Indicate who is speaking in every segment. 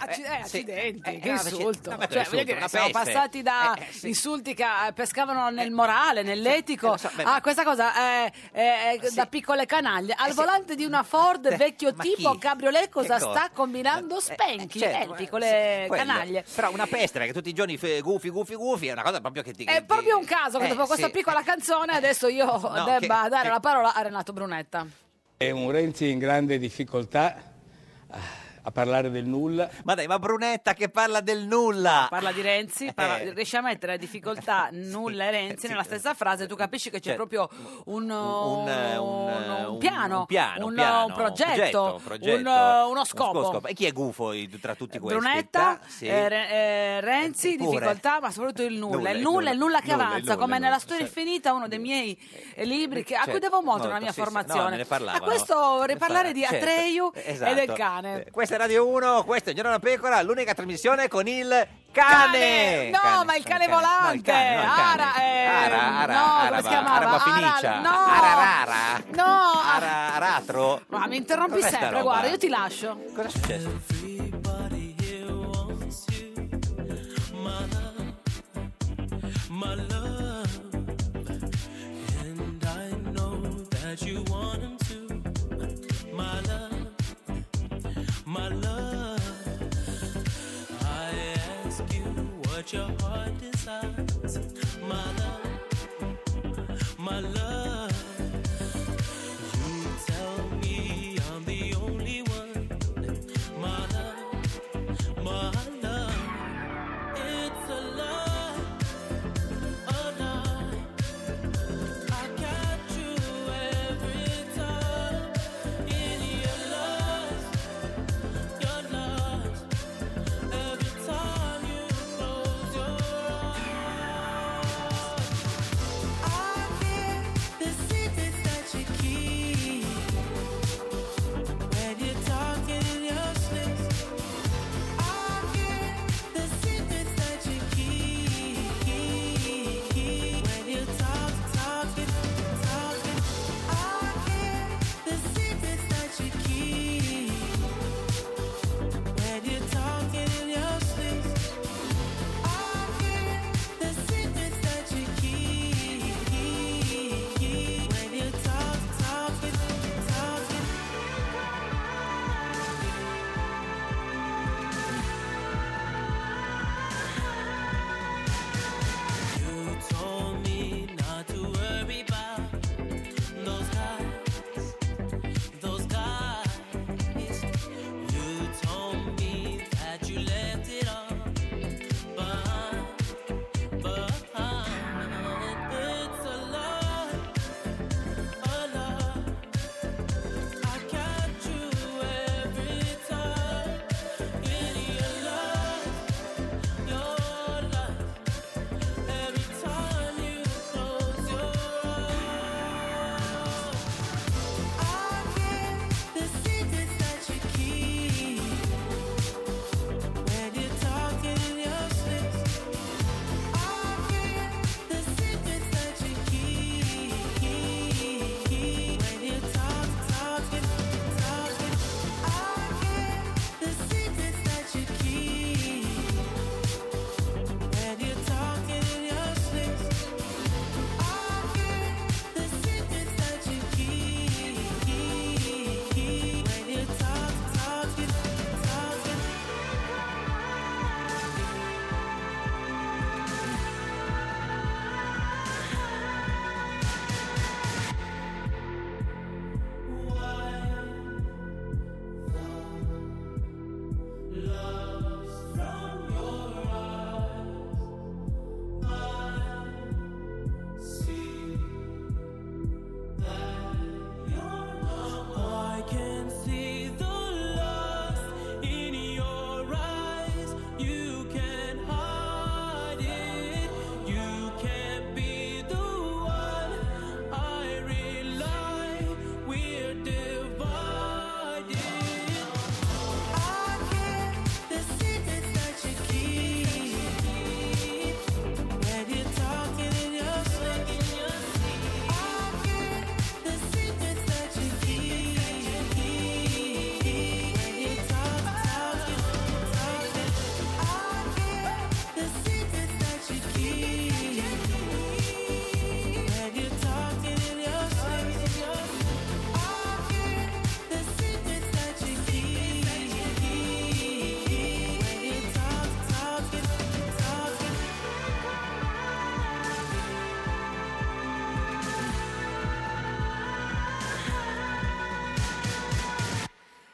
Speaker 1: acci- eh,
Speaker 2: Eh, sì.
Speaker 1: accidenti,
Speaker 2: Eh,
Speaker 1: che
Speaker 2: no, perché-
Speaker 1: insulto.
Speaker 2: no, perché
Speaker 1: Cioè,
Speaker 2: insulto,
Speaker 1: voglio dire,
Speaker 2: una
Speaker 1: siamo
Speaker 2: peste.
Speaker 1: passati da
Speaker 2: Eh, eh, sì.
Speaker 1: insulti che eh, pescavano nel morale, nell'etico,
Speaker 2: sì, eh, lo so, beh,
Speaker 1: a
Speaker 2: ma- Ah, Eh,
Speaker 1: questa cosa eh, eh, eh, da piccole canaglie. Al volante di una Ford vecchio
Speaker 2: ma
Speaker 1: tipo
Speaker 2: chi?
Speaker 1: cabriolet cosa
Speaker 2: Che cosa?
Speaker 1: sta combinando Spenchi? Eh,
Speaker 2: certo,
Speaker 1: piccole
Speaker 2: Quello.
Speaker 1: canaglie.
Speaker 2: Però una peste, perché tutti i giorni fe- gufi, gufi, gufi, è una cosa proprio che ti... che
Speaker 1: È
Speaker 2: ti-
Speaker 1: proprio un caso che
Speaker 2: Eh,
Speaker 1: dopo questa
Speaker 2: sì.
Speaker 1: piccola canzone adesso io
Speaker 2: che-
Speaker 1: debba dare
Speaker 2: che-
Speaker 1: la parola a Renato Brunetta.
Speaker 3: È un Renzi in grande difficoltà ah, a parlare del nulla.
Speaker 2: Ma dai, ma Brunetta che parla del nulla!
Speaker 1: Parla di Renzi, parla-
Speaker 2: Eh.
Speaker 1: riesce a mettere a difficoltà nulla e Renzi nella stessa frase, tu capisci che c'è
Speaker 2: Cioè,
Speaker 1: proprio un,
Speaker 2: un, eh, un, eh,
Speaker 1: un- un
Speaker 2: un-
Speaker 1: piano,
Speaker 2: un piano,
Speaker 1: un,
Speaker 2: un piano,
Speaker 1: un progetto,
Speaker 2: un progetto,
Speaker 1: un, eh, uno
Speaker 2: uno
Speaker 1: scopo.
Speaker 2: E chi è gufo i- tra tutti questi?
Speaker 1: Brunetta,
Speaker 2: Ta- sì.
Speaker 1: eh, Re- eh, Renzi,
Speaker 2: Pure.
Speaker 1: difficoltà, ma soprattutto il nulla.
Speaker 2: Nulla,
Speaker 1: il
Speaker 2: il
Speaker 1: nulla,
Speaker 2: nulla,
Speaker 1: il nulla che
Speaker 2: nulla,
Speaker 1: avanza,
Speaker 2: il nulla,
Speaker 1: come
Speaker 2: il
Speaker 1: nella
Speaker 2: nulla,
Speaker 1: storia
Speaker 2: certo.
Speaker 1: infinita, uno dei miei eh, libri che- a cui
Speaker 2: Certo,
Speaker 1: devo molto nella
Speaker 2: molto,
Speaker 1: mia
Speaker 2: sì, sì. No,
Speaker 1: formazione.
Speaker 2: ne parlavano.
Speaker 1: Ma questo riparlare di
Speaker 2: Certo.
Speaker 1: Atreyu
Speaker 2: Eh, esatto.
Speaker 1: e del cane.
Speaker 2: Eh, Questa è Radio 1, questo è Il Giorno da Pecora, l'unica trasmissione con il
Speaker 1: Cane!
Speaker 2: cane.
Speaker 1: No, ma il
Speaker 2: non
Speaker 1: cane volante!
Speaker 2: No, il cane, no, il cane.
Speaker 1: Ara, eh,
Speaker 2: Ara, ara,
Speaker 1: no, come
Speaker 2: araba,
Speaker 1: si chiamava?
Speaker 2: araba
Speaker 1: Ara-
Speaker 2: fenicia.
Speaker 1: no!
Speaker 2: Ararara.
Speaker 1: No,
Speaker 2: Ara- aratro.
Speaker 1: Ma mi interrompi
Speaker 2: Cos'è sta
Speaker 1: sempre,
Speaker 2: roba?
Speaker 1: guarda, io ti lascio.
Speaker 2: Cosa è successo?
Speaker 4: Everybody here wants you, my love, my love. And I know that you want him too, my love, my love. I ask you what your heart desires, my love, my love. You tell me I'm the only one. My love, my love, it's a lie, a lie. Oh, I got you every time in your lies, your lies. Every time you close your eyes, I can't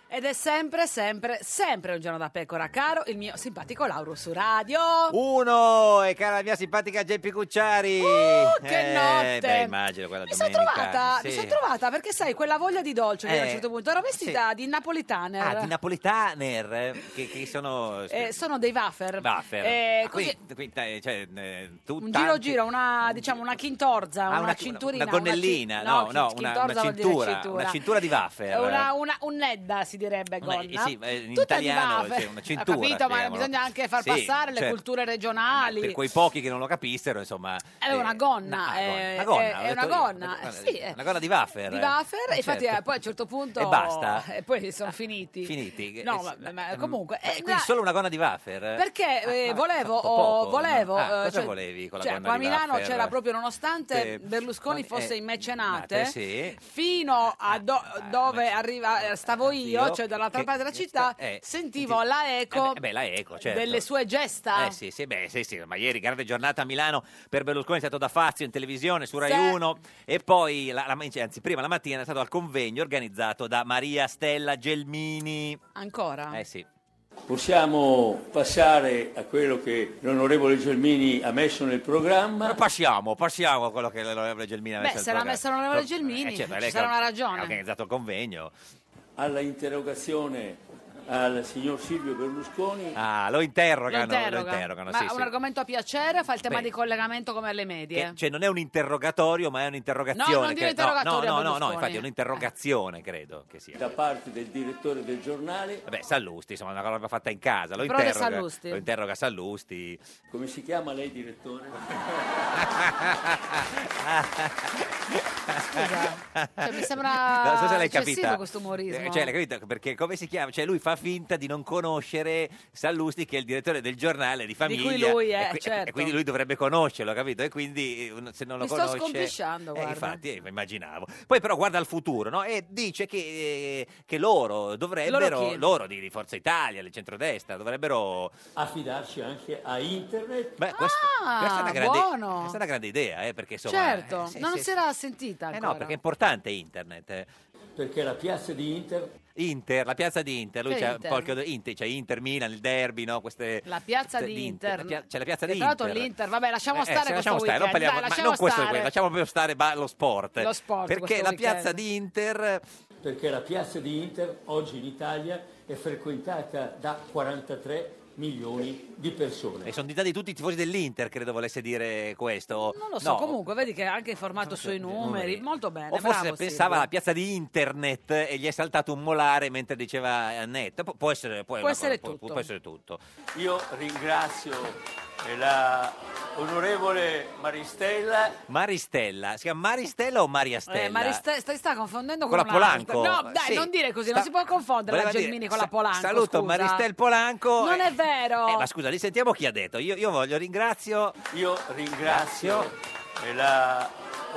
Speaker 1: Ed è sempre, sempre, sempre un giorno da pecora, caro il mio simpatico Lauro su radio.
Speaker 2: Uh, Uno, e cara la mia simpatica Geppi Cucciari.
Speaker 1: Uh, che
Speaker 2: Eh,
Speaker 1: notte.
Speaker 2: Beh, immagino quella
Speaker 1: Mi sono
Speaker 2: domenica.
Speaker 1: trovata, mi
Speaker 2: sì.
Speaker 1: sono trovata perché sai, quella voglia di dolce che io a un
Speaker 2: Eh,
Speaker 1: certo punto ero vestita di napolitaner.
Speaker 2: Ah, di Napolitaner, eh, che, che sono...
Speaker 1: Eh, sono dei wafer.
Speaker 2: Waffer.
Speaker 1: Eh,
Speaker 2: Ah,
Speaker 1: così-
Speaker 2: quindi- quindi, eh, cioè, eh, tu
Speaker 1: un
Speaker 2: tanti-
Speaker 1: giro giro, una diciamo una chintorza,
Speaker 2: Ah,
Speaker 1: una,
Speaker 2: una chi-
Speaker 1: cinturina,
Speaker 2: una gonnellina,
Speaker 1: una
Speaker 2: no, no,
Speaker 1: chi-
Speaker 2: una,
Speaker 1: chintorza
Speaker 2: una
Speaker 1: vuol dire
Speaker 2: cintura, una cintura di wafer.
Speaker 1: Una, una, un nedda si direbbe
Speaker 2: Una-
Speaker 1: gonna.
Speaker 2: sì, eh, in
Speaker 1: Tutta
Speaker 2: italiano,
Speaker 1: di wafer.
Speaker 2: cioè, una cintura,
Speaker 1: Ho capito, ma
Speaker 2: spiegamolo.
Speaker 1: bisogna anche far
Speaker 2: Sì,
Speaker 1: passare le
Speaker 2: certo.
Speaker 1: culture regionali.
Speaker 2: Per quei pochi che non lo capissero, insomma...
Speaker 1: È una gonna, eh,
Speaker 2: una gonna,
Speaker 1: è-
Speaker 2: l'ho
Speaker 1: è una
Speaker 2: detto io,
Speaker 1: gonna,
Speaker 2: una-
Speaker 1: sì, eh.
Speaker 2: Una gonna di wafer.
Speaker 1: di wafer,
Speaker 2: Eh,
Speaker 1: infatti
Speaker 2: certo.
Speaker 1: eh, poi a un certo punto
Speaker 2: E basta? Ah,
Speaker 1: e poi sono finiti.
Speaker 2: Finiti?
Speaker 1: No,
Speaker 2: Eh,
Speaker 1: ma,
Speaker 2: sì,
Speaker 1: ma
Speaker 2: ma-
Speaker 1: comunque
Speaker 2: Ma
Speaker 1: eh,
Speaker 2: quindi solo una gonna di wafer?
Speaker 1: Perché eh, volevo,
Speaker 2: po-
Speaker 1: oh,
Speaker 2: ah, poco,
Speaker 1: volevo
Speaker 2: no? Ah,
Speaker 1: eh,
Speaker 2: cosa volevi con la
Speaker 1: cioè,
Speaker 2: gonna
Speaker 1: qua a
Speaker 2: di
Speaker 1: Milano
Speaker 2: Laffer?
Speaker 1: c'era proprio, nonostante
Speaker 2: Eh,
Speaker 1: Berlusconi
Speaker 2: ma-
Speaker 1: fosse
Speaker 2: eh,
Speaker 1: in mecenate,
Speaker 2: eh, sì. Ah,
Speaker 1: fino a do- dove arriva, eh, stavo io,
Speaker 2: io,
Speaker 1: cioè dall'altra
Speaker 2: che-
Speaker 1: parte della città,
Speaker 2: eh,
Speaker 1: sentivo la eco
Speaker 2: Eh beh, la eco, certo.
Speaker 1: delle sue gesta.
Speaker 2: Eh sì, sì, beh, sì, sì, ma ieri grande giornata a Milano per Berlusconi è stato da Fazio in televisione su Rai
Speaker 1: Sì.
Speaker 2: 1 e poi, la- la- anzi prima la mattina è stato al convegno organizzato da Maria Stella Gelmini.
Speaker 1: Ancora?
Speaker 2: Eh sì.
Speaker 5: Possiamo passare a quello che l'onorevole Gelmini ha messo nel programma.
Speaker 2: Passiamo, passiamo a quello che l'onorevole Gelmini ha
Speaker 1: Beh,
Speaker 2: messo nel
Speaker 1: se l'ha
Speaker 2: programma.
Speaker 1: messa l'onorevole
Speaker 2: Eh,
Speaker 1: Gelmini,
Speaker 2: certo,
Speaker 1: ci
Speaker 2: lei
Speaker 1: sarà
Speaker 2: che
Speaker 1: una
Speaker 2: Ha
Speaker 1: ragione.
Speaker 2: organizzato il convegno.
Speaker 5: Alla interrogazione al signor Silvio Berlusconi.
Speaker 2: Ah, lo interrogano, lo interrogano,
Speaker 1: Interroga. Ma
Speaker 2: sì,
Speaker 1: è un
Speaker 2: sì.
Speaker 1: argomento a piacere o fa il tema
Speaker 2: Beh.
Speaker 1: di collegamento come alle medie?
Speaker 2: Che- cioè non è un interrogatorio, ma è un'interrogazione.
Speaker 1: eh? No, non dire
Speaker 2: che-
Speaker 1: interrogatorio
Speaker 2: no, no,
Speaker 1: a
Speaker 2: no, no,
Speaker 1: Berlusconi.
Speaker 2: infatti è un'interrogazione, credo che sia.
Speaker 5: da parte del direttore del giornale.
Speaker 2: Vabbè, Sallusti, insomma, è una roba fatta in casa, lo
Speaker 5: Però de
Speaker 2: interroga.
Speaker 5: Sallusti.
Speaker 2: Lo interroga Sallusti.
Speaker 5: Come si chiama lei direttore?
Speaker 1: Cioè, mi sembra
Speaker 2: Eh. Non so se l'hai
Speaker 1: eccessivo
Speaker 2: capita.
Speaker 1: questo umorismo.
Speaker 2: Eh, Cioè, l'hai capito? Perché come si chiama? Cioè, lui fa finta di non conoscere Sallusti, che è il direttore del giornale
Speaker 1: cui
Speaker 2: di famiglia.
Speaker 1: lui è,
Speaker 2: e, e-
Speaker 1: certo.
Speaker 2: e quindi lui dovrebbe conoscerlo, capito? E quindi eh, un- se non lo
Speaker 1: Mi sto
Speaker 2: conosce.
Speaker 1: scombisciando,
Speaker 2: eh,
Speaker 1: guarda.
Speaker 2: infatti, eh, immaginavo. Poi, però, guarda al futuro, no? E dice che, eh, che loro dovrebbero,
Speaker 5: Loro chi?
Speaker 2: di, di Forza Italia, del centrodestra, dovrebbero.
Speaker 5: Affidarci anche a internet.
Speaker 2: Beh, questo-
Speaker 1: Ah,
Speaker 2: questa, è una grande,
Speaker 1: buono.
Speaker 2: questa è una grande idea, eh, perché insomma.
Speaker 1: certo,
Speaker 2: eh, sì,
Speaker 1: non
Speaker 2: sì,
Speaker 1: si era sentita
Speaker 2: eh
Speaker 1: ancora.
Speaker 2: no, perché è importante internet. eh.
Speaker 5: Perché la piazza di Inter.
Speaker 2: Inter, la piazza di Inter, lui
Speaker 1: Che
Speaker 2: c'ha
Speaker 1: Inter?
Speaker 2: un po' il chiodo- Inter, c'è Inter, Milan, il derby, no? Queste,
Speaker 1: La piazza
Speaker 2: queste
Speaker 1: di
Speaker 2: la
Speaker 1: Inter.
Speaker 2: pia- c'è la piazza
Speaker 1: Che
Speaker 2: di
Speaker 1: tra l'altro
Speaker 2: Inter.
Speaker 1: l'Inter, vabbè, lasciamo
Speaker 2: Eh,
Speaker 1: stare
Speaker 2: se
Speaker 1: questo
Speaker 2: lasciamo stare, non
Speaker 1: weekend.
Speaker 2: parliamo,
Speaker 1: Dai,
Speaker 2: ma
Speaker 1: lasciamo
Speaker 2: non questo
Speaker 1: stare.
Speaker 2: weekend, lasciamo proprio stare ba- lo sport.
Speaker 1: Lo sport,
Speaker 2: Perché
Speaker 1: questo
Speaker 2: la
Speaker 1: weekend.
Speaker 2: piazza di Inter
Speaker 5: Perché la piazza di Inter oggi in Italia è frequentata da 43 milioni di persone.
Speaker 2: e sono di di tutti i tifosi dell'Inter, credo volesse dire questo.
Speaker 1: Non lo so,
Speaker 2: No,
Speaker 1: comunque vedi che ha anche informato sui numeri, molto bene,
Speaker 2: O forse
Speaker 1: bravo
Speaker 2: pensava alla
Speaker 1: Silvio.
Speaker 2: piazza di internet e gli è saltato un molare mentre diceva eh, net. Pu- può essere, può,
Speaker 5: Può essere
Speaker 2: può-
Speaker 5: tutto.
Speaker 2: può essere tutto.
Speaker 5: Io ringrazio la onorevole Maristella.
Speaker 2: Maristella, si chiama Maristella o Maria Stella?
Speaker 1: Eh, ma riste- stai sta confondendo con,
Speaker 2: Con la
Speaker 1: un'altra.
Speaker 2: Polanco?
Speaker 1: No, dai,
Speaker 2: Sì.
Speaker 1: non dire così, non si può confondere la
Speaker 2: Voleva dire,
Speaker 1: Gelmini con la
Speaker 2: sa-
Speaker 1: Polanco.
Speaker 2: saluto
Speaker 1: scusa.
Speaker 2: Maristel Polanco.
Speaker 1: Non è vero.
Speaker 2: Eh, ma scusa, li sentiamo chi ha detto. Io, io voglio ringrazio.
Speaker 5: Io ringrazio la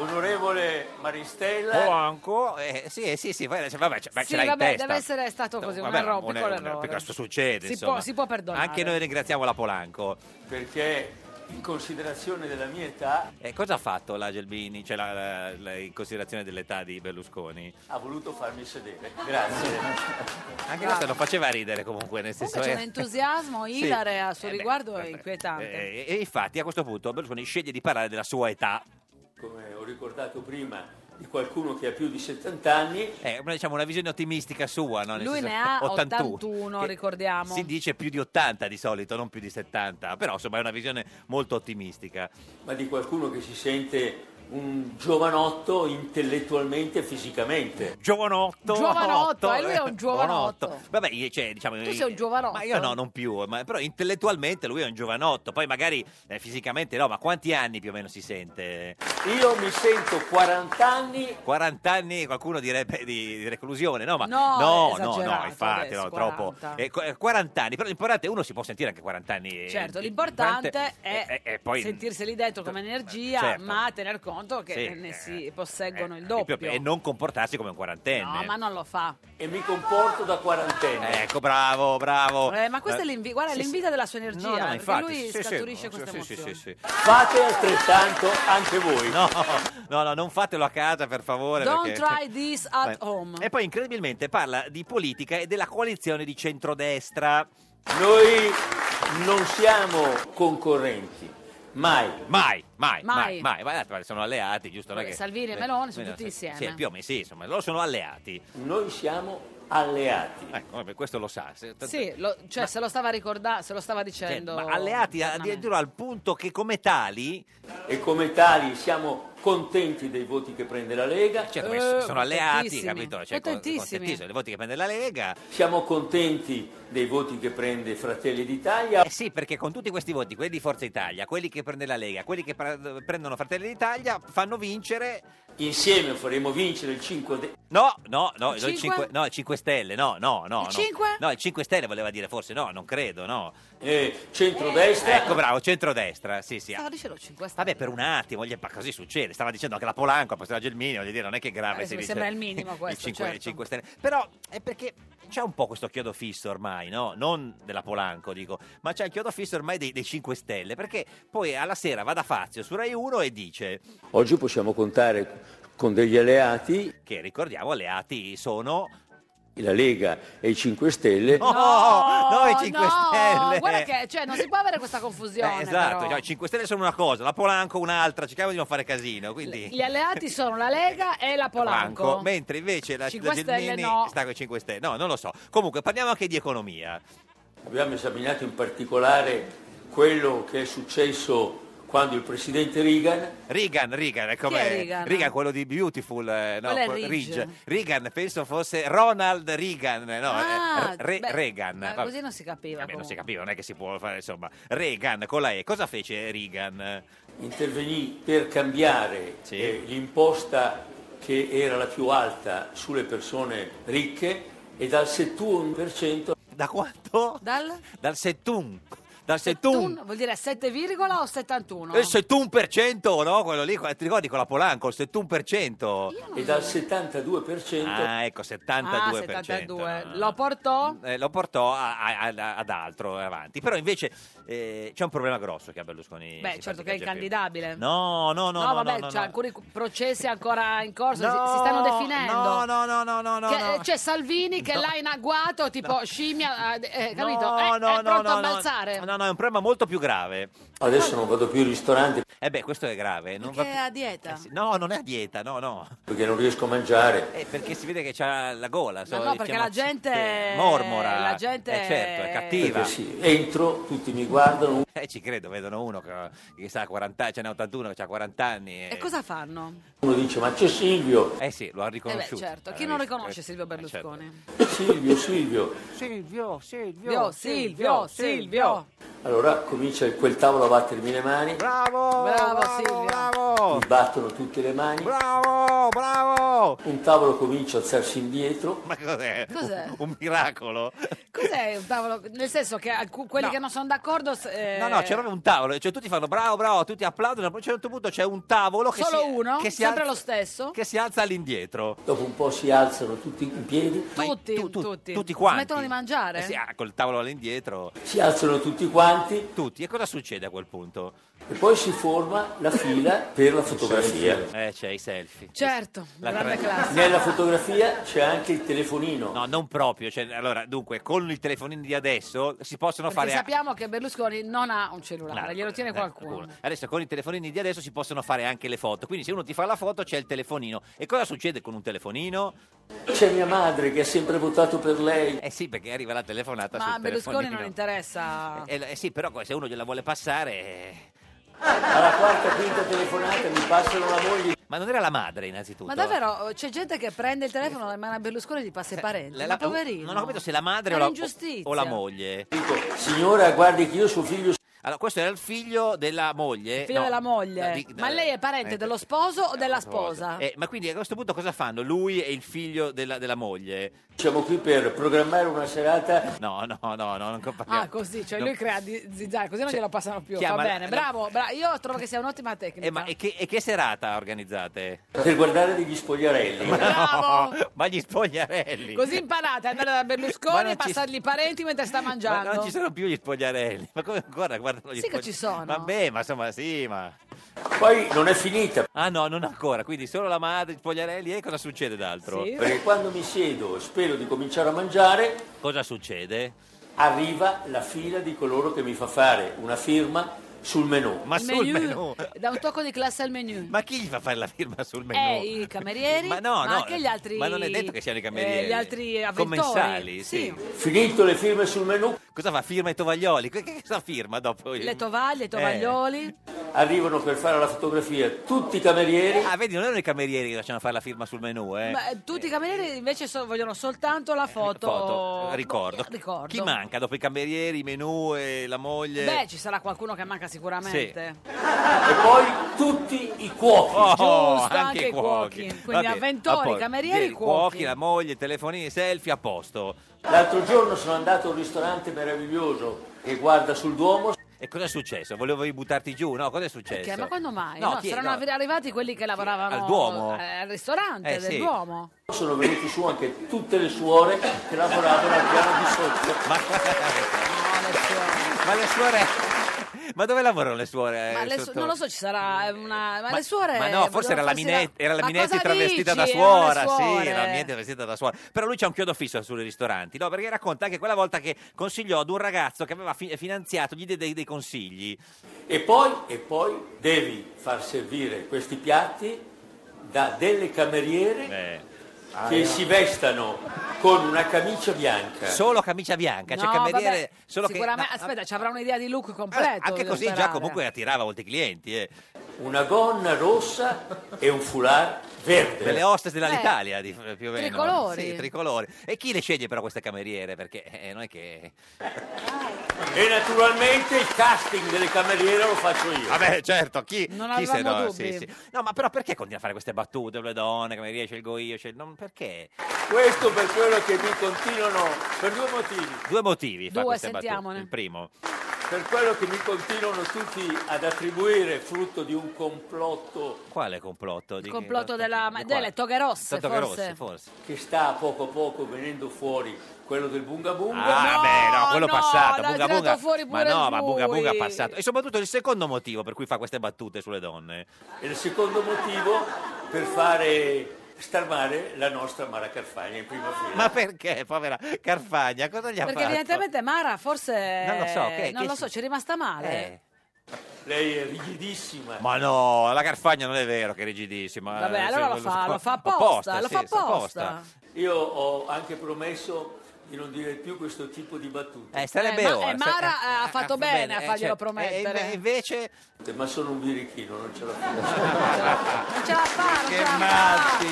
Speaker 5: onorevole Maristella.
Speaker 2: Polanco. Eh, sì, eh, sì, sì, vai- vabbè, ce, ma
Speaker 1: sì,
Speaker 2: ce l'hai in
Speaker 1: vabbè,
Speaker 2: testa.
Speaker 1: deve essere stato così, un
Speaker 2: Vabbè,
Speaker 1: errore, un
Speaker 2: un
Speaker 1: piccolo
Speaker 2: errore,
Speaker 1: errore.
Speaker 2: perché questo succede,
Speaker 1: si,
Speaker 2: insomma.
Speaker 1: può, si può perdonare.
Speaker 2: Anche noi ringraziamo la Polanco.
Speaker 5: Perché in considerazione della mia età
Speaker 2: Eh, cosa ha fatto la Gelbini, cioè la- la- la- in considerazione dell'età di Berlusconi?
Speaker 5: ha voluto farmi sedere. Grazie.
Speaker 2: Anche questo lo faceva ridere comunque, nel senso...
Speaker 1: Comunque c'è
Speaker 2: eh.
Speaker 1: un entusiasmo
Speaker 2: Sì.
Speaker 1: ilare a suo
Speaker 2: Eh, beh,
Speaker 1: riguardo è inquietante.
Speaker 2: Eh, e infatti a questo punto Berlusconi sceglie di parlare della sua età.
Speaker 5: Come ho ricordato prima di qualcuno che ha più di 70 anni,
Speaker 2: È una, diciamo, una visione ottimistica sua, no? Nel
Speaker 1: Lui
Speaker 2: senso,
Speaker 1: ne ha 81,
Speaker 2: 81, che
Speaker 1: ricordiamo.
Speaker 2: Si dice più di 80 di solito, non più di 70, però insomma è una visione molto ottimistica.
Speaker 5: ma di qualcuno che si sente un giovanotto intellettualmente e fisicamente.
Speaker 2: Giovanotto!
Speaker 1: Giovanotto, eh, lui è un giovanotto.
Speaker 2: Vabbè, io, cioè, diciamo,
Speaker 1: Tu sei un giovanotto.
Speaker 2: Ma io no, non più, ma, però intellettualmente lui è un giovanotto, poi magari eh, fisicamente no, ma quanti anni più o meno si sente?
Speaker 5: Io mi sento 40 anni
Speaker 2: 40 anni qualcuno direbbe di, di reclusione, no? Ma
Speaker 5: No,
Speaker 2: no, no,
Speaker 5: è
Speaker 2: no,
Speaker 5: esagerato
Speaker 2: infatti,
Speaker 5: adesso,
Speaker 2: no, troppo.
Speaker 5: 40.
Speaker 2: Eh, qu- eh, 40 anni, però l'importante è uno si può sentire anche 40 anni. eh,
Speaker 1: Certo,
Speaker 2: di-
Speaker 1: l'importante
Speaker 2: durante-
Speaker 1: è
Speaker 2: e poi-
Speaker 1: sentirsi lì dentro come energia,
Speaker 2: certo.
Speaker 1: ma tener conto che
Speaker 2: Sì,
Speaker 1: ne
Speaker 2: eh,
Speaker 1: si posseggono il
Speaker 2: Il più-
Speaker 1: doppio.
Speaker 2: E non comportarsi come un quarantenne.
Speaker 1: No, ma non lo fa.
Speaker 5: E mi comporto da quarantenne.
Speaker 2: Ecco, bravo, bravo.
Speaker 1: Eh, ma questa
Speaker 2: Eh,
Speaker 1: è l'invi- guarda, è
Speaker 2: sì,
Speaker 1: l'invita della sua energia,
Speaker 2: No, no,
Speaker 1: perché
Speaker 2: infatti,
Speaker 1: lui
Speaker 2: sì, sì,
Speaker 1: scaturisce
Speaker 2: sì,
Speaker 1: questa
Speaker 2: sì, sì,
Speaker 1: emozione.
Speaker 2: sì, sì.
Speaker 5: Fate altrettanto anche voi.
Speaker 2: No, no, no, non fatelo a casa, per favore.
Speaker 1: Don't
Speaker 2: perché- cioè,
Speaker 1: try this at
Speaker 2: Beh,
Speaker 1: home.
Speaker 2: E poi incredibilmente parla di politica e della coalizione di centrodestra.
Speaker 5: Noi non siamo concorrenti, mai.
Speaker 2: Mai, mai, mai,
Speaker 1: Mai.
Speaker 2: mai. Ma, eh, sono alleati, giusto? non è
Speaker 1: Vabbè,
Speaker 2: che-
Speaker 1: Salvini e
Speaker 2: Beh,
Speaker 1: Meloni sono
Speaker 2: beh,
Speaker 1: tutti
Speaker 2: sì,
Speaker 1: insieme.
Speaker 2: Sì, più o meno, sì, insomma, loro sono alleati.
Speaker 5: Noi siamo alleati.
Speaker 2: Ecco, vabbè, questo lo sa. se-
Speaker 1: Sì, lo- cioè se lo stava ricordando, se lo stava dicendo.
Speaker 2: ma alleati
Speaker 1: internamente.
Speaker 2: addirittura al punto che come tali
Speaker 5: E come tali siamo contenti dei voti che prende la Lega.
Speaker 2: cioè, come s- sono alleati,
Speaker 1: contentissimi.
Speaker 2: capito? Cioè, con-
Speaker 1: Contentissimi.
Speaker 2: contentissimi, le voti che prende la Lega.
Speaker 5: Siamo contenti dei voti che prende Fratelli d'Italia.
Speaker 2: Eh sì, perché con tutti questi voti, quelli di Forza Italia, quelli che prende la Lega, quelli che pre- prendono Fratelli d'Italia, fanno vincere
Speaker 5: Insieme faremo vincere il 5 de-
Speaker 2: No, no, no,
Speaker 1: Il
Speaker 2: no, il
Speaker 1: cinque?
Speaker 2: 5, no, il 5 Stelle, no, no, no.
Speaker 1: Il
Speaker 2: no.
Speaker 1: cinque?
Speaker 2: No, il 5 Stelle voleva dire forse, no, non credo, no.
Speaker 5: eh, centrodestra.
Speaker 2: Ecco, bravo, centrodestra, sì, sì.
Speaker 1: Stava dicendo 5
Speaker 2: Vabbè, per un attimo, gli- ma così succede. Stava dicendo anche la Polanco, la Postella Gelmini, voglio dire, non è che è grave
Speaker 1: Eh,
Speaker 2: se
Speaker 1: mi
Speaker 2: dice
Speaker 1: sembra il minimo questo,
Speaker 2: il 5,
Speaker 1: certo.
Speaker 2: Stelle. Però è perché c'è un po' questo chiodo fisso ormai, no? Non della Polanco, dico, ma c'è il chiodo fisso ormai dei, dei 5 Stelle, perché poi alla sera va da Fazio su Rai 1 e dice
Speaker 5: Oggi possiamo contare con degli alleati,
Speaker 2: che, ricordiamo, alleati sono...
Speaker 5: la Lega e i 5 Stelle.
Speaker 2: No, Oh, noi 5
Speaker 1: no,
Speaker 2: Stelle!
Speaker 1: Guarda che cioè, non si può avere questa confusione.
Speaker 2: Eh, esatto,
Speaker 1: però.
Speaker 2: cioè, 5 Stelle sono una cosa, la Polanco un'altra, cerchiamo di non fare casino. Quindi...
Speaker 1: Gli alleati sono la Lega e la Polanco.
Speaker 2: mentre invece la,
Speaker 1: Cinque
Speaker 2: la
Speaker 1: Stelle
Speaker 2: Gelmini
Speaker 1: no.
Speaker 2: sta con 5 Stelle. No, non lo so. Comunque, parliamo anche di economia.
Speaker 5: Abbiamo esaminato in particolare quello che è successo quando il presidente Reagan
Speaker 2: Reagan, Reagan, è come
Speaker 1: Chi è Reagan?
Speaker 2: quello di Beautiful, eh, no,
Speaker 1: Quello è
Speaker 2: quel-
Speaker 1: Ridge.
Speaker 2: Reagan penso fosse Ronald Reagan, no,
Speaker 1: Ah,
Speaker 2: eh, Re-
Speaker 1: beh,
Speaker 2: Reagan.
Speaker 1: ma
Speaker 2: Vabbè.
Speaker 1: così non si capiva.
Speaker 2: Vabbè, non
Speaker 1: comunque.
Speaker 2: si capiva, non è che si può fare, insomma, Reagan con la E. Cosa fece Reagan?
Speaker 5: intervenì per cambiare
Speaker 2: Sì.
Speaker 5: eh, l'imposta che era la più alta sulle persone ricche e dal 71%
Speaker 2: Da quanto?
Speaker 1: Dal?
Speaker 2: Dal 71. Dal 71.
Speaker 1: Vuol dire 7, virgola o 71?
Speaker 2: Il 71%, no? Quello lì, ti ricordi con la Polanco, il 71%.
Speaker 5: e dal 72%
Speaker 2: Ah, ecco, 72%.
Speaker 1: Ah, 72.
Speaker 2: no.
Speaker 1: Lo portò?
Speaker 2: Eh, lo portò a- a- a- ad altro avanti. Però invece eh, c'è un problema grosso che ha Berlusconi.
Speaker 1: Beh,
Speaker 2: si
Speaker 1: certo
Speaker 2: pratica
Speaker 1: che è
Speaker 2: più.
Speaker 1: incandidabile.
Speaker 2: No, no, no.
Speaker 1: No,
Speaker 2: no,
Speaker 1: vabbè, cioè,
Speaker 2: no,
Speaker 1: c'è
Speaker 2: no.
Speaker 1: alcuni cu- processi ancora in corso,
Speaker 2: No,
Speaker 1: si, si stanno definendo.
Speaker 2: No, no, no, no, no, no.
Speaker 1: Che-
Speaker 2: no.
Speaker 1: eh, C'è Salvini che là in agguato, tipo scimmia, eh, eh, capito?
Speaker 2: No,
Speaker 1: Eh,
Speaker 2: no,
Speaker 1: è
Speaker 2: no,
Speaker 1: pronto
Speaker 2: no,
Speaker 1: a
Speaker 2: no.
Speaker 1: balzare.
Speaker 2: No, no, è un problema molto più grave.
Speaker 5: adesso non vado più in ristorante
Speaker 2: Eh beh, questo è grave. Non va
Speaker 1: Perché è
Speaker 2: più-
Speaker 1: a dieta?
Speaker 2: Eh sì, No, non è a dieta, no, no.
Speaker 5: perché non riesco a mangiare.
Speaker 2: Eh, perché si vede che c'ha la gola. so,
Speaker 1: Ma no, perché
Speaker 2: diciamo,
Speaker 1: la gente-
Speaker 2: eh, mormora.
Speaker 1: la gente-
Speaker 2: Eh, certo, è cattiva.
Speaker 5: Perché sì, entro, tutti mi guardano,
Speaker 2: Eh, ci credo, vedono uno che, che sa 40, ce n'è 81 che ha 40 anni.
Speaker 1: E cosa fanno?
Speaker 5: uno dice ma c'è Silvio,
Speaker 2: Eh sì, lo ha riconosciuto.
Speaker 1: Eh beh, certo. Chi
Speaker 2: l'ha
Speaker 1: non
Speaker 2: visto,
Speaker 1: riconosce
Speaker 2: eh,
Speaker 1: Silvio
Speaker 2: eh,
Speaker 1: Berlusconi?
Speaker 5: Silvio, Silvio.
Speaker 2: certo. Silvio,
Speaker 1: Silvio,
Speaker 2: Silvio,
Speaker 1: Silvio, Silvio.
Speaker 5: Allora comincia quel tavolo a battermi le mani,
Speaker 2: Bravo,
Speaker 1: Bravo,
Speaker 2: bravo,
Speaker 1: Silvio.
Speaker 2: Bravo,
Speaker 5: mi battono tutte le mani,
Speaker 2: bravo, bravo.
Speaker 5: un tavolo comincia a alzarsi indietro,
Speaker 2: Ma cos'è?
Speaker 1: Cos'è?
Speaker 2: Un, un miracolo?
Speaker 1: Cos'è un tavolo? Nel senso che alcu- quelli
Speaker 2: No.
Speaker 1: che non sono d'accordo... s- eh,
Speaker 2: No, no, c'era un tavolo, cioè tutti fanno bravo, bravo, tutti applaudono, poi a un certo punto c'è un tavolo che
Speaker 1: Solo
Speaker 2: si,
Speaker 1: uno?
Speaker 2: che si
Speaker 1: Sempre
Speaker 2: alza-
Speaker 1: lo stesso?
Speaker 2: Che si alza all'indietro.
Speaker 5: dopo un po' si alzano tutti in piedi,
Speaker 2: Ma i-
Speaker 1: Tutti,
Speaker 2: tu- tu-
Speaker 1: tutti.
Speaker 2: Tutti quanti.
Speaker 1: Smettono di mangiare?
Speaker 2: Eh sì, ah, col tavolo all'indietro.
Speaker 5: si alzano tutti quanti
Speaker 2: Tutti. E cosa succede a quel punto?
Speaker 5: e poi si forma la fila per la fotografia.
Speaker 2: Eh, c'è i selfie.
Speaker 1: Certo,
Speaker 2: La
Speaker 1: grande
Speaker 2: tre-
Speaker 1: classe.
Speaker 5: Nella fotografia c'è anche il telefonino.
Speaker 2: No, non proprio. Cioè, allora, dunque, con il telefonino di adesso si possono
Speaker 1: Perché
Speaker 2: fare... eh,
Speaker 1: sappiamo che Berlusconi non ha un
Speaker 2: No,
Speaker 1: cellulare, glielo tiene
Speaker 2: no,
Speaker 1: qualcuno.
Speaker 2: Adesso con i telefonini di adesso si possono fare anche le foto. Quindi se uno ti fa la foto c'è il telefonino. E cosa succede con un telefonino?
Speaker 5: C'è mia madre che ha sempre votato per lei.
Speaker 2: Eh sì, perché arriva la telefonata
Speaker 1: Ma a
Speaker 2: sul
Speaker 1: Berlusconi non
Speaker 2: telefonino.
Speaker 1: interessa.
Speaker 2: Eh, eh, sì, però se uno gliela vuole passare... eh.
Speaker 5: Alla quarta, quinta telefonata mi passano la moglie.
Speaker 2: Ma non era la madre innanzitutto?
Speaker 1: Ma davvero eh, c'è gente che prende il telefono dalle mani a Berlusconi e gli passa i parenti.
Speaker 2: Eh, La- la-
Speaker 1: ma poverino.
Speaker 2: Non ho capito se la madre
Speaker 1: È
Speaker 2: o la,
Speaker 1: un'ingiustizia.
Speaker 2: o la moglie.
Speaker 5: Dico, signora, guardi che io suo figlio
Speaker 2: Allora, questo era il figlio della moglie.
Speaker 1: figlio
Speaker 2: eh, no,
Speaker 1: della moglie.
Speaker 2: no, di-
Speaker 1: Ma lei è parente dello sposo o della sposa?
Speaker 2: Eh, ma quindi a questo punto cosa fanno? Lui e il figlio della, della moglie.
Speaker 5: Siamo qui per programmare una serata.
Speaker 2: No, no, no, no non compagniamo.
Speaker 1: Ah, così, cioè
Speaker 2: No. Cioè,
Speaker 1: lui crea di zizzare, così non glielo passano più.
Speaker 2: chiama-
Speaker 1: Va bene,
Speaker 2: no.
Speaker 1: bravo, bra- io trovo che sia un'ottima tecnica.
Speaker 2: Eh, ma e che, e che serata organizzate?
Speaker 5: Per guardare degli spogliarelli.
Speaker 2: Ma,
Speaker 1: Bravo!
Speaker 2: no, ma gli spogliarelli.
Speaker 1: Così imparate ad andare da
Speaker 2: Ma
Speaker 1: Berlusconi
Speaker 2: non
Speaker 1: e
Speaker 2: ci-
Speaker 1: passargli i parenti mentre sta
Speaker 2: Ma
Speaker 1: mangiando.
Speaker 2: non ci sono più gli spogliarelli. Ma come ancora guardano gli
Speaker 1: Sì che
Speaker 2: spogliarelli?
Speaker 1: ci sono.
Speaker 2: Vabbè, ma insomma, sì, ma.
Speaker 5: Poi non è finita.
Speaker 2: Ah, no, non ancora. Quindi solo la madre, gli spogliarelli e cosa succede d'altro?
Speaker 1: Sì.
Speaker 5: Perché quando mi siedo, spero di cominciare a mangiare,
Speaker 2: Cosa succede?
Speaker 5: arriva la fila di coloro che mi fa fare una firma sul menù.
Speaker 2: Ma
Speaker 1: Il
Speaker 2: sul
Speaker 1: menu,
Speaker 2: menù.
Speaker 1: Da un tocco di classe al menu.
Speaker 2: Ma chi gli fa fare la firma sul menù?
Speaker 1: Eh, i camerieri,
Speaker 2: Ma no, no,
Speaker 1: anche gli altri.
Speaker 2: ma non è detto che siano i camerieri.
Speaker 1: eh, gli altri avventori.
Speaker 2: Commensali, sì.
Speaker 5: Finito le firme sul menù,
Speaker 2: Cosa fa? Firma i tovaglioli? Che che cosa firma dopo?
Speaker 1: Le tovaglie, i
Speaker 2: Eh,
Speaker 1: tovaglioli.
Speaker 5: arrivano per fare la fotografia tutti i camerieri.
Speaker 2: Ah, vedi, non erano i camerieri che facevano fare la firma sul menù, eh?
Speaker 1: Ma, eh, tutti i camerieri invece so- vogliono soltanto la foto.
Speaker 2: Foto, ricordo.
Speaker 1: Ricordo.
Speaker 2: Chi manca dopo i camerieri, i menù e la moglie?
Speaker 1: Beh, ci sarà qualcuno che manca sicuramente.
Speaker 5: E poi tutti i cuochi.
Speaker 2: Oh,
Speaker 1: giusto, anche i cuochi. Quindi
Speaker 2: Vabbè,
Speaker 1: avventori,
Speaker 2: a posto.
Speaker 1: camerieri,
Speaker 2: Vedi,
Speaker 1: cuochi.
Speaker 2: la moglie, telefonini, selfie, a posto.
Speaker 5: L'altro giorno sono andato a un ristorante meraviglioso che guarda sul Duomo.
Speaker 2: E cosa è successo? Volevo buttarti giù, no? Cosa è successo?
Speaker 1: Perché? Ma quando mai?
Speaker 2: eh, No,
Speaker 1: No,
Speaker 2: chi-
Speaker 1: saranno
Speaker 2: no.
Speaker 1: arri- arrivati quelli che lavoravano
Speaker 2: Al Duomo?
Speaker 1: eh, al ristorante
Speaker 2: Eh,
Speaker 1: del
Speaker 2: sì.
Speaker 1: Duomo.
Speaker 5: Sono venute su anche tutte le suore che lavoravano al piano di sotto.
Speaker 2: Ma, ma le suore... Ma dove lavorano le suore? eh,
Speaker 1: Ma le su-
Speaker 2: sotto-
Speaker 1: non lo so, ci sarà eh, una. Ma,
Speaker 2: Ma-
Speaker 1: le suore.
Speaker 2: ma no,
Speaker 1: vogliono
Speaker 2: forse era la,
Speaker 1: farsi
Speaker 2: Minetti, era la
Speaker 1: Ma
Speaker 2: Minetti
Speaker 1: cosa
Speaker 2: travestita da
Speaker 1: dici?
Speaker 2: suora,
Speaker 1: Erano le
Speaker 2: sì, era la
Speaker 1: suore.
Speaker 2: Minetti travestita da suora. Però lui c'ha un chiodo fisso sui ristoranti, no? Perché racconta anche quella volta che consigliò ad un ragazzo che aveva fi- finanziato, gli diede dei, dei consigli.
Speaker 5: E poi, e poi devi far servire questi piatti da delle cameriere
Speaker 2: Eh,
Speaker 1: Ah,
Speaker 5: che si vestano con una camicia bianca.
Speaker 2: Solo camicia bianca, c'è
Speaker 1: No,
Speaker 2: cameriere
Speaker 1: vabbè,
Speaker 2: solo che-
Speaker 1: sicuramente,
Speaker 2: no,
Speaker 1: aspetta, ci avrà un'idea di look
Speaker 2: vabbè,
Speaker 1: completo.
Speaker 2: anche
Speaker 1: devo
Speaker 2: così già
Speaker 1: sperare.
Speaker 2: comunque attirava molti clienti, eh.
Speaker 5: Una gonna rossa e un foulard verde.
Speaker 2: delle hostess dell'Italia di- più o meno.
Speaker 1: Eh, tricolori.
Speaker 2: Sì, tricolori. E chi le sceglie però queste cameriere? Perché eh, non è che...
Speaker 5: E naturalmente il casting delle cameriere lo faccio io.
Speaker 2: Vabbè, certo, chi,
Speaker 1: Non
Speaker 2: chi se
Speaker 1: avevamo
Speaker 2: no,
Speaker 1: dubbi.
Speaker 2: sì, sì. No, ma però perché continua a fare queste battute? Le donne, come riesce, scelgo io, scel- non- perché?
Speaker 5: Questo per quello che mi continuano, per due motivi,
Speaker 2: Due motivi fa
Speaker 1: Due,
Speaker 2: queste battute.
Speaker 1: sentiamone.
Speaker 2: Il primo,
Speaker 5: per quello che mi continuano tutti ad attribuire frutto di un complotto
Speaker 2: quale complotto?
Speaker 1: Il complotto della-
Speaker 2: di
Speaker 1: delle
Speaker 2: quale?
Speaker 1: toghe rosse,
Speaker 2: Toghe
Speaker 1: forse.
Speaker 2: rosse, forse.
Speaker 5: che sta a poco a poco venendo fuori, quello del Bunga Bunga.
Speaker 2: Ah, beh, no, quello
Speaker 1: no,
Speaker 2: passato.
Speaker 1: l'ha
Speaker 2: Bunga
Speaker 1: tirato
Speaker 2: Bunga.
Speaker 1: fuori
Speaker 2: ma
Speaker 1: pure
Speaker 2: no, ma Bunga
Speaker 1: lui.
Speaker 2: Bunga è passato. E soprattutto il secondo motivo per cui fa queste battute sulle donne.
Speaker 5: E il secondo motivo per fare star male la nostra Mara Carfagna in prima fila.
Speaker 2: Ma perché, povera Carfagna? Cosa gli ha
Speaker 1: Perché
Speaker 2: fatto?
Speaker 1: evidentemente Mara forse.
Speaker 2: Non lo so, che-
Speaker 1: non
Speaker 2: che
Speaker 1: lo
Speaker 2: si-
Speaker 1: so, ci è rimasta male.
Speaker 2: Eh,
Speaker 5: Lei è rigidissima.
Speaker 2: Ma no, la Carfagna non è vero che è rigidissima.
Speaker 1: Vabbè,
Speaker 2: Eh,
Speaker 1: allora
Speaker 2: sì,
Speaker 1: lo fa- lo fa apposta, lo fa
Speaker 2: sì,
Speaker 1: apposta.
Speaker 5: Io ho anche promesso di non dire più questo tipo di battute,
Speaker 2: Eh, sarebbe
Speaker 1: Eh, ma-
Speaker 2: ora.
Speaker 1: eh, Mara, eh, ha fatto bene a
Speaker 2: eh,
Speaker 1: farglielo
Speaker 2: cioè,
Speaker 1: promettere.
Speaker 2: eh, inve- invece,
Speaker 5: ma sono un birichino, non ce la faccio.
Speaker 1: Non ce la fa, non
Speaker 2: che
Speaker 1: ce la fa.
Speaker 2: matti!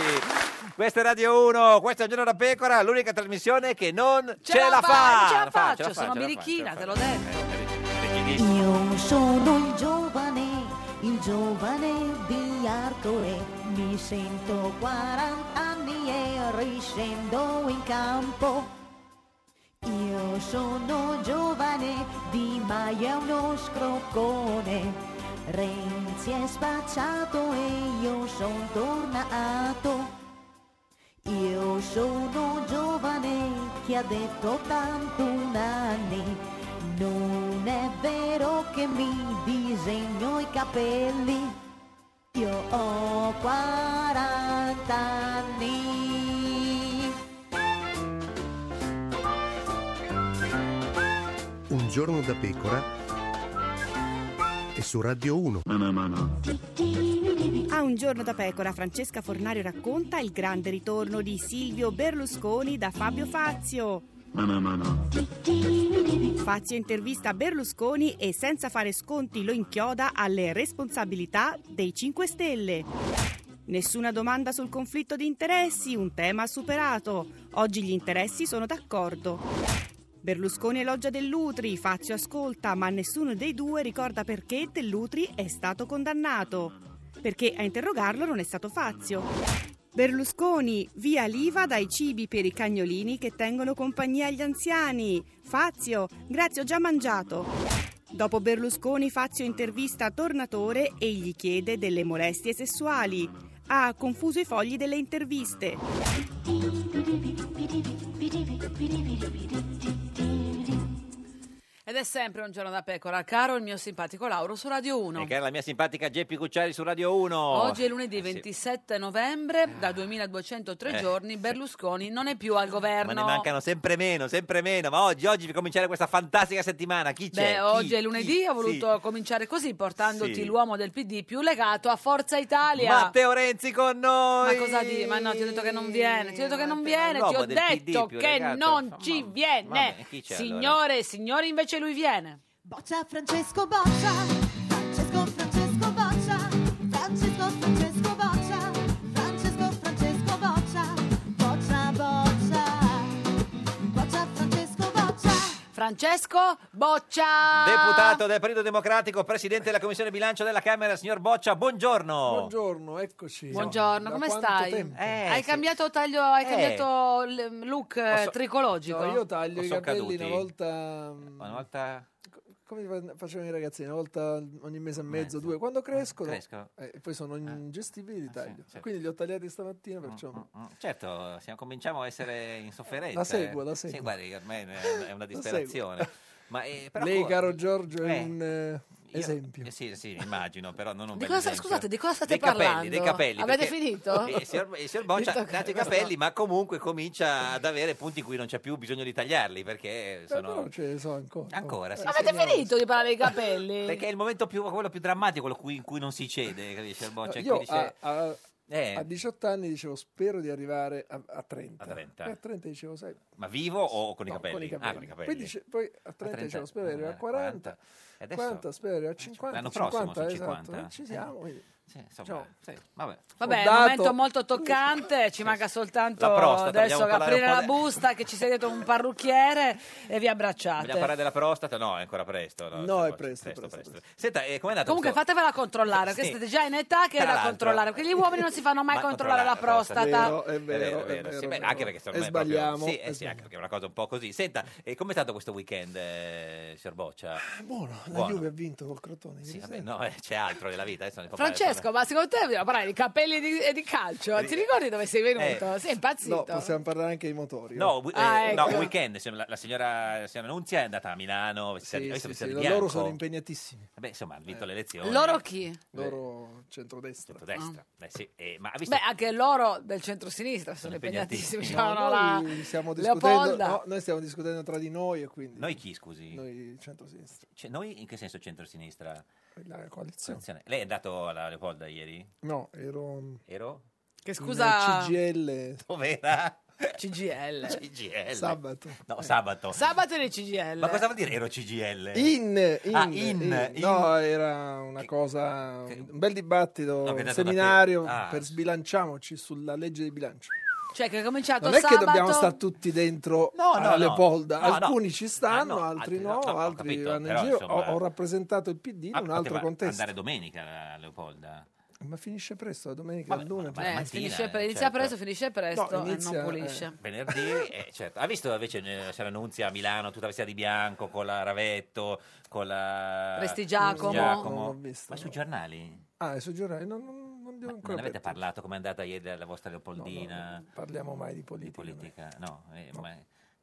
Speaker 2: Questa è Radio 1, questa è Il Giorno da Pecora, l'unica trasmissione che non ce,
Speaker 1: Ce la
Speaker 2: la
Speaker 1: fa-
Speaker 2: fa!
Speaker 1: non ce la
Speaker 2: fa,
Speaker 1: faccio,
Speaker 2: ce la fa,
Speaker 1: sono
Speaker 2: ce la fa,
Speaker 1: birichina,
Speaker 2: ce
Speaker 1: te
Speaker 2: la
Speaker 1: l'ho
Speaker 2: fa.
Speaker 1: detto.
Speaker 2: Eh, eh, rigidissima.
Speaker 6: Io sono il giovane, il giovane di Arcore, mi sento 40 anni e riscendo in campo. Io sono giovane, Di Maio è uno scroccone, Renzi è spacciato e io sono tornato. Io sono giovane che ha detto 81 anni, non è vero che mi disegno i capelli, io ho 40 anni.
Speaker 7: Un giorno da pecora e su Radio 1.
Speaker 8: A Ah, un giorno da pecora, Francesca Fornario racconta il grande ritorno di Silvio Berlusconi da Fabio Fazio. Fazio intervista Berlusconi e senza fare sconti lo inchioda alle responsabilità dei 5 Stelle. Nessuna domanda sul conflitto di interessi, un tema superato. Oggi gli interessi sono d'accordo. Berlusconi elogia Dell'Utri, Fazio ascolta, ma nessuno dei due ricorda perché Dell'Utri è stato condannato. Perché a interrogarlo non è stato Fazio. Berlusconi, via l'IVA dai cibi per i cagnolini che tengono compagnia agli anziani. Fazio, grazie ho già mangiato. Dopo Berlusconi, Fazio intervista Tornatore e gli chiede delle molestie sessuali. Ha confuso i fogli delle interviste.
Speaker 1: Ed è sempre un giorno da pecora, caro il mio simpatico Lauro su Radio 1.
Speaker 2: E cara la mia simpatica Geppi Cucciari su Radio 1.
Speaker 1: Oggi è lunedì
Speaker 2: Eh, sì.
Speaker 1: 27 novembre, da 2203
Speaker 2: Eh,
Speaker 1: giorni Berlusconi non è più al governo.
Speaker 2: Ma ne mancano sempre meno, sempre meno. Ma oggi, oggi per cominciare questa fantastica settimana, chi
Speaker 1: Beh,
Speaker 2: c'è? Chi?
Speaker 1: oggi è lunedì, ho
Speaker 2: Sì.
Speaker 1: voluto cominciare così portandoti
Speaker 2: Sì.
Speaker 1: l'uomo del PD più legato a Forza Italia.
Speaker 2: Matteo Renzi con noi!
Speaker 1: Ma cosa di? Ma no, ti ho detto che non viene, ti ho detto che non viene, ti
Speaker 2: l'uomo
Speaker 1: ho
Speaker 2: del PD
Speaker 1: detto
Speaker 2: più
Speaker 1: che
Speaker 2: legato,
Speaker 1: non
Speaker 2: insomma,
Speaker 1: ci viene.
Speaker 2: vabbè, chi c'è allora?
Speaker 1: signore, e signori, invece lui viene.
Speaker 6: Boccia Francesco Boccia, Francesco Francesco Boccia, Francesco Francesco Boccia, Francesco Francesco Boccia, Boccia Boccia, Boccia Francesco Boccia.
Speaker 1: Francesco Boccia.
Speaker 2: Deputato del Partito Democratico, presidente della Commissione Bilancio della Camera, signor Boccia, buongiorno.
Speaker 9: Buongiorno, eccoci.
Speaker 1: Buongiorno,
Speaker 9: Da
Speaker 1: come
Speaker 9: quanto
Speaker 1: stai? Eh,
Speaker 9: tempo?
Speaker 1: hai cambiato taglio, hai
Speaker 9: Eh.
Speaker 1: cambiato l- look eh,
Speaker 9: so-
Speaker 1: tricologico?
Speaker 9: No, io taglio
Speaker 2: O
Speaker 9: i
Speaker 2: son
Speaker 9: capelli
Speaker 2: caduti?
Speaker 9: una volta. mm,
Speaker 2: Eh, Una volta
Speaker 9: Come fa- facevano i ragazzi? Una volta ogni mese e mezzo, due. Quando crescono,
Speaker 2: crescono.
Speaker 9: eh, e poi sono ingestibili, li taglio.
Speaker 2: certo. Mm,
Speaker 9: Quindi li ho tagliati stamattina, perciò.
Speaker 2: Certo, siamo- cominciamo a essere in sofferenza.
Speaker 9: La seguo,
Speaker 2: eh.
Speaker 9: la seguo.
Speaker 2: Sì, guardi, ormai è una disperazione. Ma, eh, però
Speaker 9: Lei,
Speaker 2: co-
Speaker 9: caro Giorgio, è
Speaker 2: Eh,
Speaker 9: un eh, esempio.
Speaker 2: Eh sì, sì, immagino, però non un
Speaker 1: Di
Speaker 2: bel
Speaker 1: cosa-
Speaker 2: esempio.
Speaker 1: scusate, di cosa state
Speaker 2: dei capelli,
Speaker 1: parlando?
Speaker 2: Dei capelli,
Speaker 1: Avete
Speaker 2: perché-
Speaker 1: finito?
Speaker 2: Eh, Il signor, il signor Boccia
Speaker 1: Mi
Speaker 2: ha
Speaker 1: tocca-
Speaker 2: dato i capelli, ma comunque comincia ad avere punti in cui non c'è più bisogno di tagliarli, perché
Speaker 9: Eh, però
Speaker 2: sono...
Speaker 9: ce ne so ancora.
Speaker 2: Ancora, sì,
Speaker 1: Avete
Speaker 2: sì.
Speaker 1: finito di parlare dei capelli?
Speaker 2: Perché è il momento più, quello più drammatico, quello cui- in cui non si cede, capisci, signor Boccia? in
Speaker 9: Io
Speaker 2: cui dice-
Speaker 9: a, a-
Speaker 2: Eh.
Speaker 9: a 18 anni dicevo spero di arrivare a, a 30.
Speaker 2: A 30.
Speaker 9: E a 30 dicevo, sai,
Speaker 2: Ma vivo o con i
Speaker 9: No,
Speaker 2: capelli?
Speaker 9: con i
Speaker 2: Ah,
Speaker 9: capelli.
Speaker 2: con i capelli.
Speaker 9: Poi, dice- poi a 30 dicevo, spero di arrivare a 40, 40,
Speaker 2: E adesso-
Speaker 9: spero di arrivare a 50,
Speaker 2: L'anno prossimo
Speaker 9: 50,
Speaker 2: sono
Speaker 9: esatto,
Speaker 2: 50.
Speaker 9: eh, ci siamo. quindi.
Speaker 2: Sì,
Speaker 9: Ciao.
Speaker 2: insomma, sì, vabbè.
Speaker 1: Vabbè,
Speaker 9: Ho
Speaker 1: è un
Speaker 9: dato-
Speaker 1: momento molto toccante, ci manca soltanto
Speaker 2: La prostata,
Speaker 1: adesso
Speaker 2: vogliamo parlare
Speaker 1: aprire
Speaker 2: un po'
Speaker 1: la
Speaker 2: de-
Speaker 1: busta, che ci sei dietro un parrucchiere e vi abbracciate.
Speaker 2: Vogliamo parlare della prostata? No, è ancora presto. No,
Speaker 9: No, è
Speaker 2: Forse-
Speaker 9: presto, presto,
Speaker 2: Senta, eh, com'è andata?
Speaker 1: Comunque
Speaker 2: questo-
Speaker 1: fatevela controllare, che
Speaker 2: Sì.
Speaker 1: siete già in età che è da
Speaker 2: Tra l'altro-
Speaker 1: controllare, perché gli uomini non si fanno mai
Speaker 2: Ma
Speaker 1: controllare la
Speaker 9: Vero,
Speaker 1: prostata.
Speaker 9: è vero, è
Speaker 2: Sì,
Speaker 9: vero,
Speaker 2: beh,
Speaker 9: è vero. E
Speaker 2: anche perché secondo me è proprio-
Speaker 9: sbagliamo.
Speaker 2: Sì, eh
Speaker 9: e
Speaker 2: sì, anche perché è una cosa un po' così. Senta, eh, com'è stato questo weekend, eh, signor Boccia?
Speaker 9: Buono, la
Speaker 2: Buono.
Speaker 9: Juve ha vinto col Crotone.
Speaker 2: Sì,
Speaker 9: ieri
Speaker 2: vabbè,
Speaker 9: sera.
Speaker 2: no, eh, c'è altro nella vita. Adesso ne può
Speaker 1: Francesco,
Speaker 2: fare-
Speaker 1: ma secondo te dobbiamo parlare di capelli di- e di calcio? Ti ricordi dove sei venuto?
Speaker 2: Eh.
Speaker 1: Sei impazzito?
Speaker 9: No, possiamo parlare anche dei motori.
Speaker 2: No, wi-
Speaker 1: Ah,
Speaker 2: eh, no,
Speaker 1: ecco.
Speaker 2: weekend, signora- la, la signora, la signora Nunzia è andata a Milano, vestita
Speaker 9: Sì, sì,
Speaker 2: di- è vestita
Speaker 9: sì,
Speaker 2: di bianco.
Speaker 9: loro sono impegnatissimi.
Speaker 2: Vabbè, insomma, ha vinto le elezioni.
Speaker 1: Loro chi? Ah.
Speaker 9: Loro centrodestra.
Speaker 2: Centrodestra. Eh, sì, eh, ma ha visto
Speaker 1: Beh, anche loro del centrosinistra sono impegnatissimi.
Speaker 9: No,
Speaker 1: C'erano
Speaker 9: noi,
Speaker 1: la
Speaker 9: stiamo discutendo,
Speaker 1: Leopolda.
Speaker 9: no, noi stiamo discutendo tra di noi e quindi
Speaker 2: Noi chi, scusi? Noi,
Speaker 9: noi centrosinistra,
Speaker 2: noi in che senso centrosinistra?
Speaker 9: la Eh, coalizione.
Speaker 2: Attenzione. Lei è andato alla Leopolda ieri?
Speaker 9: No, ero
Speaker 2: Ero?
Speaker 1: Che
Speaker 9: Scusa.
Speaker 1: scusa,
Speaker 9: CGL
Speaker 2: Dov'era?
Speaker 1: CGL.
Speaker 2: CGL.
Speaker 9: sabato.
Speaker 2: No, sabato.
Speaker 1: Sabato era il CGL.
Speaker 2: ma cosa vuol dire ero CGL?
Speaker 9: In, in,
Speaker 2: Ah, in,
Speaker 9: in.
Speaker 2: in.
Speaker 9: no, era una cosa,
Speaker 2: che-
Speaker 9: un bel dibattito,
Speaker 2: No, che è
Speaker 9: un
Speaker 2: dato da te.
Speaker 9: seminario
Speaker 2: Ah.
Speaker 9: per sbilanciamoci sulla legge di bilancio.
Speaker 1: Cioè che è cominciato
Speaker 9: Non è
Speaker 1: sabato.
Speaker 9: che dobbiamo stare tutti dentro
Speaker 2: No, no,
Speaker 9: alla
Speaker 2: no.
Speaker 9: Leopolda,
Speaker 2: No, no.
Speaker 9: alcuni ci stanno,
Speaker 2: Ah, no,
Speaker 9: altri
Speaker 2: altri
Speaker 9: no,
Speaker 2: no, no, ho
Speaker 9: altri
Speaker 2: capito,
Speaker 9: vanno in
Speaker 2: però,
Speaker 9: giro.
Speaker 2: insomma-
Speaker 9: ho, ho rappresentato il PD in
Speaker 2: Ah,
Speaker 9: un altro
Speaker 2: poteva
Speaker 9: contesto.
Speaker 2: Andare domenica alla Leopolda.
Speaker 9: Ma finisce presto, la domenica,
Speaker 2: Vabbè,
Speaker 9: il lunedì.
Speaker 2: ma-
Speaker 1: Eh,
Speaker 2: mattina,
Speaker 1: finisce pre-
Speaker 2: eh,
Speaker 1: inizia
Speaker 2: certo.
Speaker 1: presto, finisce presto
Speaker 9: No,
Speaker 1: e
Speaker 9: inizia,
Speaker 1: non pulisce.
Speaker 9: eh.
Speaker 2: Venerdì, eh, certo. Ha visto invece eh, c'era Nunzia a Milano, tutta vestita di bianco, con la Ravetto, con la...
Speaker 1: Presti Giacomo.
Speaker 9: Non l'ho visto,
Speaker 2: Eh, Ma sui
Speaker 9: no.
Speaker 2: giornali?
Speaker 9: Ah, e sui giornali non, non, non li ho
Speaker 2: Ma
Speaker 9: ancora
Speaker 2: non avete
Speaker 9: aperti.
Speaker 2: parlato come è andata ieri la vostra
Speaker 9: No, no,
Speaker 2: Leopoldina?
Speaker 9: non parliamo mai di
Speaker 2: di
Speaker 9: politica. noi.
Speaker 2: politica? No, eh, ma-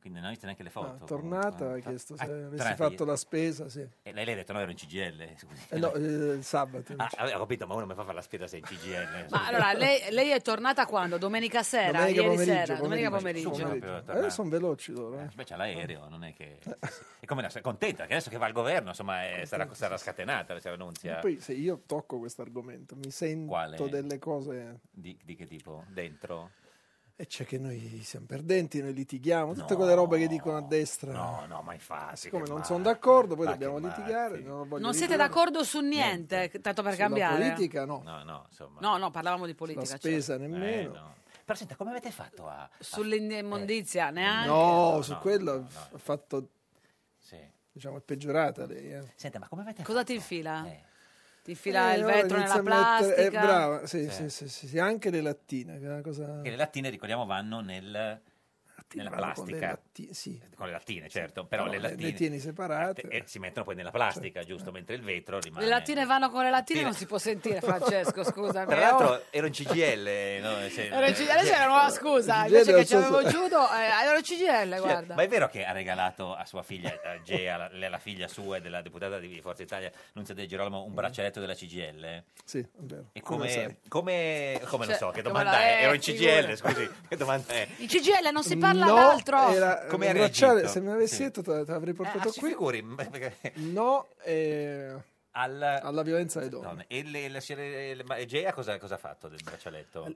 Speaker 2: quindi non avete neanche le
Speaker 9: Ah,
Speaker 2: foto.
Speaker 9: tornata,
Speaker 2: comunque.
Speaker 9: ha chiesto se
Speaker 2: Ah,
Speaker 9: avessi
Speaker 2: tornata
Speaker 9: fatto
Speaker 2: ieri.
Speaker 9: la spesa, sì.
Speaker 2: E lei, lei ha detto no, ero in CGL. scusi.
Speaker 9: Eh no, eh, il sabato.
Speaker 2: Ah,
Speaker 9: invece.
Speaker 2: ho capito, ma uno mi fa fare la spesa se è in CGL.
Speaker 1: Ma allora, lei, lei è tornata quando? Domenica sera?
Speaker 9: Domenica
Speaker 1: ieri
Speaker 9: pomeriggio,
Speaker 1: sera? Domenica
Speaker 9: pomeriggio,
Speaker 1: pomeriggio.
Speaker 2: pomeriggio.
Speaker 9: pomeriggio. Eh, sono veloci loro. eh.
Speaker 2: Invece l'aereo, non è che... sì, sì. E come no, sei contenta, che adesso che va al governo, insomma, eh, sarà, sarà scatenata la signora Nunzia.
Speaker 9: Poi se io tocco questo argomento, mi sento
Speaker 2: Quale?
Speaker 9: delle cose...
Speaker 2: Di, di che tipo? Dentro?
Speaker 9: E c'è che noi siamo perdenti, noi litighiamo, tutte
Speaker 2: No,
Speaker 9: quelle robe che dicono a destra.
Speaker 2: No, no, ma infatti.
Speaker 9: Siccome
Speaker 2: che
Speaker 9: non
Speaker 2: matti.
Speaker 9: sono d'accordo, poi
Speaker 2: Ma
Speaker 9: dobbiamo
Speaker 2: che matti.
Speaker 9: litigare. Non, voglio
Speaker 1: Non siete
Speaker 9: litigare.
Speaker 1: d'accordo su niente, tanto per
Speaker 9: Sulla
Speaker 1: cambiare?
Speaker 9: politica no,
Speaker 2: No, no, insomma.
Speaker 1: No, no, parlavamo di
Speaker 9: la
Speaker 1: politica. certo.
Speaker 9: spesa
Speaker 2: Eh,
Speaker 9: nemmeno.
Speaker 2: no. Però senta, come avete fatto a... Eh.
Speaker 1: Sull'immondizia, neanche.
Speaker 9: No, su quello ha fatto.
Speaker 2: Sì.
Speaker 9: Diciamo, è peggiorata lei. Eh.
Speaker 2: Senta, ma come avete
Speaker 1: Cosa ti infila? Ti infila
Speaker 9: Eh,
Speaker 1: il
Speaker 9: ora
Speaker 1: vetro
Speaker 9: inizia
Speaker 1: nella
Speaker 9: a mettere- eh,
Speaker 1: plastica?
Speaker 9: brava, sì,
Speaker 2: Sì.
Speaker 9: sì. Sì, sì, sì, anche le lattine, che è una cosa...
Speaker 2: Che le lattine, ricordiamo, vanno nel, nella
Speaker 9: vanno con
Speaker 2: plastica.
Speaker 9: le
Speaker 2: Con le lattine, certo, però
Speaker 9: No,
Speaker 2: le
Speaker 9: le- le
Speaker 2: lattine...
Speaker 9: tieni separate. Certo.
Speaker 2: eh, si mettono poi nella plastica, giusto? Mentre il vetro rimane...
Speaker 1: Le lattine vanno con le lattine,
Speaker 2: Sì.
Speaker 1: non si può sentire, Francesco, scusami.
Speaker 2: Tra
Speaker 1: eh, oh.
Speaker 2: l'altro ero in CGL, eh, no? Se-
Speaker 1: Era il CGL, Adesso è una nuova scusa,
Speaker 2: CGL,
Speaker 1: invece
Speaker 2: non
Speaker 1: che ci
Speaker 2: so
Speaker 1: avevo
Speaker 2: se-
Speaker 1: giudo, eh, era il CGL, guarda.
Speaker 2: Ma è vero che ha regalato a sua figlia a Gea, la, la figlia sua e della deputata di Forza Italia, Nunzia De Girolamo, un braccialetto della CGL?
Speaker 9: Sì, è Mm. vero. Come
Speaker 2: E
Speaker 9: lo
Speaker 2: come,
Speaker 9: sai?
Speaker 2: come, come
Speaker 9: Cioè,
Speaker 2: lo so, che
Speaker 9: come
Speaker 2: domanda
Speaker 9: la-
Speaker 2: è?
Speaker 9: eh,
Speaker 2: Ero in
Speaker 9: figura.
Speaker 2: CGL, scusi, che domanda è?
Speaker 1: Il CGL non si parla
Speaker 9: no,
Speaker 1: d'altro. Eh,
Speaker 9: Era,
Speaker 2: Come
Speaker 9: il
Speaker 2: ha
Speaker 9: bracciale,
Speaker 2: reagito?
Speaker 9: se mi avessi detto te te l'avrei portato
Speaker 2: Ah, si
Speaker 9: qui.
Speaker 2: figuri, ma- perché-
Speaker 9: No, eh,
Speaker 2: alla,
Speaker 9: violenza alle donne.
Speaker 2: donne. E, le- la signora- ma- e Gea cosa, cosa ha fatto del braccialetto?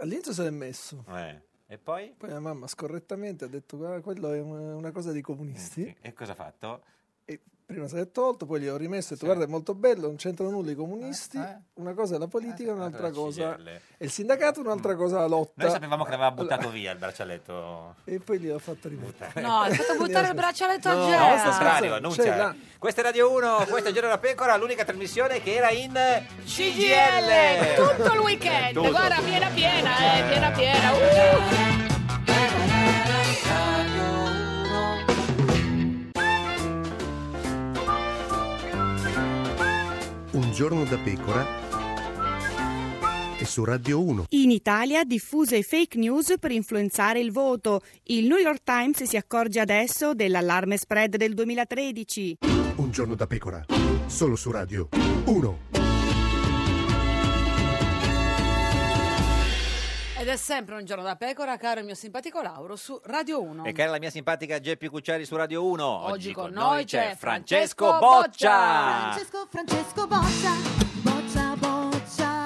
Speaker 9: All'inizio se l'è messo.
Speaker 2: Eh, E poi?
Speaker 9: Poi la mamma scorrettamente ha detto "Guarda, quello è una una cosa di comunisti.
Speaker 2: E cosa ha fatto?
Speaker 9: E prima se l'è tolto, poi gli ho rimesso e ho detto guarda è molto bello, non c'entrano nulla i comunisti.
Speaker 2: Eh,
Speaker 9: Una cosa è la politica, un'altra
Speaker 2: la
Speaker 9: cosa...
Speaker 2: CGIL.
Speaker 9: E il sindacato, un'altra cosa la lotta.
Speaker 2: Mm. Noi sapevamo che l'aveva buttato via il braccialetto.
Speaker 9: E poi gli ho fatto
Speaker 2: Eh,
Speaker 9: rimettere.
Speaker 1: No, hai fatto buttare il braccialetto
Speaker 2: No,
Speaker 1: a
Speaker 2: al
Speaker 1: Gea.
Speaker 2: contrario, annuncia.
Speaker 9: C'è Cioè, la-
Speaker 2: Questa è Radio 1, questa è Giro della Pecora, l'unica trasmissione che era in
Speaker 1: CGL,
Speaker 2: CGL.
Speaker 1: tutto il weekend,
Speaker 2: Tutto.
Speaker 1: guarda, piena piena, eh, piena piena.
Speaker 7: Un giorno da pecora e su Radio 1.
Speaker 8: In Italia diffuse fake news per influenzare il voto. Il New York Times si accorge adesso dell'allarme spread del 2013.
Speaker 7: Un giorno da pecora, solo su Radio 1.
Speaker 1: Ed è sempre un giorno da pecora, caro il mio simpatico Lauro, su Radio 1.
Speaker 2: E cara la mia simpatica Geppi Cucciari su Radio 1. Oggi,
Speaker 1: con noi c'è
Speaker 2: Francesco
Speaker 1: Francesco
Speaker 2: Boccia,
Speaker 6: Francesco, Francesco Boccia, Boccia, Boccia.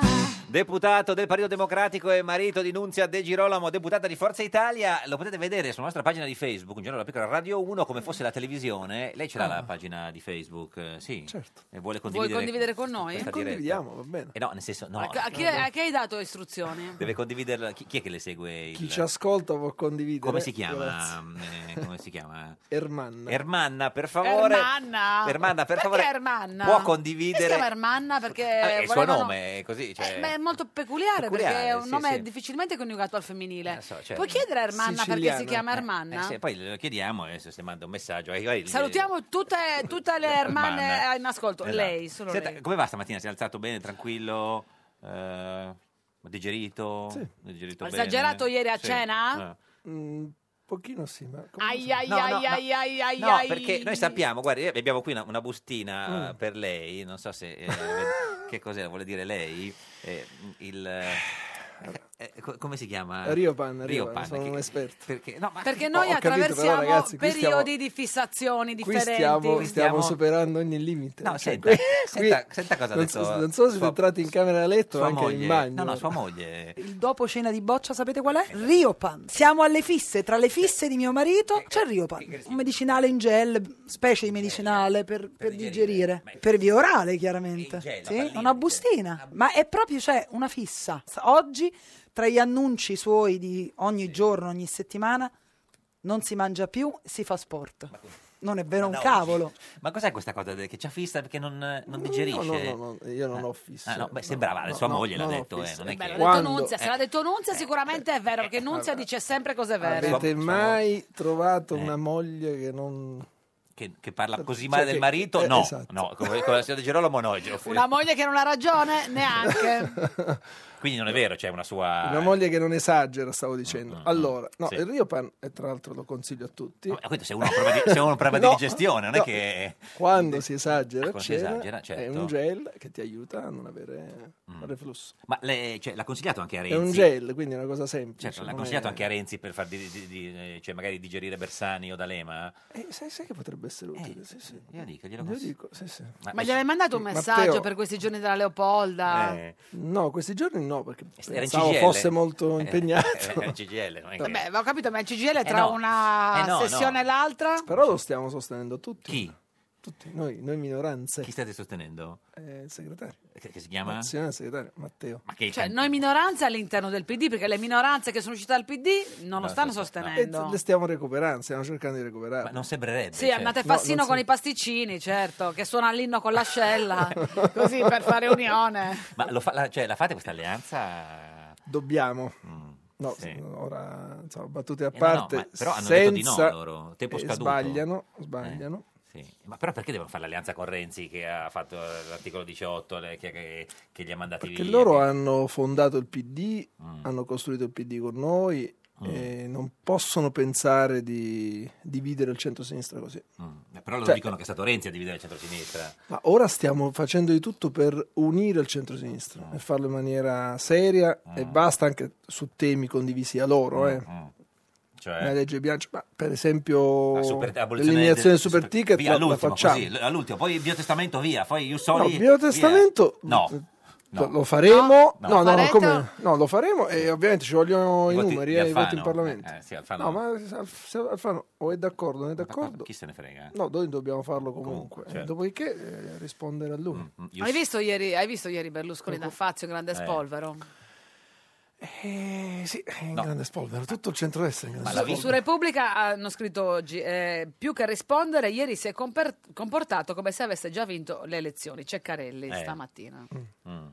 Speaker 2: deputato del Partito Democratico e marito di Nunzia De Girolamo, deputata di Forza Italia. Lo potete vedere sulla nostra pagina di Facebook, un giorno la piccola Radio 1, come fosse la televisione. Lei ce l'ha
Speaker 9: Ah.
Speaker 2: la pagina di Facebook, eh, sì. Certo. E vuole
Speaker 1: Vuoi
Speaker 2: condividere.
Speaker 1: condividere con noi?
Speaker 2: questa diretta. Eh no, nel senso, no.
Speaker 1: A, a chi, a chi hai dato istruzioni?
Speaker 2: Deve condividerla. Chi, chi è che le segue? il-
Speaker 9: Chi ci ascolta può condividere.
Speaker 2: Come si chiama?
Speaker 9: Grazie.
Speaker 2: eh, come si chiama?
Speaker 9: Ermanna.
Speaker 2: Ermanna, per favore.
Speaker 1: Ermanna.
Speaker 2: Ermanna, per
Speaker 1: Perché
Speaker 2: favore.
Speaker 1: Ermanna?
Speaker 2: Può
Speaker 1: Si
Speaker 2: condividere.
Speaker 1: chiama Ermanna perché
Speaker 2: Ah, è il suo
Speaker 1: volevano-
Speaker 2: nome, è così. Cioè...
Speaker 1: Eh, ma è molto peculiare,
Speaker 2: Peculiare,
Speaker 1: perché è un
Speaker 2: sì,
Speaker 1: nome
Speaker 2: sì.
Speaker 1: difficilmente coniugato al femminile.
Speaker 2: so, certo.
Speaker 1: Puoi chiedere a Ermanna perché si
Speaker 2: Siciliano.
Speaker 1: chiama
Speaker 2: Eh,
Speaker 1: Ermanna?
Speaker 2: sì, poi lo chiediamo adesso se manda un messaggio. Eh, vai,
Speaker 1: Salutiamo tutte, tutte le
Speaker 2: Ermanna.
Speaker 1: Ermanne in ascolto.
Speaker 2: Esatto.
Speaker 1: Lei, solo
Speaker 2: Senta,
Speaker 1: lei.
Speaker 2: come va stamattina? Si è alzato bene, tranquillo? Eh, digerito? digerito
Speaker 1: Ha
Speaker 2: bene?
Speaker 1: esagerato ieri a
Speaker 2: Sì.
Speaker 1: cena?
Speaker 2: Eh.
Speaker 9: Un Mm, pochino sì, ma... come-
Speaker 1: Ai ai
Speaker 2: No, no,
Speaker 1: ai
Speaker 2: no.
Speaker 1: ai ai ai
Speaker 2: No,
Speaker 1: ai.
Speaker 2: perché noi sappiamo, guardi, eh, abbiamo qui una, una bustina eh,
Speaker 9: Mm.
Speaker 2: per lei, non so se... eh, che cos'è, vuole dire lei? Eh, il... eh, eh, co- come si chiama?
Speaker 9: Riopan, Riopan,
Speaker 2: Riopan,
Speaker 9: sono
Speaker 2: che-
Speaker 9: un esperto.
Speaker 2: Perché, no, ma-
Speaker 1: Perché
Speaker 9: Ho
Speaker 1: noi
Speaker 9: capito, però,
Speaker 1: attraversiamo
Speaker 9: ragazzi, qui
Speaker 1: periodi
Speaker 9: stiamo-
Speaker 1: di fissazioni
Speaker 9: Qui
Speaker 1: differenti.
Speaker 9: stiamo, stiamo
Speaker 2: stiamo-
Speaker 9: superando ogni limite.
Speaker 2: No,
Speaker 9: Cioè,
Speaker 2: senta,
Speaker 9: qui-
Speaker 2: senta-
Speaker 9: qui-
Speaker 2: senta cosa ha
Speaker 9: non
Speaker 2: detto eh,
Speaker 9: so- non so se
Speaker 2: sua-
Speaker 9: siete entrati in camera da letto o
Speaker 2: sua
Speaker 9: anche in
Speaker 2: moglie.
Speaker 9: bagno.
Speaker 2: No, no, sua moglie.
Speaker 10: Il dopo cena di boccia, sapete qual è? Riopan. Siamo alle fisse, tra le fisse di mio marito c'è Riopan, un medicinale in gel, specie di medicinale per, per digerire, per via orale chiaramente. Sì, una bustina, ma è proprio cioè, una fissa. S- Oggi, tra gli annunci suoi di ogni giorno, ogni settimana, non si mangia più, si fa sport. Non è vero un
Speaker 2: da oggi?
Speaker 10: cavolo.
Speaker 2: Ma cos'è questa cosa de- che c'ha fissa perché non, non digerisce?
Speaker 9: No, no, no, io non ho fissa.
Speaker 2: Ah, no, beh, sembrava, sua moglie l'ha detto, eh, non è
Speaker 1: Beh,
Speaker 2: che...
Speaker 1: l'ha detto Nunzia, se l'ha detto Nunzia
Speaker 2: Eh,
Speaker 1: sicuramente è vero, perché Nunzia dice sempre
Speaker 2: Ah,
Speaker 1: cose vere.
Speaker 9: Avete mai
Speaker 2: Eh.
Speaker 9: trovato una moglie che non...
Speaker 2: Che, che parla così
Speaker 9: Cioè,
Speaker 2: male del
Speaker 9: che-
Speaker 2: marito?
Speaker 9: eh,
Speaker 2: no,
Speaker 9: esatto.
Speaker 2: no, come con la signora De Girolamo no. Giro-
Speaker 1: Una moglie che non ha ragione, neanche.
Speaker 2: Quindi non è vero, c'è una sua...
Speaker 9: Una moglie che non esagera, stavo dicendo. Allora, no,
Speaker 2: Mm, Sì.
Speaker 9: il Riopan, e tra l'altro lo consiglio a tutti,
Speaker 2: Ma Quindi se uno ha un problema di, se uno ha un problema di
Speaker 9: No,
Speaker 2: digestione, non è
Speaker 9: no.
Speaker 2: che...
Speaker 9: quando si esagera,
Speaker 2: Quando si
Speaker 9: cena,
Speaker 2: esagera, certo. Mm.
Speaker 9: è un gel che ti aiuta a non avere reflusso.
Speaker 2: Ma le- cioè, l'ha consigliato anche a
Speaker 9: È
Speaker 2: Renzi?
Speaker 9: un diciamo, eh. gel, quindi è una cosa semplice.
Speaker 2: Certo, l'ha
Speaker 9: non
Speaker 2: consigliato
Speaker 9: è-
Speaker 2: anche a Renzi per far di- di- di- eh, cioè, magari digerire Bersani o D'Alema?
Speaker 9: Eh, sai, sai che potrebbe essere utile? sì, sì.
Speaker 2: Glielo Eh, dico, glielo
Speaker 9: Glielo
Speaker 2: consiglio.
Speaker 9: dico, sì, Eh, sì.
Speaker 1: Ma gli hai mandato un messaggio
Speaker 9: Matteo- Eh,
Speaker 1: per questi giorni della Leopolda?
Speaker 9: No, questi giorni no, perché
Speaker 2: eh. Era in
Speaker 9: pensavo
Speaker 2: CGL.
Speaker 9: fosse molto
Speaker 2: Eh,
Speaker 9: impegnato.
Speaker 2: Era in CGL,
Speaker 9: eh.
Speaker 2: non è che-
Speaker 1: Vabbè, ma ho capito, ma il CGL è tra
Speaker 2: no.
Speaker 1: una
Speaker 2: Eh no,
Speaker 1: sessione
Speaker 2: no.
Speaker 1: e l'altra?
Speaker 9: Però lo stiamo sostenendo tutti.
Speaker 2: Chi?
Speaker 9: tutti noi, noi minoranze.
Speaker 2: Chi state sostenendo?
Speaker 9: Eh, il segretario.
Speaker 2: Che, che si chiama?
Speaker 9: Nazionale segretario, Matteo.
Speaker 2: Ma che
Speaker 1: Cioè, noi minoranze all'interno del PD, perché le minoranze che sono uscite dal PD non lo
Speaker 2: No,
Speaker 1: stanno
Speaker 2: stanno-
Speaker 9: E
Speaker 1: sostenendo.
Speaker 9: Eh, le stiamo recuperando, stiamo cercando di recuperare. Ma
Speaker 2: non sembrerebbe. cioè.
Speaker 1: Sì, andate Fassino con i pasticcini, certo, che suona l'inno con l'ascella, così per fare unione.
Speaker 2: Ma lo fa- la, cioè, la fate questa alleanza?
Speaker 9: Dobbiamo. No,
Speaker 2: Mm, sì. Eh,
Speaker 9: ora insomma, battute a
Speaker 2: no,
Speaker 9: parte.
Speaker 2: ma- però hanno
Speaker 9: senza...
Speaker 2: detto di no loro, tempo
Speaker 9: eh,
Speaker 2: scaduto.
Speaker 9: Sbagliano, sbagliano.
Speaker 2: Sì. Ma però perché devono fare l'alleanza con Renzi che ha fatto eh, l'articolo 18 le- che, che- che li ha mandati
Speaker 9: Perché
Speaker 2: via?
Speaker 9: loro hanno fondato il PD,
Speaker 2: Mm.
Speaker 9: hanno costruito il PD con noi e non possono pensare di dividere il centro-sinistra così.
Speaker 2: Eh, Però loro
Speaker 9: Cioè-
Speaker 2: dicono che è stato Renzi a dividere il centro-sinistra.
Speaker 9: Ma ora stiamo facendo di tutto per unire il
Speaker 2: Mm.
Speaker 9: centro-sinistra e farlo in maniera seria e basta anche su temi condivisi a loro. Eh.
Speaker 2: Mm, Cioè,
Speaker 9: Una legge bianca, ma per esempio
Speaker 2: la super- abolizione
Speaker 9: Oh, l'eliminazione del
Speaker 2: del-
Speaker 9: super ticket
Speaker 2: via,
Speaker 9: la, la
Speaker 2: all'ultimo,
Speaker 9: facciamo.
Speaker 2: così, l- all'ultimo. Poi il biotestamento via, poi io
Speaker 9: No,
Speaker 2: soli...
Speaker 9: il biotestamento
Speaker 2: via. No.
Speaker 9: Lo- Lo faremo, no,
Speaker 2: No.
Speaker 9: no, no,
Speaker 2: Farete
Speaker 9: come-
Speaker 2: o-
Speaker 9: no, lo faremo e ovviamente ci vogliono i,
Speaker 2: voti
Speaker 9: numeri
Speaker 2: di
Speaker 9: e i voti
Speaker 2: Alfano.
Speaker 9: in Parlamento.
Speaker 2: Eh, sì, Alfano-
Speaker 9: No, ma se Alf- se Alfano o è d'accordo o non è d'accordo,
Speaker 2: Chi se ne frega? eh?
Speaker 9: no, noi dobbiamo farlo comunque.
Speaker 2: certo.
Speaker 9: Eh, Dopodiché eh, rispondere a lui.
Speaker 2: Mm,
Speaker 1: Hai visto ieri, hai visto ieri Berlusconi da Fazio, grande
Speaker 9: Eh.
Speaker 1: spolvero?
Speaker 9: Eh, sì, è in grande spolvero, tutto il centro-destra è in grande
Speaker 1: Su, su
Speaker 9: spolvero.
Speaker 1: Repubblica hanno scritto oggi, eh, più che rispondere, ieri si è comper- comportato come se avesse già vinto le elezioni. Ceccarelli
Speaker 2: Eh.
Speaker 1: stamattina.
Speaker 2: Mm.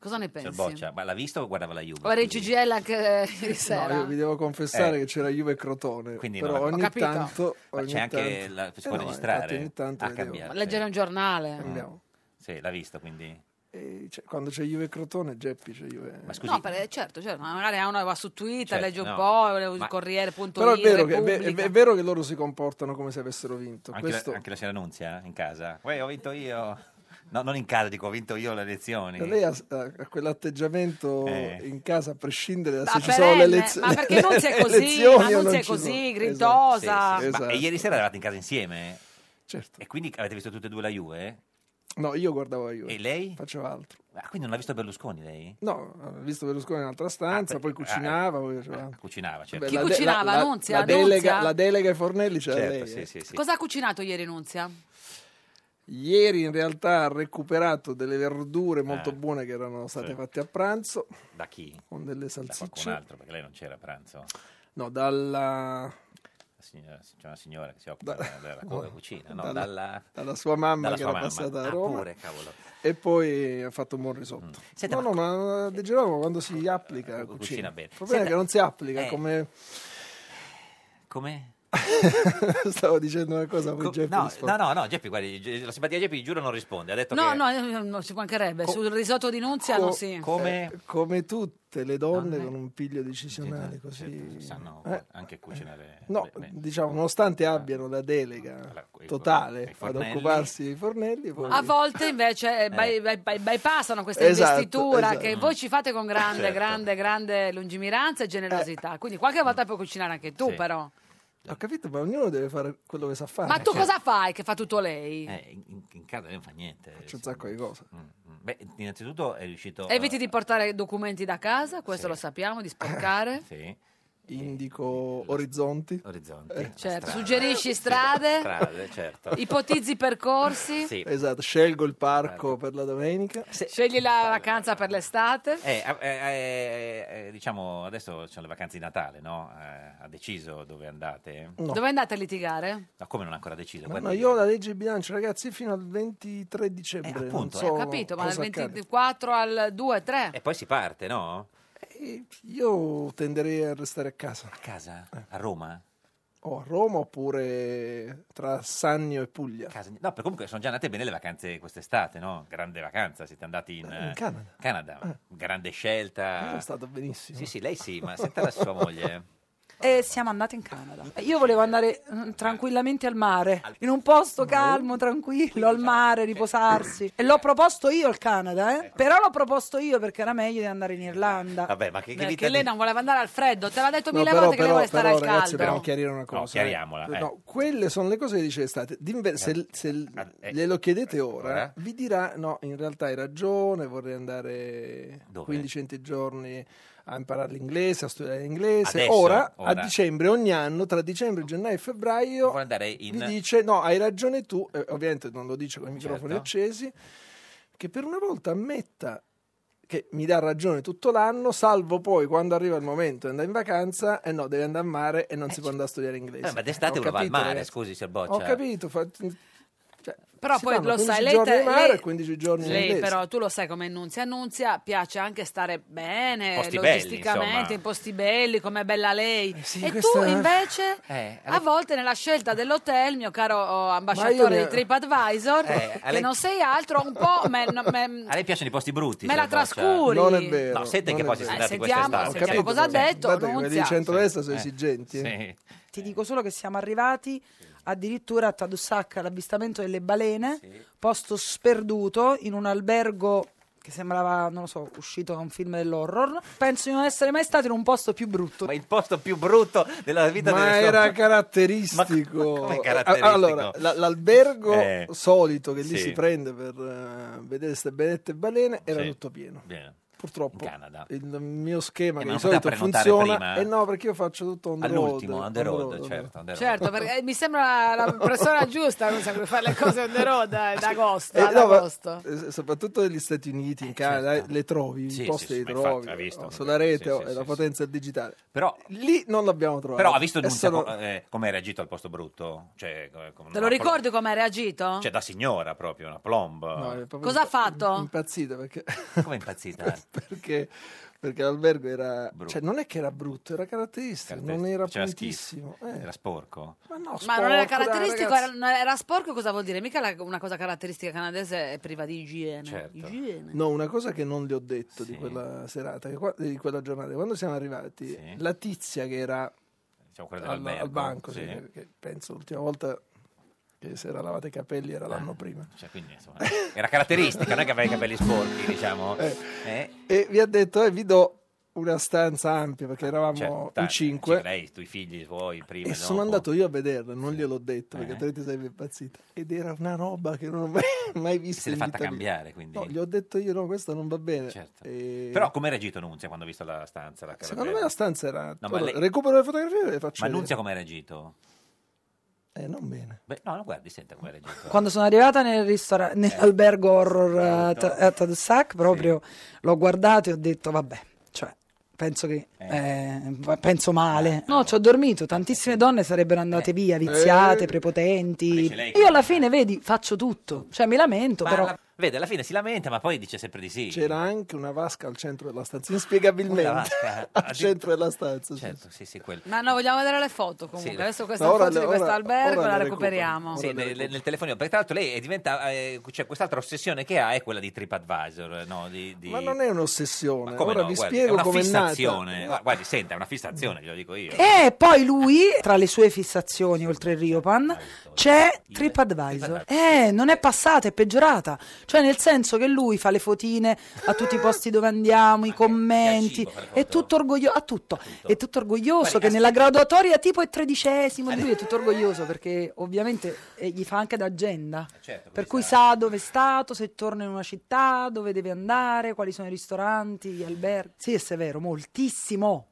Speaker 1: Cosa ne
Speaker 2: C'è
Speaker 1: pensi?
Speaker 2: Boccia, ma l'ha visto o guardava la Juve?
Speaker 1: Ora il CGL anche eh, ieri
Speaker 9: No,
Speaker 1: sera.
Speaker 9: io vi devo confessare
Speaker 2: Eh.
Speaker 9: che c'era Juve e Crotone,
Speaker 2: Quindi
Speaker 9: però
Speaker 2: non- Ho
Speaker 9: ogni
Speaker 1: capito.
Speaker 9: tanto,
Speaker 2: Ma
Speaker 9: ogni
Speaker 2: c'è anche
Speaker 9: tanto-
Speaker 2: la, si
Speaker 9: Eh
Speaker 2: può
Speaker 9: no, infatti
Speaker 2: registrare?
Speaker 9: ogni tanto
Speaker 2: Ah,
Speaker 9: vedevo.
Speaker 2: cambiato,
Speaker 1: Leggere un giornale.
Speaker 9: Cambiamo.
Speaker 2: sì. Sì, l'ha visto quindi.
Speaker 9: E c'è- quando c'è Juve e Crotone, Geppi c'è Juve.
Speaker 2: Ma scusi,
Speaker 1: No, per- certo, certo, ma magari uno va su Twitter,
Speaker 9: Certo,
Speaker 1: legge un
Speaker 9: no.
Speaker 1: po', il
Speaker 9: Ma-
Speaker 1: Corriere.it,
Speaker 9: Però è vero, che, è, ve- è
Speaker 1: Repubblica.
Speaker 9: ve- è vero che loro si comportano come se avessero vinto.
Speaker 2: anche,
Speaker 9: Questo-
Speaker 2: la, anche la signora Nunzia in casa? Uè, ho vinto io. No, non in casa, dico, ho vinto io le elezioni.
Speaker 9: Lei ha, ha quell'atteggiamento
Speaker 2: Eh.
Speaker 9: in casa a prescindere da
Speaker 1: Ma
Speaker 9: se ci sono le
Speaker 1: perenne,
Speaker 9: elezioni.
Speaker 1: ma perché non si è così, ma non si è così, grintosa.
Speaker 2: Sì, sì. Ma-
Speaker 9: Esatto.
Speaker 2: e ieri sera eravate in casa insieme?
Speaker 9: Certo.
Speaker 2: E quindi avete visto tutte e due la Juve?
Speaker 9: No, io guardavo io.
Speaker 2: E lei?
Speaker 9: Faceva altro.
Speaker 2: Ah, quindi non l'ha visto Berlusconi lei?
Speaker 9: No, ho visto Berlusconi in un'altra stanza, poi cucinava. poi faceva-
Speaker 2: Ah, Cucinava, certo.
Speaker 9: Beh,
Speaker 1: Chi
Speaker 9: la de-
Speaker 1: cucinava?
Speaker 9: la- la-
Speaker 1: Nunzia?
Speaker 9: La delega,
Speaker 1: Nunzia?
Speaker 9: la delega ai fornelli c'era
Speaker 2: Certo,
Speaker 9: lei.
Speaker 2: sì,
Speaker 9: eh.
Speaker 2: sì, sì.
Speaker 1: Cosa ha cucinato ieri Nunzia?
Speaker 9: Ieri in realtà ha recuperato delle verdure molto buone che erano state
Speaker 2: Ah. sì.
Speaker 9: fatte a pranzo
Speaker 2: Da chi?
Speaker 9: con delle
Speaker 2: Da qualcun
Speaker 9: salsicce.
Speaker 2: altro, perché lei non c'era a pranzo.
Speaker 9: No, dalla,
Speaker 2: La signora- C'è una signora che si occupa della, della
Speaker 9: no,
Speaker 2: Eh, cucina, no?
Speaker 9: dalla-
Speaker 2: Dalla,
Speaker 9: dalla sua mamma
Speaker 2: dalla
Speaker 9: che
Speaker 2: sua
Speaker 9: era passata a
Speaker 2: Ah,
Speaker 9: Roma.
Speaker 2: pure, cavolo. Mm.
Speaker 9: E poi ha fatto un buon risotto.
Speaker 2: Senta, Eh,
Speaker 9: no, no, ma De Girolamo quando si applica cucina,
Speaker 2: cucina bene.
Speaker 9: Il problema è
Speaker 2: Senta,
Speaker 9: che non si applica
Speaker 2: eh.
Speaker 9: come
Speaker 2: Come?
Speaker 9: stavo dicendo una cosa poi
Speaker 2: Co-
Speaker 9: Geppi
Speaker 2: no,
Speaker 9: risponde.
Speaker 2: no, no, no, Geppi, guardi, Ge- la simpatia di Geppi, giuro, non risponde. Ha detto
Speaker 1: No,
Speaker 2: che...
Speaker 1: no, eh, non ci mancherebbe. Sul risotto di Nunzia non si.
Speaker 2: come-
Speaker 9: eh, come tutte le donne con un piglio decisionale così
Speaker 2: certo, sanno
Speaker 9: Eh.
Speaker 2: anche cucinare.
Speaker 9: No,
Speaker 2: bene.
Speaker 9: diciamo,
Speaker 2: Eh.
Speaker 9: nonostante abbiano la
Speaker 2: Ah,
Speaker 9: delega totale ad
Speaker 2: fornelli.
Speaker 9: occuparsi dei fornelli, poi-
Speaker 1: A volte invece eh, by- by- by- bypassano questa
Speaker 9: Esatto,
Speaker 1: investitura
Speaker 9: esatto.
Speaker 1: che voi ci fate con grande,
Speaker 9: Certo. Eh.
Speaker 1: grande, grande lungimiranza e generosità. Quindi qualche volta puoi cucinare anche tu,
Speaker 9: Sì.
Speaker 1: però.
Speaker 9: ho capito, ma ognuno deve fare quello che sa fare.
Speaker 1: Ma tu
Speaker 2: Certo.
Speaker 9: Cioè,
Speaker 1: cosa fai che fa tutto lei?
Speaker 2: Eh, in, in- in casa lei non fa niente. Mm,
Speaker 9: Faccio un sacco di cose.
Speaker 2: Beh, innanzitutto è riuscito. a-
Speaker 1: Eviti di portare documenti da casa, questo lo sappiamo, di sporcare.
Speaker 9: Eh,
Speaker 2: Sì, Eh,
Speaker 9: Indico orizzonti. Eh.
Speaker 2: Orizzonti.
Speaker 1: Certo,
Speaker 9: Strade.
Speaker 1: suggerisci strade,
Speaker 2: strade, certo.
Speaker 1: ipotizzi percorsi,
Speaker 9: Esatto, scelgo il parco per la domenica.
Speaker 1: scegli la vacanza per l'estate.
Speaker 2: Eh, eh, eh, eh, diciamo, adesso sono le vacanze di Natale, no? Eh, ha deciso dove andate?
Speaker 1: Dove andate a litigare?
Speaker 2: No, come non ha ancora deciso?
Speaker 9: Ma
Speaker 2: Guardi-
Speaker 9: no, io ho la legge di bilancio, ragazzi, fino al 23 dicembre. non
Speaker 2: appunto,
Speaker 9: so
Speaker 2: eh,
Speaker 1: Ho capito, ma dal
Speaker 9: cosa accade.
Speaker 1: 24 al 2, 3.
Speaker 2: E poi si parte, no?
Speaker 9: Eh, Io tenderei a restare a casa. A
Speaker 2: casa? A Roma?
Speaker 9: O a Roma oppure tra Sannio e Puglia.
Speaker 2: No, per comunque sono già andate bene le vacanze quest'estate, no? Grande vacanza, siete andati in,
Speaker 9: in
Speaker 2: eh,
Speaker 9: Canada.
Speaker 2: Canada. Grande scelta.
Speaker 9: Io è stato benissimo.
Speaker 2: Sì, sì, lei sì, ma senta la sua moglie.
Speaker 10: E siamo andati in Canada. Eh, Io volevo andare mm, tranquillamente al mare, in un posto calmo, tranquillo, al mare, riposarsi. E l'ho proposto io il Canada, eh. Però l'ho proposto io perché era meglio di andare in Irlanda.
Speaker 2: Vabbè, ma Ah, che, che vita
Speaker 1: Perché lei
Speaker 2: di-
Speaker 1: non voleva andare al freddo, te l'ha detto
Speaker 9: No,
Speaker 1: mille
Speaker 9: però,
Speaker 1: volte che lei
Speaker 9: però,
Speaker 1: vuole stare
Speaker 9: però,
Speaker 1: al
Speaker 9: ragazzi,
Speaker 1: caldo.
Speaker 9: dobbiamo chiarire una cosa.
Speaker 2: chiariamola, eh.
Speaker 9: No, quelle sono le cose che dice l'estate. D'inver- se se
Speaker 2: eh,
Speaker 9: glielo chiedete ora, vi dirà: no, in realtà hai ragione, vorrei andare
Speaker 2: Dove?
Speaker 9: 15 giorni a imparare l'inglese, a studiare l'inglese.
Speaker 2: Adesso,
Speaker 9: ora,
Speaker 2: ora.
Speaker 9: a dicembre, ogni anno, tra dicembre, gennaio e febbraio,
Speaker 2: Vuole andare in...
Speaker 9: vi dice no, hai ragione tu, eh, ovviamente non lo dice con i microfoni
Speaker 2: Certo.
Speaker 9: accesi, che per una volta ammetta che mi dà ragione tutto l'anno, salvo poi quando arriva il momento di andare in vacanza e no, devi andare a mare e non si può andare a studiare inglese.
Speaker 2: Eh, ma d'estate
Speaker 9: Ho
Speaker 2: uno va al
Speaker 9: capito,
Speaker 2: mare,
Speaker 9: ragazzi.
Speaker 2: scusi, si
Speaker 9: Ho
Speaker 2: abboccia.
Speaker 9: capito, fa- cioè,
Speaker 1: Però
Speaker 9: si
Speaker 1: poi
Speaker 9: fanno
Speaker 1: lo sai,
Speaker 9: 15
Speaker 1: lei,
Speaker 9: giorni
Speaker 1: te-
Speaker 9: in mare
Speaker 1: lei-
Speaker 9: e 15 giorni in
Speaker 1: lei
Speaker 9: inglese.
Speaker 1: però tu lo sai come Nunzia. A Nunzia piace anche stare bene,
Speaker 9: Posti belli,
Speaker 1: logisticamente,
Speaker 9: insomma.
Speaker 1: in posti belli, com'è bella lei. e
Speaker 9: Eh questa-
Speaker 1: tu invece,
Speaker 2: Eh,
Speaker 1: a volte nella scelta dell'hotel, mio caro oh, ambasciatore
Speaker 2: ne-
Speaker 1: di TripAdvisor,
Speaker 2: Eh, a
Speaker 1: che
Speaker 2: lei-
Speaker 1: non sei altro, un po' me- no, me-
Speaker 2: A lei piacciono i posti brutti?
Speaker 1: Me
Speaker 2: se
Speaker 1: la
Speaker 2: abboccia?
Speaker 1: trascuri. Non è
Speaker 9: vero,
Speaker 2: No, sente in che
Speaker 9: non è
Speaker 2: posti siete
Speaker 1: vero.
Speaker 2: andati
Speaker 1: Eh, sentiamo,
Speaker 2: quest'estate.
Speaker 1: sentiamo cosa ha detto,
Speaker 9: Guarda che
Speaker 1: Nunzia.
Speaker 9: quelli di centrodestra sono
Speaker 2: Eh,
Speaker 9: esigenti.
Speaker 2: sì.
Speaker 11: Ti dico solo che siamo arrivati addirittura a Tadusacca all'avvistamento delle balene, posto sperduto in un albergo che sembrava, non lo so, uscito da un film dell'horror. Penso di non essere mai stato in un posto più brutto.
Speaker 2: Ma il posto più brutto della vita
Speaker 9: Ma
Speaker 2: delle sue-
Speaker 9: era caratteristico.
Speaker 2: com'è caratteristico?
Speaker 9: A- Allora, la- l'albergo
Speaker 2: Eh,
Speaker 9: solito che lì
Speaker 2: sì.
Speaker 9: si prende per eh, vedere queste benette balene era
Speaker 2: Sì.
Speaker 9: tutto pieno.
Speaker 2: Bene.
Speaker 9: Purtroppo il mio schema
Speaker 2: Eh,
Speaker 9: che
Speaker 2: ma
Speaker 9: di
Speaker 2: non poteva
Speaker 9: solito
Speaker 2: prenotare
Speaker 9: funziona
Speaker 2: prima? eh?
Speaker 9: e no, perché io faccio tutto on the road.
Speaker 2: All'ultimo, on the road, certo. on the road.
Speaker 1: Certo, perché eh, mi sembra la persona giusta non per fare le cose on the road eh, ad agosto.
Speaker 9: Eh,
Speaker 1: ad
Speaker 9: no, ma-
Speaker 1: agosto.
Speaker 9: eh, soprattutto negli Stati Uniti, in Canada, eh, le trovi,
Speaker 2: certo. Sì,
Speaker 9: i
Speaker 2: sì,
Speaker 9: posti
Speaker 2: sì,
Speaker 9: li
Speaker 2: ma infatti,
Speaker 9: trovi
Speaker 2: ha visto,
Speaker 9: oh,
Speaker 2: non
Speaker 9: sulla
Speaker 2: credo,
Speaker 9: rete
Speaker 2: sì,
Speaker 9: oh,
Speaker 2: sì,
Speaker 9: è la
Speaker 2: sì,
Speaker 9: potenza digitale.
Speaker 2: Però-
Speaker 9: lì non l'abbiamo trovato.
Speaker 2: Però ha visto
Speaker 9: E
Speaker 2: Nunzia
Speaker 9: sono-
Speaker 2: co- eh, come ha reagito al posto brutto? Cioè, come- come
Speaker 1: Te
Speaker 2: una
Speaker 1: lo
Speaker 2: plo-
Speaker 1: ricordi come hai reagito?
Speaker 2: Cioè, da signora proprio, una plomba.
Speaker 9: No, è proprio
Speaker 1: Cosa ha fatto?
Speaker 9: impazzita perché
Speaker 2: Come è impazzita?
Speaker 9: perché, perché l'albergo era
Speaker 2: Brutto.
Speaker 9: cioè non è che era brutto era caratteristico non era
Speaker 2: Faceva
Speaker 9: puntissimo eh.
Speaker 2: Cioè, schifo. Era sporco.
Speaker 9: ma no
Speaker 1: Ma non era
Speaker 9: sporco, dai,
Speaker 1: caratteristico,
Speaker 9: ragazzi.
Speaker 1: era, non era sporco, cosa vuol dire? Mica la- una cosa caratteristica canadese è priva di igiene.
Speaker 9: Certo.
Speaker 1: Igiene.
Speaker 9: no una cosa che non le ho detto di quella serata che qua- di quella giornata quando siamo arrivati la tizia che era
Speaker 2: Diciamo quella
Speaker 9: al,
Speaker 2: dell'albergo.
Speaker 9: al banco sì,
Speaker 2: sì.
Speaker 9: che- che penso l'ultima volta che si era lavata i capelli era l'anno prima Eh.
Speaker 2: Cioè, quindi, insomma, era caratteristica, non è che aveva i capelli sporchi, diciamo. Eh,
Speaker 9: e vi ha detto eh, vi do una stanza ampia perché eravamo
Speaker 2: cioè,
Speaker 9: in
Speaker 2: tanti,
Speaker 9: cinque
Speaker 2: cioè, lei, i tuoi figli, suoi, prima
Speaker 9: E
Speaker 2: dopo.
Speaker 9: sono andato io a vederla, non gliel'ho detto perché
Speaker 2: Eh.
Speaker 9: altrimenti sarebbe impazzita. Ed era una roba che non ho mai, mai visto.
Speaker 2: Se l'è
Speaker 9: in
Speaker 2: fatta
Speaker 9: vita mia.
Speaker 2: cambiare, quindi. Certo.
Speaker 9: No, gli ho detto io, no, questo non va bene. E-
Speaker 2: Però come ha reagito Nunzia quando ha visto la stanza? La
Speaker 9: Secondo
Speaker 2: carabella?
Speaker 9: me la stanza era.
Speaker 2: No, ma
Speaker 9: Allora,
Speaker 2: lei-
Speaker 9: Recupero le fotografie e le faccio
Speaker 2: Ma
Speaker 9: vedere.
Speaker 2: Nunzia come ha reagito?
Speaker 9: Eh, non bene.
Speaker 2: Beh, no, no, guardi, senta come ha reagito.
Speaker 11: Quando sono arrivata nel ristora-
Speaker 2: Eh.
Speaker 11: nell'albergo horror eh, a, Ta- a Tadoussac, proprio l'ho guardato e ho detto, vabbè, cioè, penso che... eh, penso male. No, ci ho dormito, tantissime donne sarebbero andate via, viziate,
Speaker 2: Eh.
Speaker 11: prepotenti.
Speaker 2: lei
Speaker 11: Io alla fine, vedi, faccio tutto. Cioè, mi lamento,
Speaker 2: Ma
Speaker 11: però...
Speaker 2: alla- Vede, alla fine si lamenta, ma poi dice sempre di sì.
Speaker 9: C'era anche una vasca al centro della stanza, inspiegabilmente.
Speaker 2: Una vasca?
Speaker 9: al centro della stanza. sì.
Speaker 2: Certo, sì, sì, quello.
Speaker 1: Ma no, vogliamo vedere le foto comunque.
Speaker 2: Sì, le-
Speaker 1: Adesso questa
Speaker 9: Ma ora
Speaker 1: foto
Speaker 9: le-
Speaker 1: di questo
Speaker 9: ora-
Speaker 1: albergo
Speaker 9: ora
Speaker 1: la
Speaker 9: le
Speaker 1: recuperiamo.
Speaker 2: Sì, nel, nel telefonino, perché tra l'altro lei è diventata, eh, cioè, quest'altra ossessione che ha è quella di TripAdvisor, eh, no? Di, di-
Speaker 9: Ma non è un'ossessione.
Speaker 2: Come
Speaker 9: Ora
Speaker 2: no?
Speaker 9: vi
Speaker 2: Guardi,
Speaker 9: spiego
Speaker 2: è una
Speaker 9: com'è nata. Eh,
Speaker 2: fissazione. Guarda, Guardi, senta, è una fissazione, glielo dico io.
Speaker 11: E poi lui, tra le sue fissazioni, oltre il Riopan, c'è TripAdvisor. Eh, non è passata, è peggiorata. Cioè, nel senso che lui fa le fotine a tutti i posti dove andiamo, i commenti, è tutto orgoglioso, a tutto. È tutto orgoglioso che nella graduatoria tipo è tredicesimo, e lui è tutto orgoglioso perché ovviamente eh, gli fa anche d'agenda.
Speaker 2: Certo,
Speaker 11: Per cui sa dove è stato, se torna in una città, dove deve andare, quali sono i ristoranti, gli alberghi. Sì, è severo, moltissimo.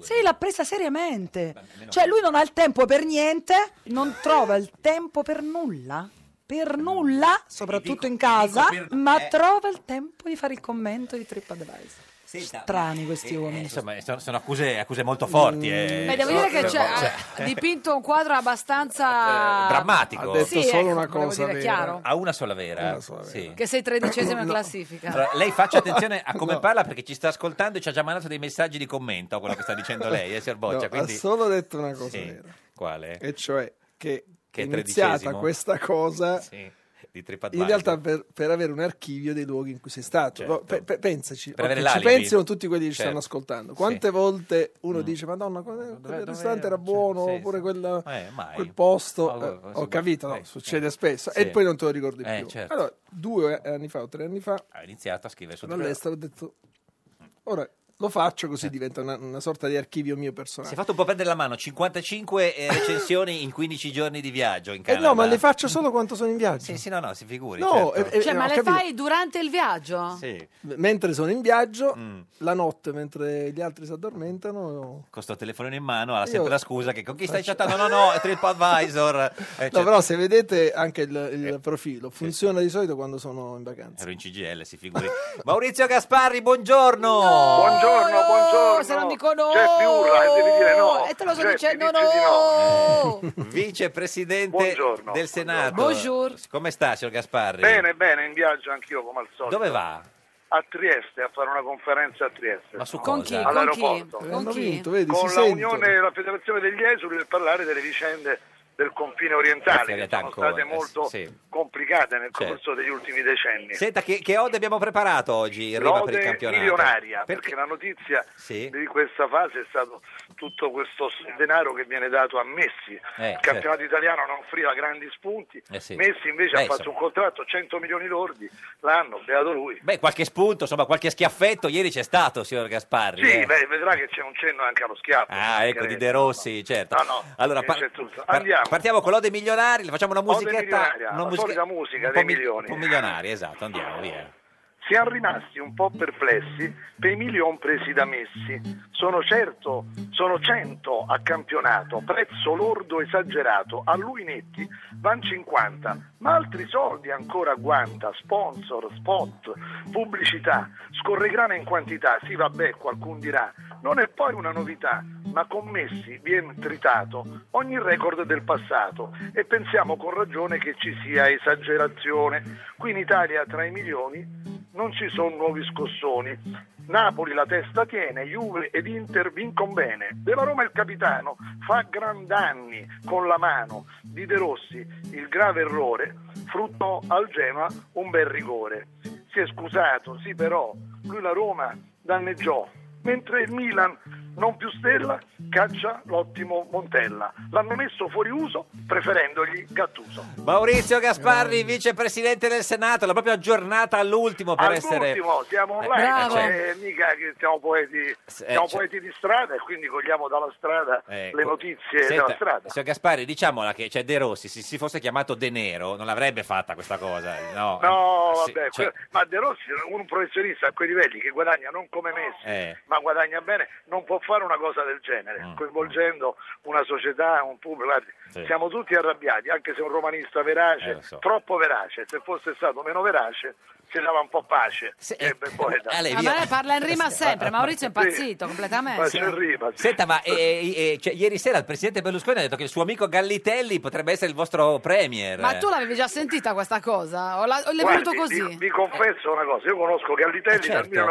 Speaker 11: Sì, l'ha presa seriamente. Cioè, lui non ha il tempo per niente, non trova il tempo per nulla. Per nulla, soprattutto in casa,
Speaker 2: dico per-
Speaker 11: ma
Speaker 2: eh.
Speaker 11: trova il tempo di fare il commento di TripAdvisor.
Speaker 2: Senta,
Speaker 11: Strani questi
Speaker 2: eh,
Speaker 11: uomini.
Speaker 2: Insomma, sono, sono accuse, accuse molto forti. eh.
Speaker 1: Mm. Beh, devo dire che c'è, ah,
Speaker 2: Cioè,
Speaker 1: ha dipinto un quadro abbastanza
Speaker 2: eh, drammatico.
Speaker 1: Ha detto Sì, solo ecco, una volevo cosa dire, vera. chiaro.
Speaker 2: Ha una sola vera. Sì.
Speaker 1: Che sei tredicesimo in classifica.
Speaker 2: Allora, lei faccia attenzione a come parla perché ci sta ascoltando e ci ha già mandato dei messaggi di commento a quello che sta dicendo lei, eh, signor Boccia.
Speaker 9: No,
Speaker 2: quindi...
Speaker 9: Ha solo detto una cosa
Speaker 2: Sì.
Speaker 9: vera,
Speaker 2: Quale?
Speaker 9: e cioè che,
Speaker 2: Che
Speaker 9: è
Speaker 2: è
Speaker 9: iniziata
Speaker 2: tredicesimo.
Speaker 9: questa cosa
Speaker 2: Sì, di TripAdvisor.
Speaker 9: In realtà per, per avere un archivio dei luoghi in cui sei stato, No, pe- pe- pensaci,
Speaker 2: Certo. Per
Speaker 9: ok,
Speaker 2: avere
Speaker 9: ci
Speaker 2: l'alibi.
Speaker 9: pensano tutti quelli che ci
Speaker 2: Certo. Mm.
Speaker 9: stanno ascoltando. Quante volte uno dice Madonna, quel, quel ristorante era buono,
Speaker 2: sì,
Speaker 9: oppure quella-
Speaker 2: Eh, mai.
Speaker 9: quel posto,
Speaker 2: Ma-
Speaker 9: eh,
Speaker 2: ma-
Speaker 9: ho capito, no, succede spesso,
Speaker 2: eh. Sì.
Speaker 9: e poi non te lo ricordi
Speaker 2: Eh,
Speaker 9: più.
Speaker 2: certo.
Speaker 9: Allora, due anni fa o tre anni fa,
Speaker 2: Ha iniziato a scrivere su
Speaker 9: sono all'estero, ho detto, ora Lo faccio così diventa una, una sorta di archivio mio
Speaker 2: Certo. Si è
Speaker 9: personale.
Speaker 2: fatto un po' perdere la mano, 55 eh, recensioni in 15 giorni di viaggio in
Speaker 9: Eh
Speaker 2: Canada.
Speaker 9: no, ma le faccio solo quando sono in viaggio.
Speaker 2: Sì, sì, no, no, si figuri.
Speaker 9: No,
Speaker 2: certo.
Speaker 9: eh,
Speaker 1: Cioè,
Speaker 9: eh,
Speaker 1: ma
Speaker 9: ho
Speaker 1: le
Speaker 9: capito.
Speaker 1: fai durante il viaggio?
Speaker 2: Sì, Mm.
Speaker 9: Mentre sono in viaggio, la notte, mentre gli altri si addormentano.
Speaker 2: con sto telefonino in mano, ha
Speaker 9: Io-
Speaker 2: sempre la scusa che con chi stai chattando? No, no, è TripAdvisor. eh,
Speaker 9: No,
Speaker 2: certo. Eh,
Speaker 9: però se vedete anche il, il profilo, funziona di solito quando sono in vacanza.
Speaker 2: Ero in CGL, si figuri. Maurizio Gasparri, buongiorno.
Speaker 1: Buongiorno, buongiorno. Oh, Se non dico no,
Speaker 2: C'è Piurra, eh, devi dire no.
Speaker 1: E te lo sto
Speaker 2: Geppi,
Speaker 1: dicendo
Speaker 2: dici
Speaker 1: no.
Speaker 2: Vicepresidente del Senato.
Speaker 12: Buongiorno.
Speaker 2: Come sta, signor Gasparri?
Speaker 12: Bene, bene, in viaggio anch'io come al solito.
Speaker 2: Dove va?
Speaker 12: A Trieste, a fare una conferenza a Trieste.
Speaker 2: Ma su Con cosa? chi? Con
Speaker 12: All'aeroporto.
Speaker 2: chi? Con Hanno chi? vinto,
Speaker 9: vedi,
Speaker 12: Con
Speaker 9: si
Speaker 12: la
Speaker 9: sentono.
Speaker 12: Unione e la Federazione degli Esuli per parlare delle vicende del confine orientale
Speaker 2: Grazie,
Speaker 12: che sono
Speaker 2: ancora,
Speaker 12: state
Speaker 2: eh,
Speaker 12: molto
Speaker 2: sì.
Speaker 12: complicate nel
Speaker 2: Certo.
Speaker 12: corso degli ultimi decenni.
Speaker 2: Senta, che, che ode abbiamo preparato oggi in riva per il
Speaker 12: Lode
Speaker 2: campionato?
Speaker 12: milionaria, perché la notizia
Speaker 2: Sì.
Speaker 12: di questa fase è stato tutto questo denaro che viene dato a Messi.
Speaker 2: Eh,
Speaker 12: il campionato italiano non offriva grandi spunti,
Speaker 2: Eh sì.
Speaker 12: Messi invece
Speaker 2: Beh,
Speaker 12: ha fatto
Speaker 2: insomma.
Speaker 12: un contratto 100 milioni lordi l'anno, beato lui.
Speaker 2: Beh, qualche spunto, insomma, qualche schiaffetto ieri c'è stato, signor Gasparri.
Speaker 12: Sì,
Speaker 2: eh.
Speaker 12: beh, vedrà che c'è un cenno anche allo schiaffo.
Speaker 2: Ah, ecco, di De Rossi, certo.
Speaker 12: No, no,
Speaker 2: allora,
Speaker 12: che
Speaker 2: par-
Speaker 12: c'è tutto.
Speaker 2: par-
Speaker 12: Andiamo.
Speaker 2: partiamo con l'Ode Milionari, le facciamo una
Speaker 12: Ode
Speaker 2: musichetta.
Speaker 12: Milionaria,
Speaker 2: una
Speaker 12: la solita musica
Speaker 2: un
Speaker 12: dei
Speaker 2: po' mi-
Speaker 12: milioni.
Speaker 2: Un po' milionari, esatto, andiamo, via.
Speaker 12: Siamo rimasti un po' perplessi per i milioni presi da Messi. Sono certo, sono 100 a campionato, prezzo lordo esagerato, a lui netti van 50, ma altri soldi ancora guanta, sponsor, spot, pubblicità, scorregrana in quantità, sì vabbè, qualcun dirà, non è poi una novità, ma con Messi viene tritato ogni record del passato e pensiamo con ragione che ci sia esagerazione. Qui in Italia tra i milioni non ci sono nuovi scossoni. Napoli la testa tiene, Juve ed Inter vincono bene. Della Roma il capitano fa gran danni con la mano di De Rossi, il grave errore, fruttò al Genoa un bel rigore. Si è scusato, sì però, lui la Roma danneggiò, mentre il Milan, non più stella, caccia l'ottimo Montella. L'hanno messo fuori uso preferendogli Gattuso.
Speaker 2: Maurizio Gasparri, vicepresidente del Senato, la propria giornata all'ultimo per essere...
Speaker 12: All'ultimo, siamo
Speaker 2: Eh,
Speaker 12: online,
Speaker 2: bravo.
Speaker 12: cioè, mica che siamo poeti, siamo
Speaker 2: cioè-
Speaker 12: poeti di strada e quindi cogliamo dalla strada
Speaker 2: Ecco.
Speaker 12: le notizie
Speaker 2: Senta,
Speaker 12: della strada.
Speaker 2: Signor Gasparri, diciamola che cioè, De Rossi, se si fosse chiamato De Nero, non l'avrebbe fatta questa cosa. No,
Speaker 12: No,
Speaker 2: Eh, sì,
Speaker 12: vabbè,
Speaker 2: cioè,
Speaker 12: que- ma De Rossi è un professionista a quei livelli che guadagna non come Messi,
Speaker 2: eh,
Speaker 12: ma guadagna bene, non può fare una cosa del genere, coinvolgendo una società, un pubblico. guardi,
Speaker 2: Mm, Sì.
Speaker 12: Siamo tutti arrabbiati, anche se è un romanista verace,
Speaker 2: Eh, lo so.
Speaker 12: troppo verace, se fosse stato meno verace ci dava un po' pace. Sarebbe poeta.
Speaker 2: eh, Ale,
Speaker 1: Ah, ma lei parla in rima sempre, Maurizio è impazzito
Speaker 12: Faccio il
Speaker 1: completamente.
Speaker 12: rima, sì.
Speaker 2: Senta, ma eh, eh, cioè, ieri sera il presidente Berlusconi ha detto che il suo amico Gallitelli potrebbe essere il vostro premier.
Speaker 1: Ma tu l'avevi già sentita questa cosa? O, la, o l'hai
Speaker 12: Guardi,
Speaker 1: venuto così?
Speaker 12: Vi, vi confesso una cosa, io conosco Gallitelli
Speaker 2: Eh, certo.
Speaker 12: dal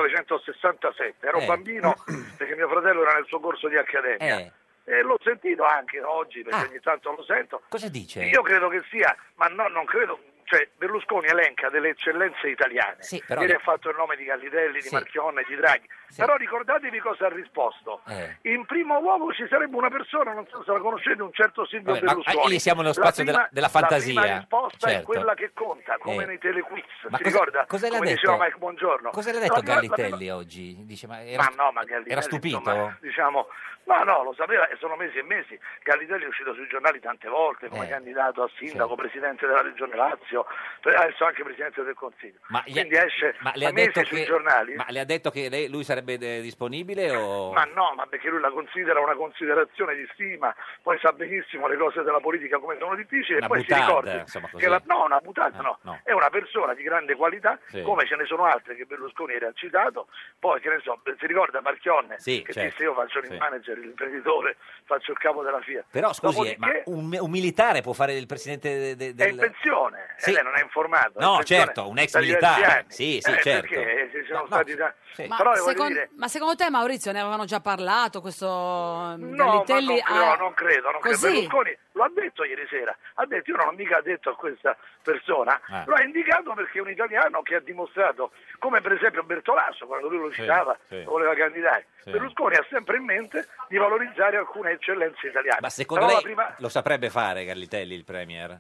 Speaker 12: 1967, ero
Speaker 2: Eh.
Speaker 12: bambino perché mio fratello era nel suo corso di accademia.
Speaker 2: Eh.
Speaker 12: E l'ho sentito anche oggi, perché
Speaker 2: Ah.
Speaker 12: ogni tanto lo sento.
Speaker 2: Cosa dice?
Speaker 12: Io credo che sia, ma no, non credo. Cioè, Berlusconi elenca delle eccellenze italiane.
Speaker 2: Sì, però-
Speaker 12: Ieri ha fatto il nome di Gallitelli, di
Speaker 2: Sì.
Speaker 12: Marchionne, di Draghi. Però ricordatevi cosa ha risposto.
Speaker 2: Eh.
Speaker 12: In primo luogo ci sarebbe una persona, non so se la conoscete, un certo Silvio
Speaker 2: Vabbè, ma-
Speaker 12: Berlusconi.
Speaker 2: eh, lì siamo nello
Speaker 12: La
Speaker 2: spazio
Speaker 12: prima-
Speaker 2: della- della
Speaker 12: La
Speaker 2: fantasia.
Speaker 12: prima risposta è
Speaker 2: Certo.
Speaker 12: quella che conta, come
Speaker 2: Eh.
Speaker 12: nei telequiz.
Speaker 2: Ma
Speaker 12: si
Speaker 2: cosa-
Speaker 12: ricorda?
Speaker 2: cosa le ha
Speaker 12: come
Speaker 2: detto?
Speaker 12: diceva Mike Buongiorno.
Speaker 2: Cosa le ha
Speaker 12: La
Speaker 2: detto
Speaker 12: prima- la prima-
Speaker 2: Gallitelli oggi? Dice, ma era,
Speaker 12: ma no, ma Gallitelli,
Speaker 2: era stupito?
Speaker 12: insomma, diciamo, no, no, lo sapeva e sono mesi e mesi. Gallitelli è uscito sui giornali tante volte come
Speaker 2: Eh,
Speaker 12: candidato a sindaco, presidente della regione Lazio, adesso anche presidente del consiglio.
Speaker 2: Ma gli-
Speaker 12: Quindi esce
Speaker 2: ma le
Speaker 12: da
Speaker 2: ha
Speaker 12: mesi
Speaker 2: detto
Speaker 12: sui
Speaker 2: che-
Speaker 12: giornali.
Speaker 2: Ma le ha detto che lei- lui sarebbe eh, disponibile o...
Speaker 12: Ma no, ma perché lui la considera una considerazione di stima, poi sa benissimo le cose della politica come sono difficili
Speaker 2: Una
Speaker 12: e poi
Speaker 2: boutade,
Speaker 12: si ricorda
Speaker 2: insomma, così. Ah,
Speaker 12: che la, no, una mutata no.
Speaker 2: no.
Speaker 12: è una persona di grande qualità,
Speaker 2: Sì.
Speaker 12: come ce ne sono altre che Berlusconi era citato, poi che ne so, si ricorda Marchionne
Speaker 2: Sì,
Speaker 12: che
Speaker 2: certo.
Speaker 12: disse io faccio il
Speaker 2: Sì.
Speaker 12: manager, l'imprenditore, faccio il capo della FIA.
Speaker 2: Però scusi, eh,
Speaker 12: Dopodiché
Speaker 2: ma un, un militare può fare il presidente de- de-
Speaker 12: è
Speaker 2: del...
Speaker 12: in pensione
Speaker 2: Sì.
Speaker 12: e lei non è informato. è in
Speaker 2: No,
Speaker 12: pensione
Speaker 2: certo, un ex
Speaker 12: da diversi
Speaker 2: militare.
Speaker 12: anni.
Speaker 2: Sì, sì,
Speaker 12: Eh,
Speaker 2: certo.
Speaker 12: Perché ci sono
Speaker 2: No, no,
Speaker 12: stati da-
Speaker 1: Ma,
Speaker 12: Però io voglio
Speaker 1: secon-
Speaker 12: dire,
Speaker 1: ma secondo te Maurizio ne avevano già parlato questo
Speaker 12: No, ma
Speaker 1: Gallitelli?
Speaker 12: non credo,
Speaker 1: ha-
Speaker 12: non credo, non credo.
Speaker 1: Così?
Speaker 12: Berlusconi lo ha detto ieri sera, ha detto io non ho mica detto a questa persona,
Speaker 2: Eh.
Speaker 13: Ah.
Speaker 12: lo ha indicato perché è un italiano che ha dimostrato, come per esempio Bertolaso quando lui lo
Speaker 13: Sì,
Speaker 12: citava,
Speaker 13: sì.
Speaker 12: voleva candidare,
Speaker 2: Sì.
Speaker 12: Berlusconi ha sempre in mente di valorizzare alcune eccellenze italiane.
Speaker 2: Ma secondo
Speaker 12: Però
Speaker 2: lei
Speaker 12: la prima-
Speaker 2: lo saprebbe fare Gallitelli il premier?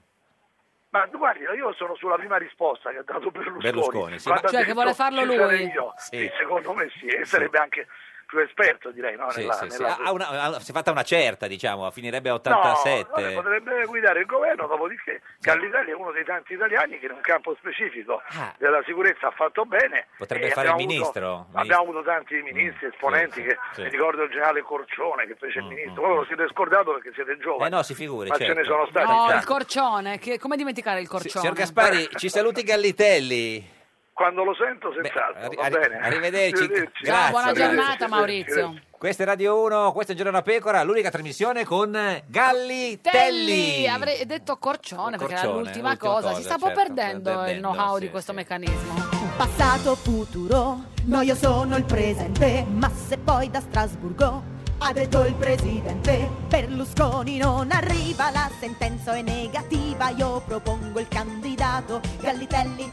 Speaker 12: Ma guardi, io sono sulla prima risposta che ha dato Berlusconi.
Speaker 2: Berlusconi, sì.
Speaker 12: Quando
Speaker 1: Cioè,
Speaker 12: ha
Speaker 1: che
Speaker 12: detto,
Speaker 1: vuole farlo
Speaker 12: "Ci sarei
Speaker 1: lui".
Speaker 12: io".
Speaker 2: Sì.
Speaker 12: Secondo me sì, e sarebbe anche più esperto, direi. No?
Speaker 2: Sì,
Speaker 12: Nella-
Speaker 2: sì, sì.
Speaker 12: nella-
Speaker 2: Ha una- ha- si è fatta una certa, diciamo, finirebbe a
Speaker 12: No,
Speaker 2: 87.
Speaker 12: no, potrebbe guidare il governo, dopodiché Gallitalia è uno dei tanti italiani che in un campo specifico della sicurezza ha fatto bene.
Speaker 2: Ah. Potrebbe
Speaker 12: e
Speaker 2: fare il
Speaker 12: abbiamo avuto-
Speaker 2: ministro, Mm,
Speaker 12: abbiamo avuto tanti ministri, esponenti, che
Speaker 2: sì. Mm,
Speaker 12: mi ricordo il generale Corcione che fece il ministro, voi lo siete scordato perché siete giovani.
Speaker 2: Eh no, si figuri,
Speaker 12: Ma ce
Speaker 2: certo.
Speaker 12: ne sono stati
Speaker 1: No, il
Speaker 12: tanti.
Speaker 1: corcione, che- come dimenticare il corcione?
Speaker 2: Signor Gaspari, ci saluti Gallitelli.
Speaker 12: Quando lo sento, senz'altro. va
Speaker 2: arri-
Speaker 12: bene.
Speaker 2: arrivederci.
Speaker 12: Arrivederci.
Speaker 2: Ciao, buona
Speaker 12: Arrivederci.
Speaker 2: giornata,
Speaker 1: Maurizio.
Speaker 2: Questa è Radio 1, questa è Un Giorno da Pecora, l'unica trasmissione con Gallitelli.
Speaker 1: Telli, avrei detto corcione, perché era
Speaker 2: Corcione,
Speaker 1: l'ultima,
Speaker 2: l'ultima
Speaker 1: cosa.
Speaker 2: cosa,
Speaker 1: Si sta un po'
Speaker 2: certo,
Speaker 1: perdendo il
Speaker 2: perdendo,
Speaker 1: know-how
Speaker 2: sì,
Speaker 1: di questo meccanismo.
Speaker 6: Passato, futuro, no io sono il presente, ma se poi da Strasburgo ha detto il presidente, Berlusconi non arriva, la sentenza è negativa, io propongo il candidato Gallitelli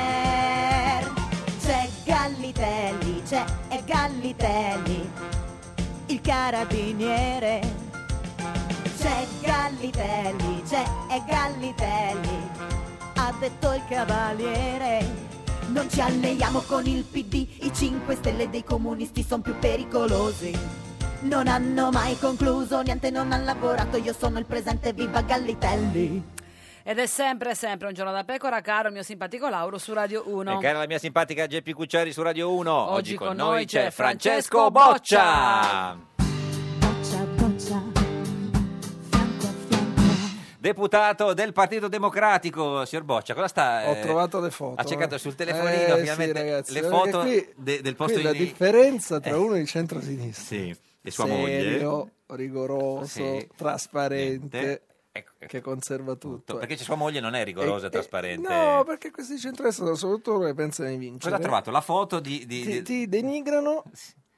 Speaker 6: Premier. C'è Gallitelli, c'è e Gallitelli, il carabiniere. C'è Gallitelli, c'è e Gallitelli, ha detto il cavaliere. Non ci alleiamo con il PD, i 5 stelle dei comunisti sono più pericolosi. Non hanno mai concluso niente, non hanno lavorato, io sono il presente, viva Gallitelli.
Speaker 1: Ed è sempre, sempre un giorno da pecora, caro il mio simpatico Lauro su Radio 1.
Speaker 2: E cara la mia simpatica Geppi Cucciari su Radio 1. Oggi,
Speaker 1: con noi c'è Francesco
Speaker 2: Francesco Boccia.
Speaker 6: Boccia, boccia,
Speaker 2: Deputato del Partito Democratico, signor Boccia, cosa sta?
Speaker 9: Ho
Speaker 2: eh,
Speaker 9: trovato le foto.
Speaker 2: Ha cercato
Speaker 9: eh.
Speaker 2: sul telefonino
Speaker 9: Eh, sì,
Speaker 2: finalmente
Speaker 9: ragazzi,
Speaker 2: le
Speaker 9: guarda che
Speaker 2: foto
Speaker 9: qui-
Speaker 2: de- del
Speaker 9: qui
Speaker 2: posto
Speaker 9: la
Speaker 2: di
Speaker 9: differenza tra
Speaker 2: Eh.
Speaker 9: uno di centrosinistra
Speaker 2: Sì, e sua moglie.
Speaker 9: serio, rigoroso,
Speaker 2: Sì.
Speaker 9: trasparente,
Speaker 2: Niente. Ecco,
Speaker 9: che conserva tutto.
Speaker 2: Perché c'è sua moglie non è rigorosa
Speaker 9: Eh,
Speaker 2: e
Speaker 9: eh,
Speaker 2: trasparente.
Speaker 9: No, cioè, perché questi di centrodestra sono soprattutto quello che pensano di vincere.
Speaker 2: Cosa ha trovato? La foto di... di-
Speaker 9: Ti,
Speaker 2: di-
Speaker 9: ti denigrano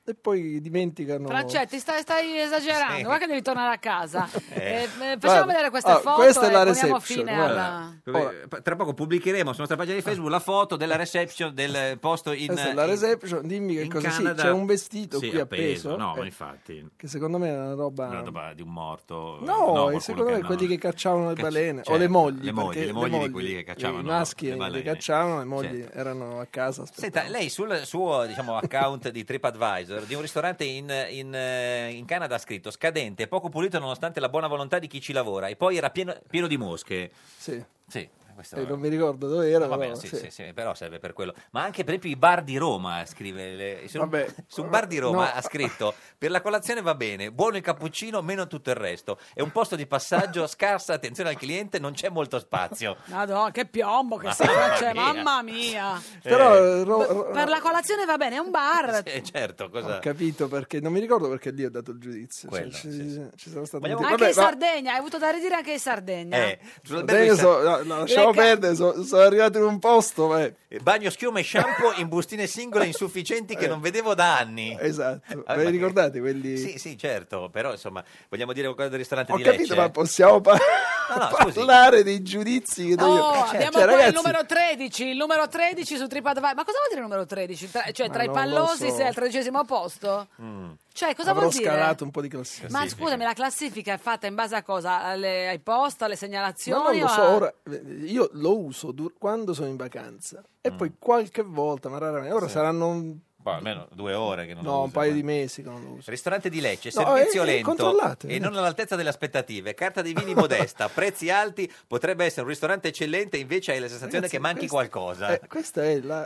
Speaker 9: e poi dimenticano.
Speaker 1: Francetti, stai, stai esagerando,
Speaker 9: Sì.
Speaker 1: guarda che devi tornare a casa. Eh, eh, facciamo
Speaker 9: Guarda,
Speaker 1: vedere queste
Speaker 9: allora,
Speaker 1: foto
Speaker 9: questa è la
Speaker 1: e poniamo
Speaker 9: reception,
Speaker 1: fine
Speaker 9: guarda.
Speaker 1: alla... Ah.
Speaker 2: Vabbè, Tra poco pubblicheremo sulla nostra pagina di Facebook la foto della reception del posto in,
Speaker 9: Questa è la
Speaker 2: in-
Speaker 9: reception, dimmi che
Speaker 2: in
Speaker 9: cosa sì,
Speaker 2: Canada.
Speaker 9: c'è un vestito
Speaker 2: Sì,
Speaker 9: qui
Speaker 2: appeso,
Speaker 9: appeso.
Speaker 2: No,
Speaker 9: eh,
Speaker 2: ma infatti.
Speaker 9: Che secondo me è una roba...
Speaker 2: Una roba di un morto.
Speaker 9: No,
Speaker 2: qualcuno
Speaker 9: e secondo
Speaker 2: che
Speaker 9: me
Speaker 2: no.
Speaker 9: quelli che cacciavano le balene
Speaker 2: certo,
Speaker 9: o le mogli,
Speaker 2: le mogli,
Speaker 9: perché
Speaker 2: le mogli di quelli che cacciavano
Speaker 9: i maschi
Speaker 2: le
Speaker 9: che
Speaker 2: balene. Certo.
Speaker 9: cacciavano, le mogli erano a casa.
Speaker 2: Senta, lei sul suo diciamo, account di TripAdvisor di un ristorante in, in, eh, in Canada ha scritto scadente, poco pulito nonostante la buona volontà di chi ci lavora e poi era pieno, pieno di mosche.
Speaker 9: Sì.
Speaker 2: Sì, questo
Speaker 9: E non mi ricordo dove era,
Speaker 2: Vabbè,
Speaker 9: però,
Speaker 2: sì,
Speaker 9: sì.
Speaker 2: sì, sì, però serve per quello. Ma anche per esempio i bar di Roma, scrive. le- su,
Speaker 9: Vabbè,
Speaker 2: su un bar di Roma
Speaker 9: no.
Speaker 2: ha scritto, per la colazione va bene, buono il cappuccino, meno tutto il resto. È un posto di passaggio, scarsa attenzione al cliente, non c'è molto spazio.
Speaker 1: Madonna, che piombo che
Speaker 2: Mamma
Speaker 1: sei, Francesco,
Speaker 2: mia.
Speaker 1: mamma mia.
Speaker 9: Però eh, ro- ro-
Speaker 1: Per la colazione va bene, è un bar.
Speaker 2: Eh, certo, cosa...
Speaker 9: ho capito perché, non mi ricordo perché lì ho dato il giudizio. cioè,
Speaker 2: Quello,
Speaker 9: ci, ci sono state
Speaker 1: Anche
Speaker 9: Vabbè,
Speaker 1: in
Speaker 9: ma-
Speaker 1: Sardegna, hai avuto da ridire anche in Sardegna.
Speaker 2: Eh,
Speaker 9: Sardegna
Speaker 2: sull'albergo di
Speaker 9: so-
Speaker 2: Sa-
Speaker 9: no, no, lasciamo
Speaker 2: Le ca-
Speaker 9: perdere, so- sono arrivato in un posto. eh.
Speaker 2: Bagno, schiuma e shampoo in bustine singole insufficienti che non vedevo da anni.
Speaker 9: Eh. Esatto,
Speaker 2: Vabbè,
Speaker 9: ve
Speaker 2: ma-
Speaker 9: li ricordate quelli?
Speaker 2: Sì, sì, certo, però insomma, vogliamo dire qualcosa del ristorante
Speaker 9: Ho
Speaker 2: di
Speaker 9: capito,
Speaker 2: Lecce?
Speaker 9: ma possiamo par-
Speaker 2: No, no, scusi.
Speaker 9: parlare dei giudizi che do io.
Speaker 1: No,
Speaker 9: Cioè,
Speaker 1: abbiamo
Speaker 9: cioè,
Speaker 1: poi
Speaker 9: ragazzi,
Speaker 1: il numero 13, il numero 13 su TripAdvisor. Ma cosa vuol dire il numero 13? Tra- cioè,
Speaker 9: Ma
Speaker 1: tra i
Speaker 9: non lo
Speaker 1: pallosi
Speaker 9: so.
Speaker 1: sei al tredicesimo posto?
Speaker 2: Mm.
Speaker 1: Cioè, cosa
Speaker 9: avrò
Speaker 1: vuol dire?
Speaker 9: scalato un po' di classifica.
Speaker 1: Ma scusami, la classifica è fatta in base a cosa? Alle- ai post, alle
Speaker 9: Ma non
Speaker 1: segnalazioni?
Speaker 9: lo
Speaker 1: o
Speaker 9: so,
Speaker 1: a-
Speaker 9: ora, eh, io lo uso dur- quando sono in vacanza e
Speaker 2: Mm.
Speaker 9: poi qualche volta, ma raramente, ora saranno un-
Speaker 2: Poi Boh, almeno due ore che non
Speaker 9: no,
Speaker 2: lo
Speaker 9: un
Speaker 2: uso, eh.
Speaker 9: paio
Speaker 2: ma-
Speaker 9: di mesi che non lo uso.
Speaker 2: Ristorante di Lecce,
Speaker 9: No,
Speaker 2: servizio
Speaker 9: eh, eh,
Speaker 2: lento
Speaker 9: controllate,
Speaker 2: e
Speaker 9: vedete.
Speaker 2: non all'altezza delle aspettative, carta dei vini modesta, prezzi alti, potrebbe essere un ristorante eccellente, invece hai la sensazione
Speaker 9: Ragazzi,
Speaker 2: che manchi
Speaker 9: questo-
Speaker 2: qualcosa.
Speaker 9: Eh, questa è la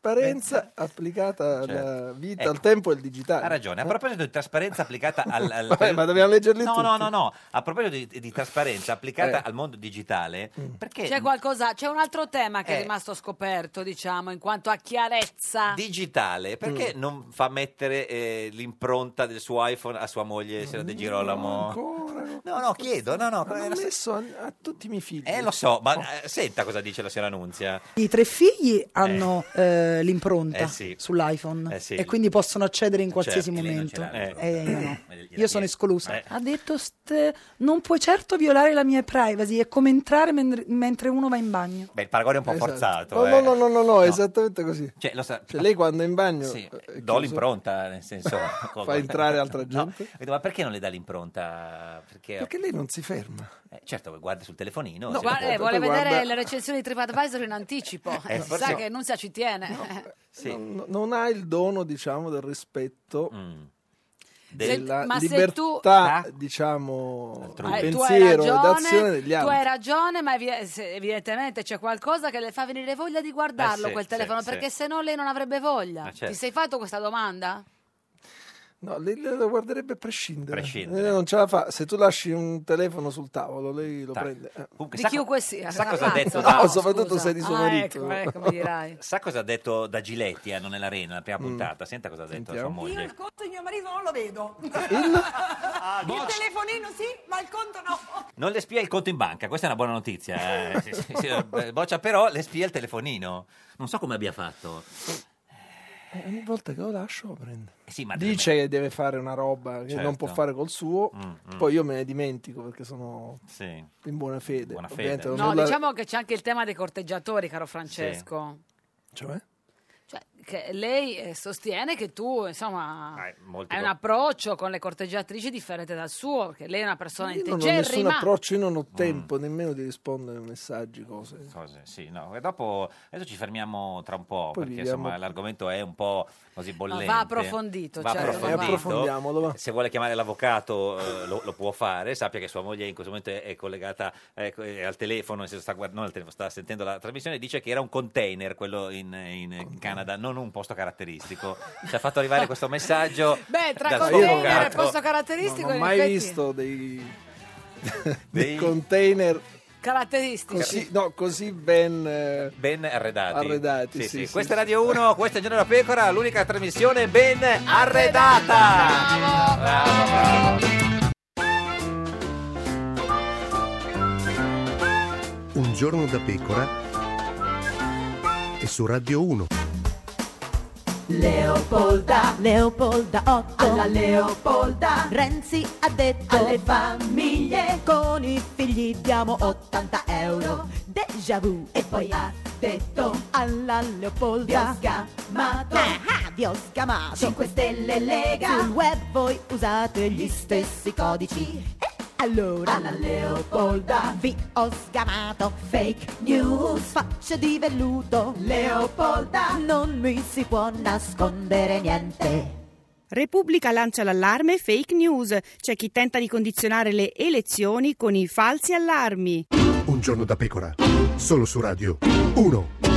Speaker 9: trasparenza applicata alla
Speaker 2: Certo.
Speaker 9: vita,
Speaker 2: Ecco.
Speaker 9: al tempo e al digitale.
Speaker 2: Ha ragione, a proposito di trasparenza applicata al... al-
Speaker 9: eh. Vabbè, ma dobbiamo leggerli
Speaker 2: no,
Speaker 9: tutti.
Speaker 2: No, no, no, a proposito di, di trasparenza applicata
Speaker 9: Eh. Mm.
Speaker 2: al mondo digitale, perché
Speaker 1: C'è qualcosa, c'è un altro tema che è
Speaker 2: Eh.
Speaker 1: rimasto scoperto, diciamo, in quanto a chiarezza.
Speaker 2: digitale, perché
Speaker 9: Mm.
Speaker 2: non fa mettere eh, l'impronta del suo iPhone a sua moglie, se De
Speaker 9: Mm,
Speaker 2: Girolamo? No, no, chiedo, no, no.
Speaker 9: L'ho messo a, a tutti i miei figli.
Speaker 2: Eh, lo so, ma eh, senta cosa dice la signora Nunzia.
Speaker 11: I tre figli hanno eh, l'impronta
Speaker 2: Eh sì.
Speaker 11: sull'iPhone
Speaker 2: Eh sì.
Speaker 11: e quindi possono accedere in qualsiasi
Speaker 2: Certo, lei non
Speaker 11: momento.
Speaker 2: ce l'ha,
Speaker 11: Eh, io no.
Speaker 2: gliela
Speaker 11: Io sono
Speaker 2: chiedi.
Speaker 11: esclusa.
Speaker 2: Eh.
Speaker 11: Ha detto, "St- non puoi certo violare la mia privacy, è come entrare men- mentre uno va in bagno.
Speaker 2: Beh, il paragone è un po'
Speaker 9: Esatto.
Speaker 2: forzato.
Speaker 9: No,
Speaker 2: eh.
Speaker 9: no, no, no, no, esattamente così.
Speaker 2: Cioè, lo sa-
Speaker 9: Cioè, lei quando è in bagno bagno.
Speaker 2: Sì,
Speaker 9: eh, chiuso.
Speaker 2: do l'impronta, nel senso... ecco,
Speaker 9: Fa entrare altra gente.
Speaker 2: No, ho detto, ma perché non le dà l'impronta? Perché,
Speaker 9: Perché lei non si ferma.
Speaker 2: Eh, certo, guarda sul telefonino.
Speaker 9: No,
Speaker 2: se
Speaker 1: Guarda,
Speaker 2: lo può-
Speaker 1: eh, vuole
Speaker 2: poi
Speaker 1: vedere
Speaker 2: guarda-
Speaker 1: la recensione di TripAdvisor in anticipo.
Speaker 2: Eh,
Speaker 1: Sa
Speaker 2: forse-
Speaker 1: che Nunzia ci tiene. Eh,
Speaker 9: Non, non ha il dono, diciamo, del rispetto.
Speaker 2: Mm.
Speaker 9: Della
Speaker 1: Se- ma se
Speaker 9: libertà,
Speaker 2: Ah.
Speaker 9: diciamo, di
Speaker 1: Eh, tu hai
Speaker 9: pensiero e d'azione
Speaker 1: ragione,
Speaker 9: degli
Speaker 1: tu
Speaker 9: altri.
Speaker 1: hai ragione, ma evi- se- evidentemente c'è qualcosa che le fa venire voglia di guardarlo
Speaker 9: Eh sì,
Speaker 1: quel
Speaker 9: sì,
Speaker 1: telefono,
Speaker 9: sì.
Speaker 1: perché se no lei non avrebbe voglia.
Speaker 9: Ma certo.
Speaker 1: Ti sei fatto questa domanda?
Speaker 9: No, lei lo guarderebbe a prescindere.
Speaker 2: Prescindere.
Speaker 9: Lei non ce la fa. Se tu lasci un telefono sul tavolo, lei lo prende. Eh.
Speaker 2: Comunque,
Speaker 1: Di chiunque sia.
Speaker 2: sa
Speaker 1: sarà
Speaker 2: cosa ha
Speaker 1: pazzo,
Speaker 2: detto?
Speaker 9: No,
Speaker 2: No,
Speaker 9: soprattutto
Speaker 1: scusa.
Speaker 9: se è di suo
Speaker 1: Ah, ecco,
Speaker 9: marito.
Speaker 1: ecco, mi dirai.
Speaker 2: Sa cosa ha detto da Giletti a Non è l'arena, nella prima
Speaker 9: Mm.
Speaker 2: puntata? Senta cosa ha detto
Speaker 9: Sentiamo.
Speaker 2: sua moglie.
Speaker 13: il conto di mio marito non lo vedo. Il,
Speaker 2: Ah, boccia.
Speaker 13: telefonino sì, ma il conto no.
Speaker 2: Non le spia il conto in banca, questa è una buona notizia. eh. Sì, sì, sì, eh, Boccia, però le spia il telefonino. Non so come abbia fatto.
Speaker 9: Eh, ogni volta che lo lascio lo prende.
Speaker 2: Eh sì, ma
Speaker 9: Dice che deve fare una roba che non
Speaker 2: Certo.
Speaker 9: può fare col suo,
Speaker 2: Mm, mm.
Speaker 9: poi io me ne dimentico perché sono
Speaker 2: Sì.
Speaker 9: in buona fede.
Speaker 2: Buona fede.
Speaker 9: Ovviamente non
Speaker 1: No,
Speaker 9: nulla-
Speaker 1: diciamo che c'è anche il tema dei corteggiatori, caro Francesco.
Speaker 9: Cioè?
Speaker 1: Cioè, che lei eh, sostiene che tu, insomma,
Speaker 2: Ah, molto
Speaker 1: hai un
Speaker 2: co-
Speaker 1: approccio con le corteggiatrici differente dal suo, perché lei è una persona
Speaker 9: Io non ho nessun
Speaker 1: integerrima.
Speaker 9: approccio, io non ho tempo nemmeno di rispondere a messaggi, cose.
Speaker 2: Cose, Mm. sì, no. E dopo, adesso ci fermiamo tra un po',
Speaker 9: Poi
Speaker 2: perché
Speaker 9: viviamo-
Speaker 2: insomma l'argomento è un po' così bollente.
Speaker 1: Ah, va approfondito,
Speaker 2: Va
Speaker 1: certo,
Speaker 2: approfondito.
Speaker 1: va.
Speaker 9: Approfondiamolo, va.
Speaker 2: Se vuole chiamare l'avvocato eh, lo, lo può fare, sappia che sua moglie in questo momento è- è collegata eh, co- è al telefono, nel senso sta, guard- non al telefono, sta sentendo la trasmissione e dice che era un container quello in, in- in Canada, non un posto caratteristico. Ci ha fatto arrivare questo messaggio.
Speaker 1: Beh, tra
Speaker 2: dal suo
Speaker 1: container e
Speaker 2: avvocato.
Speaker 1: posto
Speaker 9: Non
Speaker 1: caratteristico,
Speaker 9: ho
Speaker 1: in
Speaker 9: mai
Speaker 1: effetti,
Speaker 9: visto dei, dei container
Speaker 1: caratteristico.
Speaker 9: così, no, così ben... eh,
Speaker 2: Ben arredati.
Speaker 9: Arredati, sì,
Speaker 2: Sì, sì.
Speaker 9: sì,
Speaker 2: Questa è Radio 1, questa è Giorno della Pecora, l'unica trasmissione ben arredata. Bravo, bravo.
Speaker 7: Un giorno da pecora e su Radio 1.
Speaker 6: Leopolda, Leopolda 8,
Speaker 7: alla
Speaker 6: Leopolda, Renzi ha detto alle famiglie con i figli diamo 80 euro, déjà vu, e poi ha detto alla Leopolda, vi ho sgamato, ah, vi ho sgamato, 5 stelle
Speaker 13: Lega.
Speaker 6: sul web voi usate gli stessi codici, e allora alla Leopolda vi ho sgamato, fake news, facce di velluto, Leopolda, non mi si può nascondere niente.
Speaker 8: Repubblica lancia l'allarme fake news. C'è chi tenta di condizionare le elezioni con i falsi allarmi.
Speaker 7: Un giorno da pecora. Solo su Radio 1.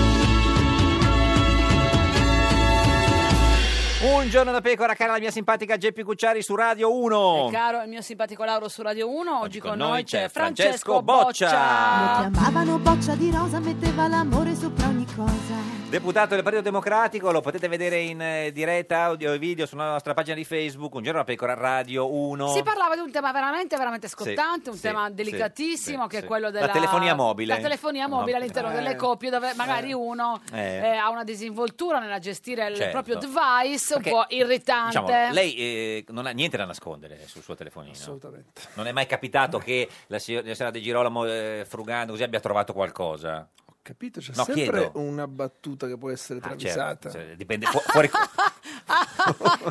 Speaker 2: Un giorno da pecora, cara la mia simpatica Geppi Cucciari su Radio 1.
Speaker 1: E caro il mio simpatico Lauro su Radio 1, oggi, con,
Speaker 2: con
Speaker 1: noi c'è Francesco
Speaker 2: Francesco Boccia.
Speaker 1: Boccia.
Speaker 6: Lo chiamavano boccia di rosa, metteva l'amore sopra ogni cosa.
Speaker 2: Deputato del Partito Democratico, lo potete vedere in eh, diretta audio e video sulla nostra pagina di Facebook, Un giorno da pecora Radio 1.
Speaker 1: Si parlava di un tema veramente, veramente scottante, un
Speaker 2: sì,
Speaker 1: tema
Speaker 2: sì,
Speaker 1: delicatissimo
Speaker 2: sì,
Speaker 1: che
Speaker 2: sì.
Speaker 1: è quello
Speaker 2: La
Speaker 1: della
Speaker 2: telefonia mobile.
Speaker 1: La telefonia mobile
Speaker 2: No.
Speaker 1: all'interno
Speaker 2: Eh,
Speaker 1: delle coppie dove magari uno
Speaker 2: eh.
Speaker 1: eh, ha una disinvoltura nella gestire il
Speaker 2: Certo.
Speaker 1: proprio device
Speaker 2: Perché,
Speaker 1: un po' irritante.
Speaker 2: Diciamo, lei eh, non ha niente da nascondere sul suo telefonino.
Speaker 9: Assolutamente.
Speaker 2: Non è mai capitato che la signora la signora De Girolamo, eh, frugando così, abbia trovato qualcosa? Ho
Speaker 9: capito, C'è
Speaker 2: no,
Speaker 9: sempre
Speaker 2: chiedo.
Speaker 9: una battuta che può essere
Speaker 2: Ah, certo,
Speaker 9: travisata.
Speaker 2: cioè, dipende fu- fuori,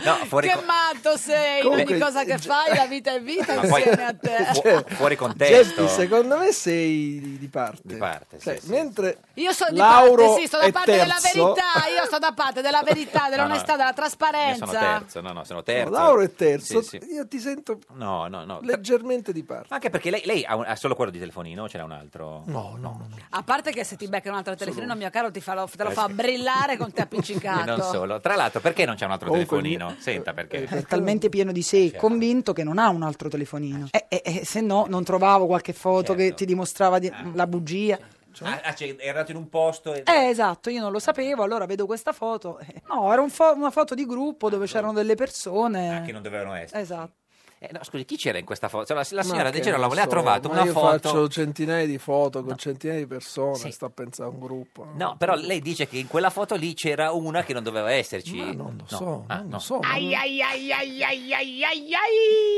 Speaker 2: no, fuori
Speaker 1: Che matto sei,
Speaker 9: Comunque,
Speaker 1: ogni cosa che fai la vita è vita
Speaker 2: Ma poi-
Speaker 1: insieme a te.
Speaker 2: Fu- fuori contesto.
Speaker 9: Geppi, Cioè, secondo me sei di, di parte. Di parte, Mentre
Speaker 1: Io sono di
Speaker 9: Lauro
Speaker 1: parte, sì, sono da
Speaker 9: è
Speaker 1: parte della
Speaker 9: terzo.
Speaker 1: verità, io sto da parte della verità, dell'onestà, della
Speaker 2: Io sono
Speaker 1: trasparenza.
Speaker 2: terzo, no, no, sono terzo.
Speaker 9: No, Lauro è terzo.
Speaker 2: Sì, sì.
Speaker 9: Io ti sento
Speaker 2: No, no, no.
Speaker 9: leggermente di parte.
Speaker 2: Anche perché lei, lei ha, un- ha solo quello di telefonino o ce n'è un altro?
Speaker 9: No, no, no.
Speaker 1: A parte che se ti becca un altro telefonino, mio caro, ti fa lo- te lo fa brillare con te
Speaker 2: Eh, E Eh, non
Speaker 1: appiccicato.
Speaker 2: solo. Tra l'altro, perché non c'è un altro
Speaker 9: Comunque, eh,
Speaker 2: telefonino? Senta,
Speaker 10: È
Speaker 2: perché...
Speaker 10: talmente pieno di sé,
Speaker 2: Certo.
Speaker 10: convinto che non ha un altro telefonino. Eh, eh, eh, se no, non trovavo qualche foto che
Speaker 2: Certo.
Speaker 10: ti dimostrava
Speaker 2: Eh.
Speaker 10: di- la bugia.
Speaker 2: Ah, ah, cioè, è andato in un posto e...
Speaker 10: Eh, esatto, io non lo sapevo, allora vedo questa foto. Eh, No, era un fo- una foto di gruppo dove c'erano delle persone.
Speaker 2: Ah, che non dovevano essere.
Speaker 10: Esatto.
Speaker 2: Eh, no, scusi, chi c'era in questa foto? Cioè, la, la
Speaker 9: Ma
Speaker 2: signora
Speaker 9: che
Speaker 2: De Girolamo
Speaker 9: non
Speaker 2: le ha
Speaker 9: so,
Speaker 2: trovato
Speaker 9: ma
Speaker 2: una
Speaker 9: io
Speaker 2: foto...
Speaker 9: faccio centinaia di foto con centinaia di persone, sto a pensare a un gruppo.
Speaker 2: No, però lei dice che in quella foto lì c'era una che non doveva esserci.
Speaker 9: Ma non lo so, non lo so.
Speaker 2: Ah, no.
Speaker 9: Ai,
Speaker 13: ai ai ai ai ai ai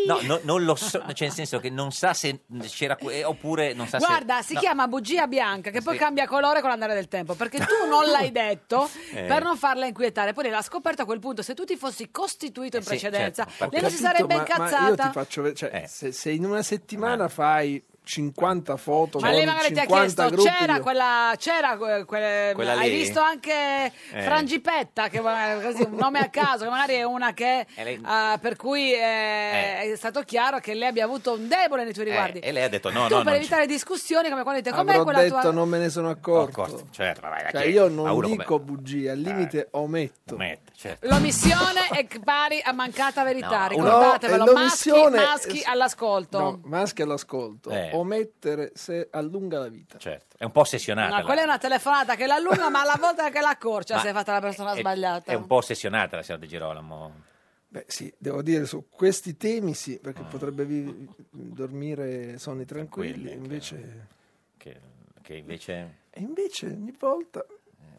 Speaker 2: No, no, non lo so, cioè nel senso che non sa se c'era que- eh, oppure non sa se...
Speaker 1: Guarda, si
Speaker 2: no.
Speaker 1: chiama bugia bianca che poi
Speaker 2: Sì.
Speaker 1: cambia colore con l'andare del tempo perché tu non l'hai detto
Speaker 2: Eh.
Speaker 1: per non farla inquietare. Poi lei l'ha scoperto a quel punto. Se tu ti fossi
Speaker 2: Eh
Speaker 1: costituito in
Speaker 9: Sì,
Speaker 1: precedenza,
Speaker 9: certo, ho
Speaker 1: lei non si
Speaker 9: capito,
Speaker 1: sarebbe
Speaker 9: ma-
Speaker 1: incazzata.
Speaker 9: Ma io ti faccio vedere, cioè,
Speaker 2: Eh.
Speaker 9: se, se in una settimana fai 50 foto,
Speaker 1: Ma
Speaker 9: con
Speaker 1: lei magari ti ha
Speaker 9: 50
Speaker 1: chiesto,
Speaker 9: gruppi,
Speaker 1: c'era
Speaker 9: io-
Speaker 1: quella, c'era que- quelle-
Speaker 9: Quella
Speaker 1: hai
Speaker 9: lì?
Speaker 1: visto anche
Speaker 2: Eh.
Speaker 1: Frangipetta, che va- così, un nome a caso, che magari è una che,
Speaker 2: E lei-
Speaker 1: ah, per cui eh, è stato chiaro che lei abbia avuto un debole nei tuoi
Speaker 2: Eh,
Speaker 1: riguardi.
Speaker 2: e lei ha detto no,
Speaker 1: tu
Speaker 2: no,
Speaker 1: per
Speaker 2: non
Speaker 1: evitare discussioni, come quando dite, com'è
Speaker 9: Avrò
Speaker 1: quella
Speaker 9: detto
Speaker 1: tua...
Speaker 9: non me ne sono accorto.
Speaker 2: Certo, ma vai,
Speaker 9: Cioè,
Speaker 2: chi è?
Speaker 9: io
Speaker 2: A
Speaker 9: non
Speaker 2: uno come- Eh,
Speaker 9: dico bugie, al limite ometto.
Speaker 2: certo.
Speaker 1: L'omissione è pari a mancata verità,
Speaker 9: No,
Speaker 1: ricordatevelo,
Speaker 9: no, è
Speaker 1: maschi,
Speaker 9: eh, l'omissione-
Speaker 1: maschi all'ascolto.
Speaker 9: No, maschi all'ascolto.
Speaker 2: Eh.
Speaker 9: Omettere se allunga la vita.
Speaker 2: Certo. È un po' ossessionata.
Speaker 1: No,
Speaker 2: la-
Speaker 1: quella è una telefonata che l'allunga, ma alla volta che l'accorcia
Speaker 2: Ma
Speaker 1: si è fatta la persona
Speaker 2: è-
Speaker 1: sbagliata.
Speaker 2: È un po' ossessionata la signora De Girolamo.
Speaker 9: Beh, sì, devo dire su questi temi sì, perché
Speaker 2: Mm.
Speaker 9: potrebbe vi- dormire sonni tranquilli, invece,
Speaker 2: Che, che invece
Speaker 9: e invece ogni volta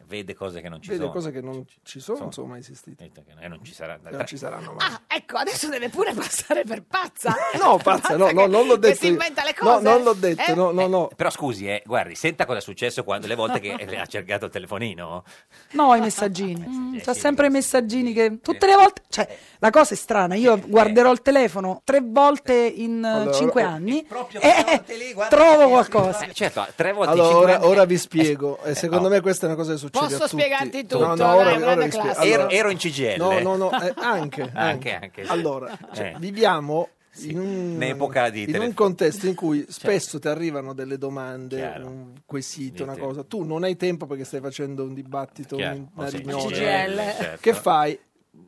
Speaker 2: vede cose che non ci
Speaker 9: vede
Speaker 2: sono.
Speaker 9: cose che non ci sono,
Speaker 2: sono.
Speaker 9: non sono mai esistite.
Speaker 2: Detto che- E non ci sarà.
Speaker 9: Non ci saranno mai.
Speaker 1: Ah, ecco, adesso deve pure passare per pazza.
Speaker 9: No, pazza, no, no, non l'ho
Speaker 1: che
Speaker 9: detto.
Speaker 1: si
Speaker 9: io.
Speaker 1: inventa le
Speaker 9: No,
Speaker 1: cose.
Speaker 9: non l'ho detto,
Speaker 1: Eh?
Speaker 9: no, no, no.
Speaker 2: Però scusi, eh, guardi, senta cosa è successo quando le volte che le ha cercato il telefonino.
Speaker 11: No, i messaggini. Mm,
Speaker 2: Eh,
Speaker 11: C'ha sempre i messaggini che tutte le volte. Cioè, la cosa è strana.
Speaker 2: Eh,
Speaker 11: Io guarderò il telefono tre volte in eh,
Speaker 9: Allora,
Speaker 11: cinque
Speaker 9: eh,
Speaker 11: anni e trovo qualcosa.
Speaker 2: Eh, certo, tre volte in
Speaker 9: Allora,
Speaker 2: cinque
Speaker 9: ora,
Speaker 2: anni-
Speaker 9: ora vi spiego. E secondo me questa è una cosa che succede
Speaker 1: Posso
Speaker 9: a tutti.
Speaker 1: spiegarti tutto,
Speaker 9: No, no,
Speaker 1: dai,
Speaker 9: ora,
Speaker 1: grande
Speaker 9: ora vi spiego.
Speaker 1: classe.
Speaker 9: Allora-
Speaker 2: Ero- ero in CGL.
Speaker 9: No, no, no, eh, anche, anche.
Speaker 2: Anche, anche, sì.
Speaker 9: Allora, cioè,
Speaker 2: Eh.
Speaker 9: viviamo in, un,
Speaker 2: Un'epoca di Certo.
Speaker 9: in
Speaker 2: telefono.
Speaker 9: un contesto in cui spesso ti arrivano delle domande, un quesito, una
Speaker 2: Niente.
Speaker 9: cosa. Tu non hai tempo perché stai facendo un dibattito,
Speaker 2: Chiaro.
Speaker 9: un-
Speaker 2: Oh,
Speaker 9: una
Speaker 2: sì,
Speaker 9: riunione.
Speaker 2: CGL, certo.
Speaker 9: Che fai?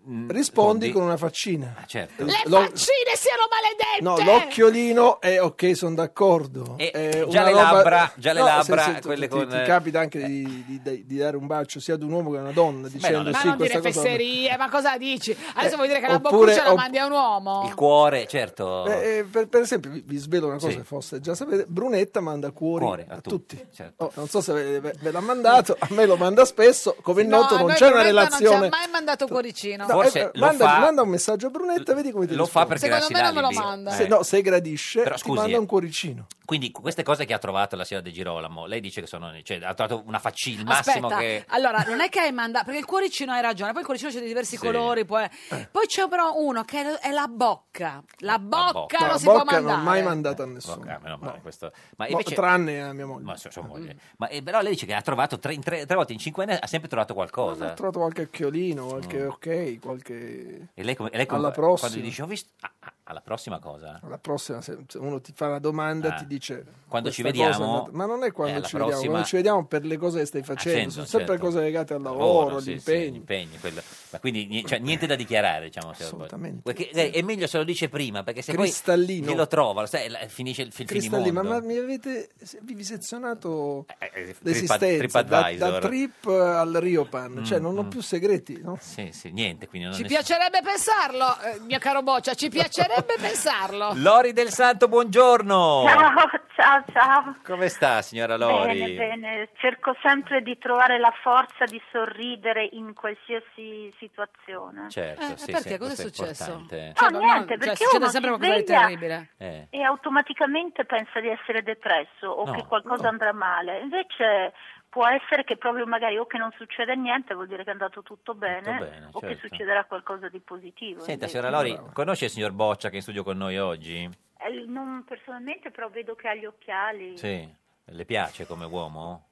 Speaker 2: rispondi.
Speaker 9: Rispondi con una faccina.
Speaker 2: Certo.
Speaker 1: Le
Speaker 9: Lo-
Speaker 1: faccine siano maledette!
Speaker 9: No, l'occhiolino è ok, sono d'accordo.
Speaker 2: E
Speaker 9: È
Speaker 2: già
Speaker 9: una
Speaker 2: le labbra- già le labbra,
Speaker 9: tu-
Speaker 2: quelle
Speaker 9: ti,
Speaker 2: con- eh,
Speaker 9: ti capita anche di, di- di- di dare un bacio sia ad un uomo che a una donna dicendo
Speaker 1: ma
Speaker 9: sì,
Speaker 1: non
Speaker 9: questa
Speaker 1: dire
Speaker 9: cosa.
Speaker 1: fesserie, ma cosa dici? Adesso
Speaker 9: Eh,
Speaker 1: vuoi dire che la
Speaker 9: oppure-
Speaker 1: boccuccia la
Speaker 9: opp-
Speaker 1: mandi a un uomo?
Speaker 2: Il cuore, certo.
Speaker 9: Eh, eh, per, per esempio, vi, vi svelo una cosa
Speaker 2: Sì.
Speaker 9: che forse già sapete: Brunetta manda cuori
Speaker 2: Cuore a
Speaker 9: a,
Speaker 2: tutti,
Speaker 9: tutti.
Speaker 2: certo.
Speaker 9: Oh, non so se ve, ve- ve l'ha mandato, a me lo manda spesso. Come è noto,
Speaker 1: a
Speaker 9: non
Speaker 1: noi
Speaker 9: c'è una
Speaker 1: Brunetta Non
Speaker 9: relazione.
Speaker 1: ci ha mai mandato cuoricino.
Speaker 9: No, eh,
Speaker 2: lo
Speaker 9: manda,
Speaker 2: fa-
Speaker 9: manda un messaggio a Brunetta, vedi come ti
Speaker 2: lo fa
Speaker 9: risponde.
Speaker 2: perché Secondo lasci me non me lo l'alibi. manda.
Speaker 9: Se, no, se gradisce,
Speaker 2: Però scusi,
Speaker 9: ti manda
Speaker 2: eh.
Speaker 9: un cuoricino.
Speaker 2: Quindi queste cose che ha trovato la signora De Girolamo, lei dice che sono, cioè, ha trovato una faccina, il massimo
Speaker 1: Aspetta,
Speaker 2: che...
Speaker 1: allora non è che hai mandato perché il cuoricino hai ragione, poi il cuoricino c'è di diversi
Speaker 2: Sì.
Speaker 1: colori, poi,
Speaker 9: Eh.
Speaker 1: poi c'è però uno che è- è la bocca, la bocca,
Speaker 2: bocca.
Speaker 1: non
Speaker 9: la
Speaker 1: si può
Speaker 9: bocca
Speaker 1: mandare.
Speaker 9: non l'ho mai mandata a nessuno.
Speaker 2: Ah, meno male, questo- Ma
Speaker 9: Mo-
Speaker 2: invece...
Speaker 9: tranne a mia moglie.
Speaker 2: Ma, so- sua
Speaker 1: Mm.
Speaker 2: moglie. Ma, eh, però lei dice che ha trovato tre, in tre- tre volte in cinque anni, ha sempre trovato qualcosa.
Speaker 9: Ho trovato qualche occhiolino,
Speaker 2: Mm.
Speaker 9: qualche ok, qualche...
Speaker 2: E lei, come, e lei come-
Speaker 9: Alla
Speaker 2: Quando
Speaker 9: prossima.
Speaker 2: gli dice, ho visto... ah, ah, alla prossima cosa?
Speaker 9: La prossima, se se uno ti fa una domanda,
Speaker 2: Ah.
Speaker 9: ti dice...
Speaker 2: Quando ci
Speaker 9: "Questa cosa è
Speaker 2: vediamo?"
Speaker 9: andata-" Ma non è
Speaker 2: Eh,
Speaker 9: quando
Speaker 2: alla
Speaker 9: ci vediamo,
Speaker 2: prossima-
Speaker 9: quando ci vediamo per le cose che stai facendo.
Speaker 2: Accendo,
Speaker 9: Sono sempre
Speaker 2: certo.
Speaker 9: cose legate al lavoro,
Speaker 2: Lavoro, sì, sì,
Speaker 9: all'impegno.
Speaker 2: l'impegno, quello. Ma quindi ni- cioè, niente da dichiarare, diciamo. Assolutamente. è meglio se lo dice prima, perché se
Speaker 9: Cristallino.
Speaker 2: poi lo trova, lo sai, la- finisce il, il
Speaker 9: Cristalli, ma,
Speaker 2: finimondo.
Speaker 9: ma mi avete se- vi sezionato
Speaker 2: Eh, Trip-
Speaker 9: l'esistenza da,
Speaker 2: TripAdvisor.
Speaker 9: da trip al Riopan, cioè non ho
Speaker 2: mm.
Speaker 9: più segreti, no?
Speaker 2: Sì, sì, niente, quindi non
Speaker 1: Ci
Speaker 2: è-
Speaker 1: piacerebbe pensarlo, eh, mio caro Boccia, ci piacerebbe pensarlo.
Speaker 2: Lori del Santo, buongiorno!
Speaker 14: Ciao, ciao, ciao.
Speaker 2: Come sta, signora Lori?
Speaker 14: Bene, bene. Cerco sempre di trovare la forza di sorridere in qualsiasi situazione.
Speaker 2: Certo,
Speaker 1: Eh,
Speaker 2: sì,
Speaker 1: perché?
Speaker 2: sì,
Speaker 1: Cosa è
Speaker 2: questo
Speaker 1: successo?
Speaker 2: importante.
Speaker 14: No,
Speaker 1: no,
Speaker 14: niente,
Speaker 1: cioè,
Speaker 14: perché
Speaker 1: succede
Speaker 14: uno
Speaker 1: sempre
Speaker 14: si
Speaker 1: qualcosa di
Speaker 14: sveglia
Speaker 1: terribile.
Speaker 2: Eh.
Speaker 14: E automaticamente pensa di essere depresso o
Speaker 2: No,
Speaker 14: che qualcosa
Speaker 2: no.
Speaker 14: andrà male. Invece può essere che proprio magari o che non succede niente, vuol dire che è andato tutto bene,
Speaker 2: bene,
Speaker 14: o che
Speaker 2: certo.
Speaker 14: succederà qualcosa di positivo.
Speaker 2: Senta,
Speaker 14: invece.
Speaker 2: signora Lori, conosce il signor Boccia che è in studio con noi oggi?
Speaker 14: Eh, Non personalmente, però vedo che ha gli occhiali.
Speaker 2: Sì. Le piace come uomo?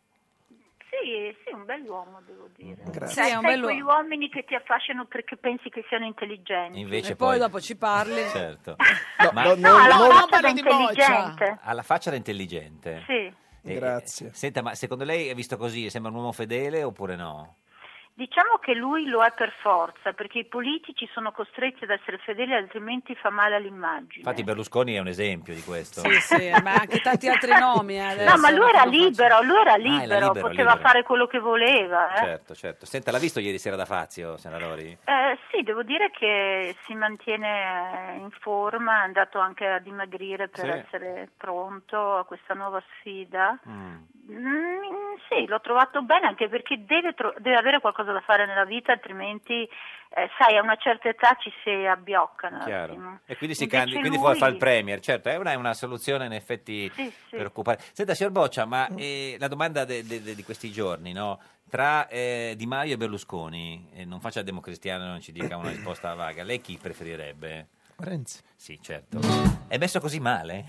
Speaker 14: Sì, sì, un bell'uomo devo dire.
Speaker 2: Grazie.
Speaker 14: Cioè,
Speaker 1: Sì, è un
Speaker 14: sai
Speaker 1: bell'uomo.
Speaker 14: quegli uomini che ti affascinano perché pensi che siano intelligenti.
Speaker 2: Invece
Speaker 1: e poi, dopo ci parli.
Speaker 2: Certo.
Speaker 14: No, no, alla faccia da
Speaker 1: parlo di
Speaker 14: intelligente.
Speaker 2: Alla faccia da intelligente.
Speaker 14: Sì.
Speaker 2: Eh, eh, Senta, ma secondo lei è visto così? Sembra un uomo fedele oppure no?
Speaker 14: Diciamo che lui lo è per forza, perché i politici sono costretti ad essere fedeli, altrimenti fa male all'immagine.
Speaker 2: Infatti Berlusconi è un esempio di questo.
Speaker 1: Sì, sì, ma anche tanti altri nomi. eh, adesso.
Speaker 14: No, ma lui era libero, lui
Speaker 1: Ah,
Speaker 14: era libero,
Speaker 2: libero,
Speaker 14: poteva
Speaker 2: libero.
Speaker 14: fare quello che voleva. eh.
Speaker 2: Certo, certo. Senta, l'ha visto ieri sera da Fazio, signora Lori?
Speaker 14: Eh, sì, devo dire che si mantiene eh, in forma, è andato anche a dimagrire per
Speaker 2: Sì.
Speaker 14: essere pronto a questa nuova sfida.
Speaker 2: Mm.
Speaker 14: Mm, sì, l'ho trovato bene anche perché deve, tro- deve avere qualcosa da fare nella vita, altrimenti, eh, sai, a una certa età ci si abbioccano. un
Speaker 2: Chiaro.
Speaker 14: attimo.
Speaker 2: E quindi si
Speaker 14: Ah, Invece
Speaker 2: candida, quindi
Speaker 14: lui-
Speaker 2: fa il premier, certo, è una, è una soluzione in effetti
Speaker 14: Sì, sì.
Speaker 2: per occupare. Senta, signor Boccia, ma eh, la domanda de- de- de- di questi giorni, no? tra eh, Di Maio e Berlusconi, eh, non faccia il democristiano, non ci dica una risposta vaga, lei chi preferirebbe?
Speaker 9: Renzi.
Speaker 2: Sì, certo. È messo così male?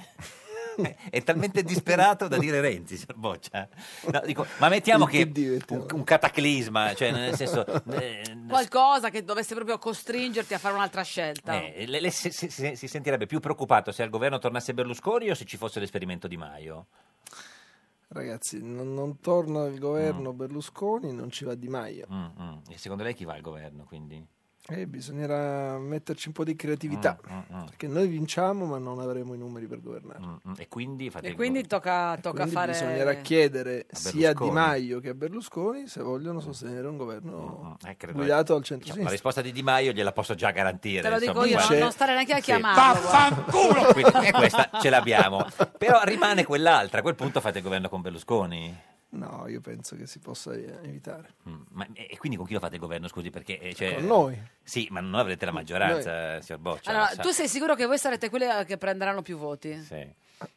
Speaker 2: È talmente disperato da dire Renzi, signor Boccia. No, dico, ma mettiamo che un, un cataclisma, cioè nel senso, eh,
Speaker 1: Qualcosa che dovesse proprio costringerti a fare un'altra scelta.
Speaker 2: eh, le- le- si, si- si- si sentirebbe più preoccupato se al governo tornasse Berlusconi o se ci fosse l'esperimento Di Maio?
Speaker 9: Ragazzi, non, non torna il governo Berlusconi, non ci va Di Maio.
Speaker 2: Mm, mm. E secondo lei chi va al governo? Quindi?
Speaker 9: E bisognerà metterci un po' di creatività.
Speaker 2: Mm, mm, mm.
Speaker 9: Perché noi vinciamo, ma non avremo i numeri per governare.
Speaker 2: Mm, E quindi fate
Speaker 1: E
Speaker 2: il
Speaker 1: quindi tocca, tocca
Speaker 9: Quindi
Speaker 1: fare...
Speaker 9: bisognerà chiedere
Speaker 2: A
Speaker 9: Eh, sia a Di
Speaker 2: Berlusconi.
Speaker 9: Maio che a Berlusconi se vogliono sostenere un governo
Speaker 2: governo. Eh, credo-
Speaker 9: guidato al
Speaker 2: Diciamo,
Speaker 9: centro-sinistra.
Speaker 2: la risposta di Di Maio gliela posso già garantire.
Speaker 1: Te lo dico
Speaker 2: insomma,
Speaker 1: io,
Speaker 2: guarda.
Speaker 1: non, non stare neanche a
Speaker 2: Sì.
Speaker 1: chiamarlo. guarda.
Speaker 2: Quindi, eh, e questa ce l'abbiamo. Però rimane quell'altra, a quel punto fate il governo con Berlusconi.
Speaker 9: No, io penso che si possa eh, evitare.
Speaker 2: Mm, Ma, e e quindi con chi lo fate il governo, scusi? Perché, eh, cioè-
Speaker 9: Con noi.
Speaker 2: Sì, ma non avrete la maggioranza, signor Boccia.
Speaker 1: Allora,
Speaker 2: lo cioè, sa.
Speaker 1: tu sei sicuro che voi sarete quelli che prenderanno più voti? Eh
Speaker 2: Sì.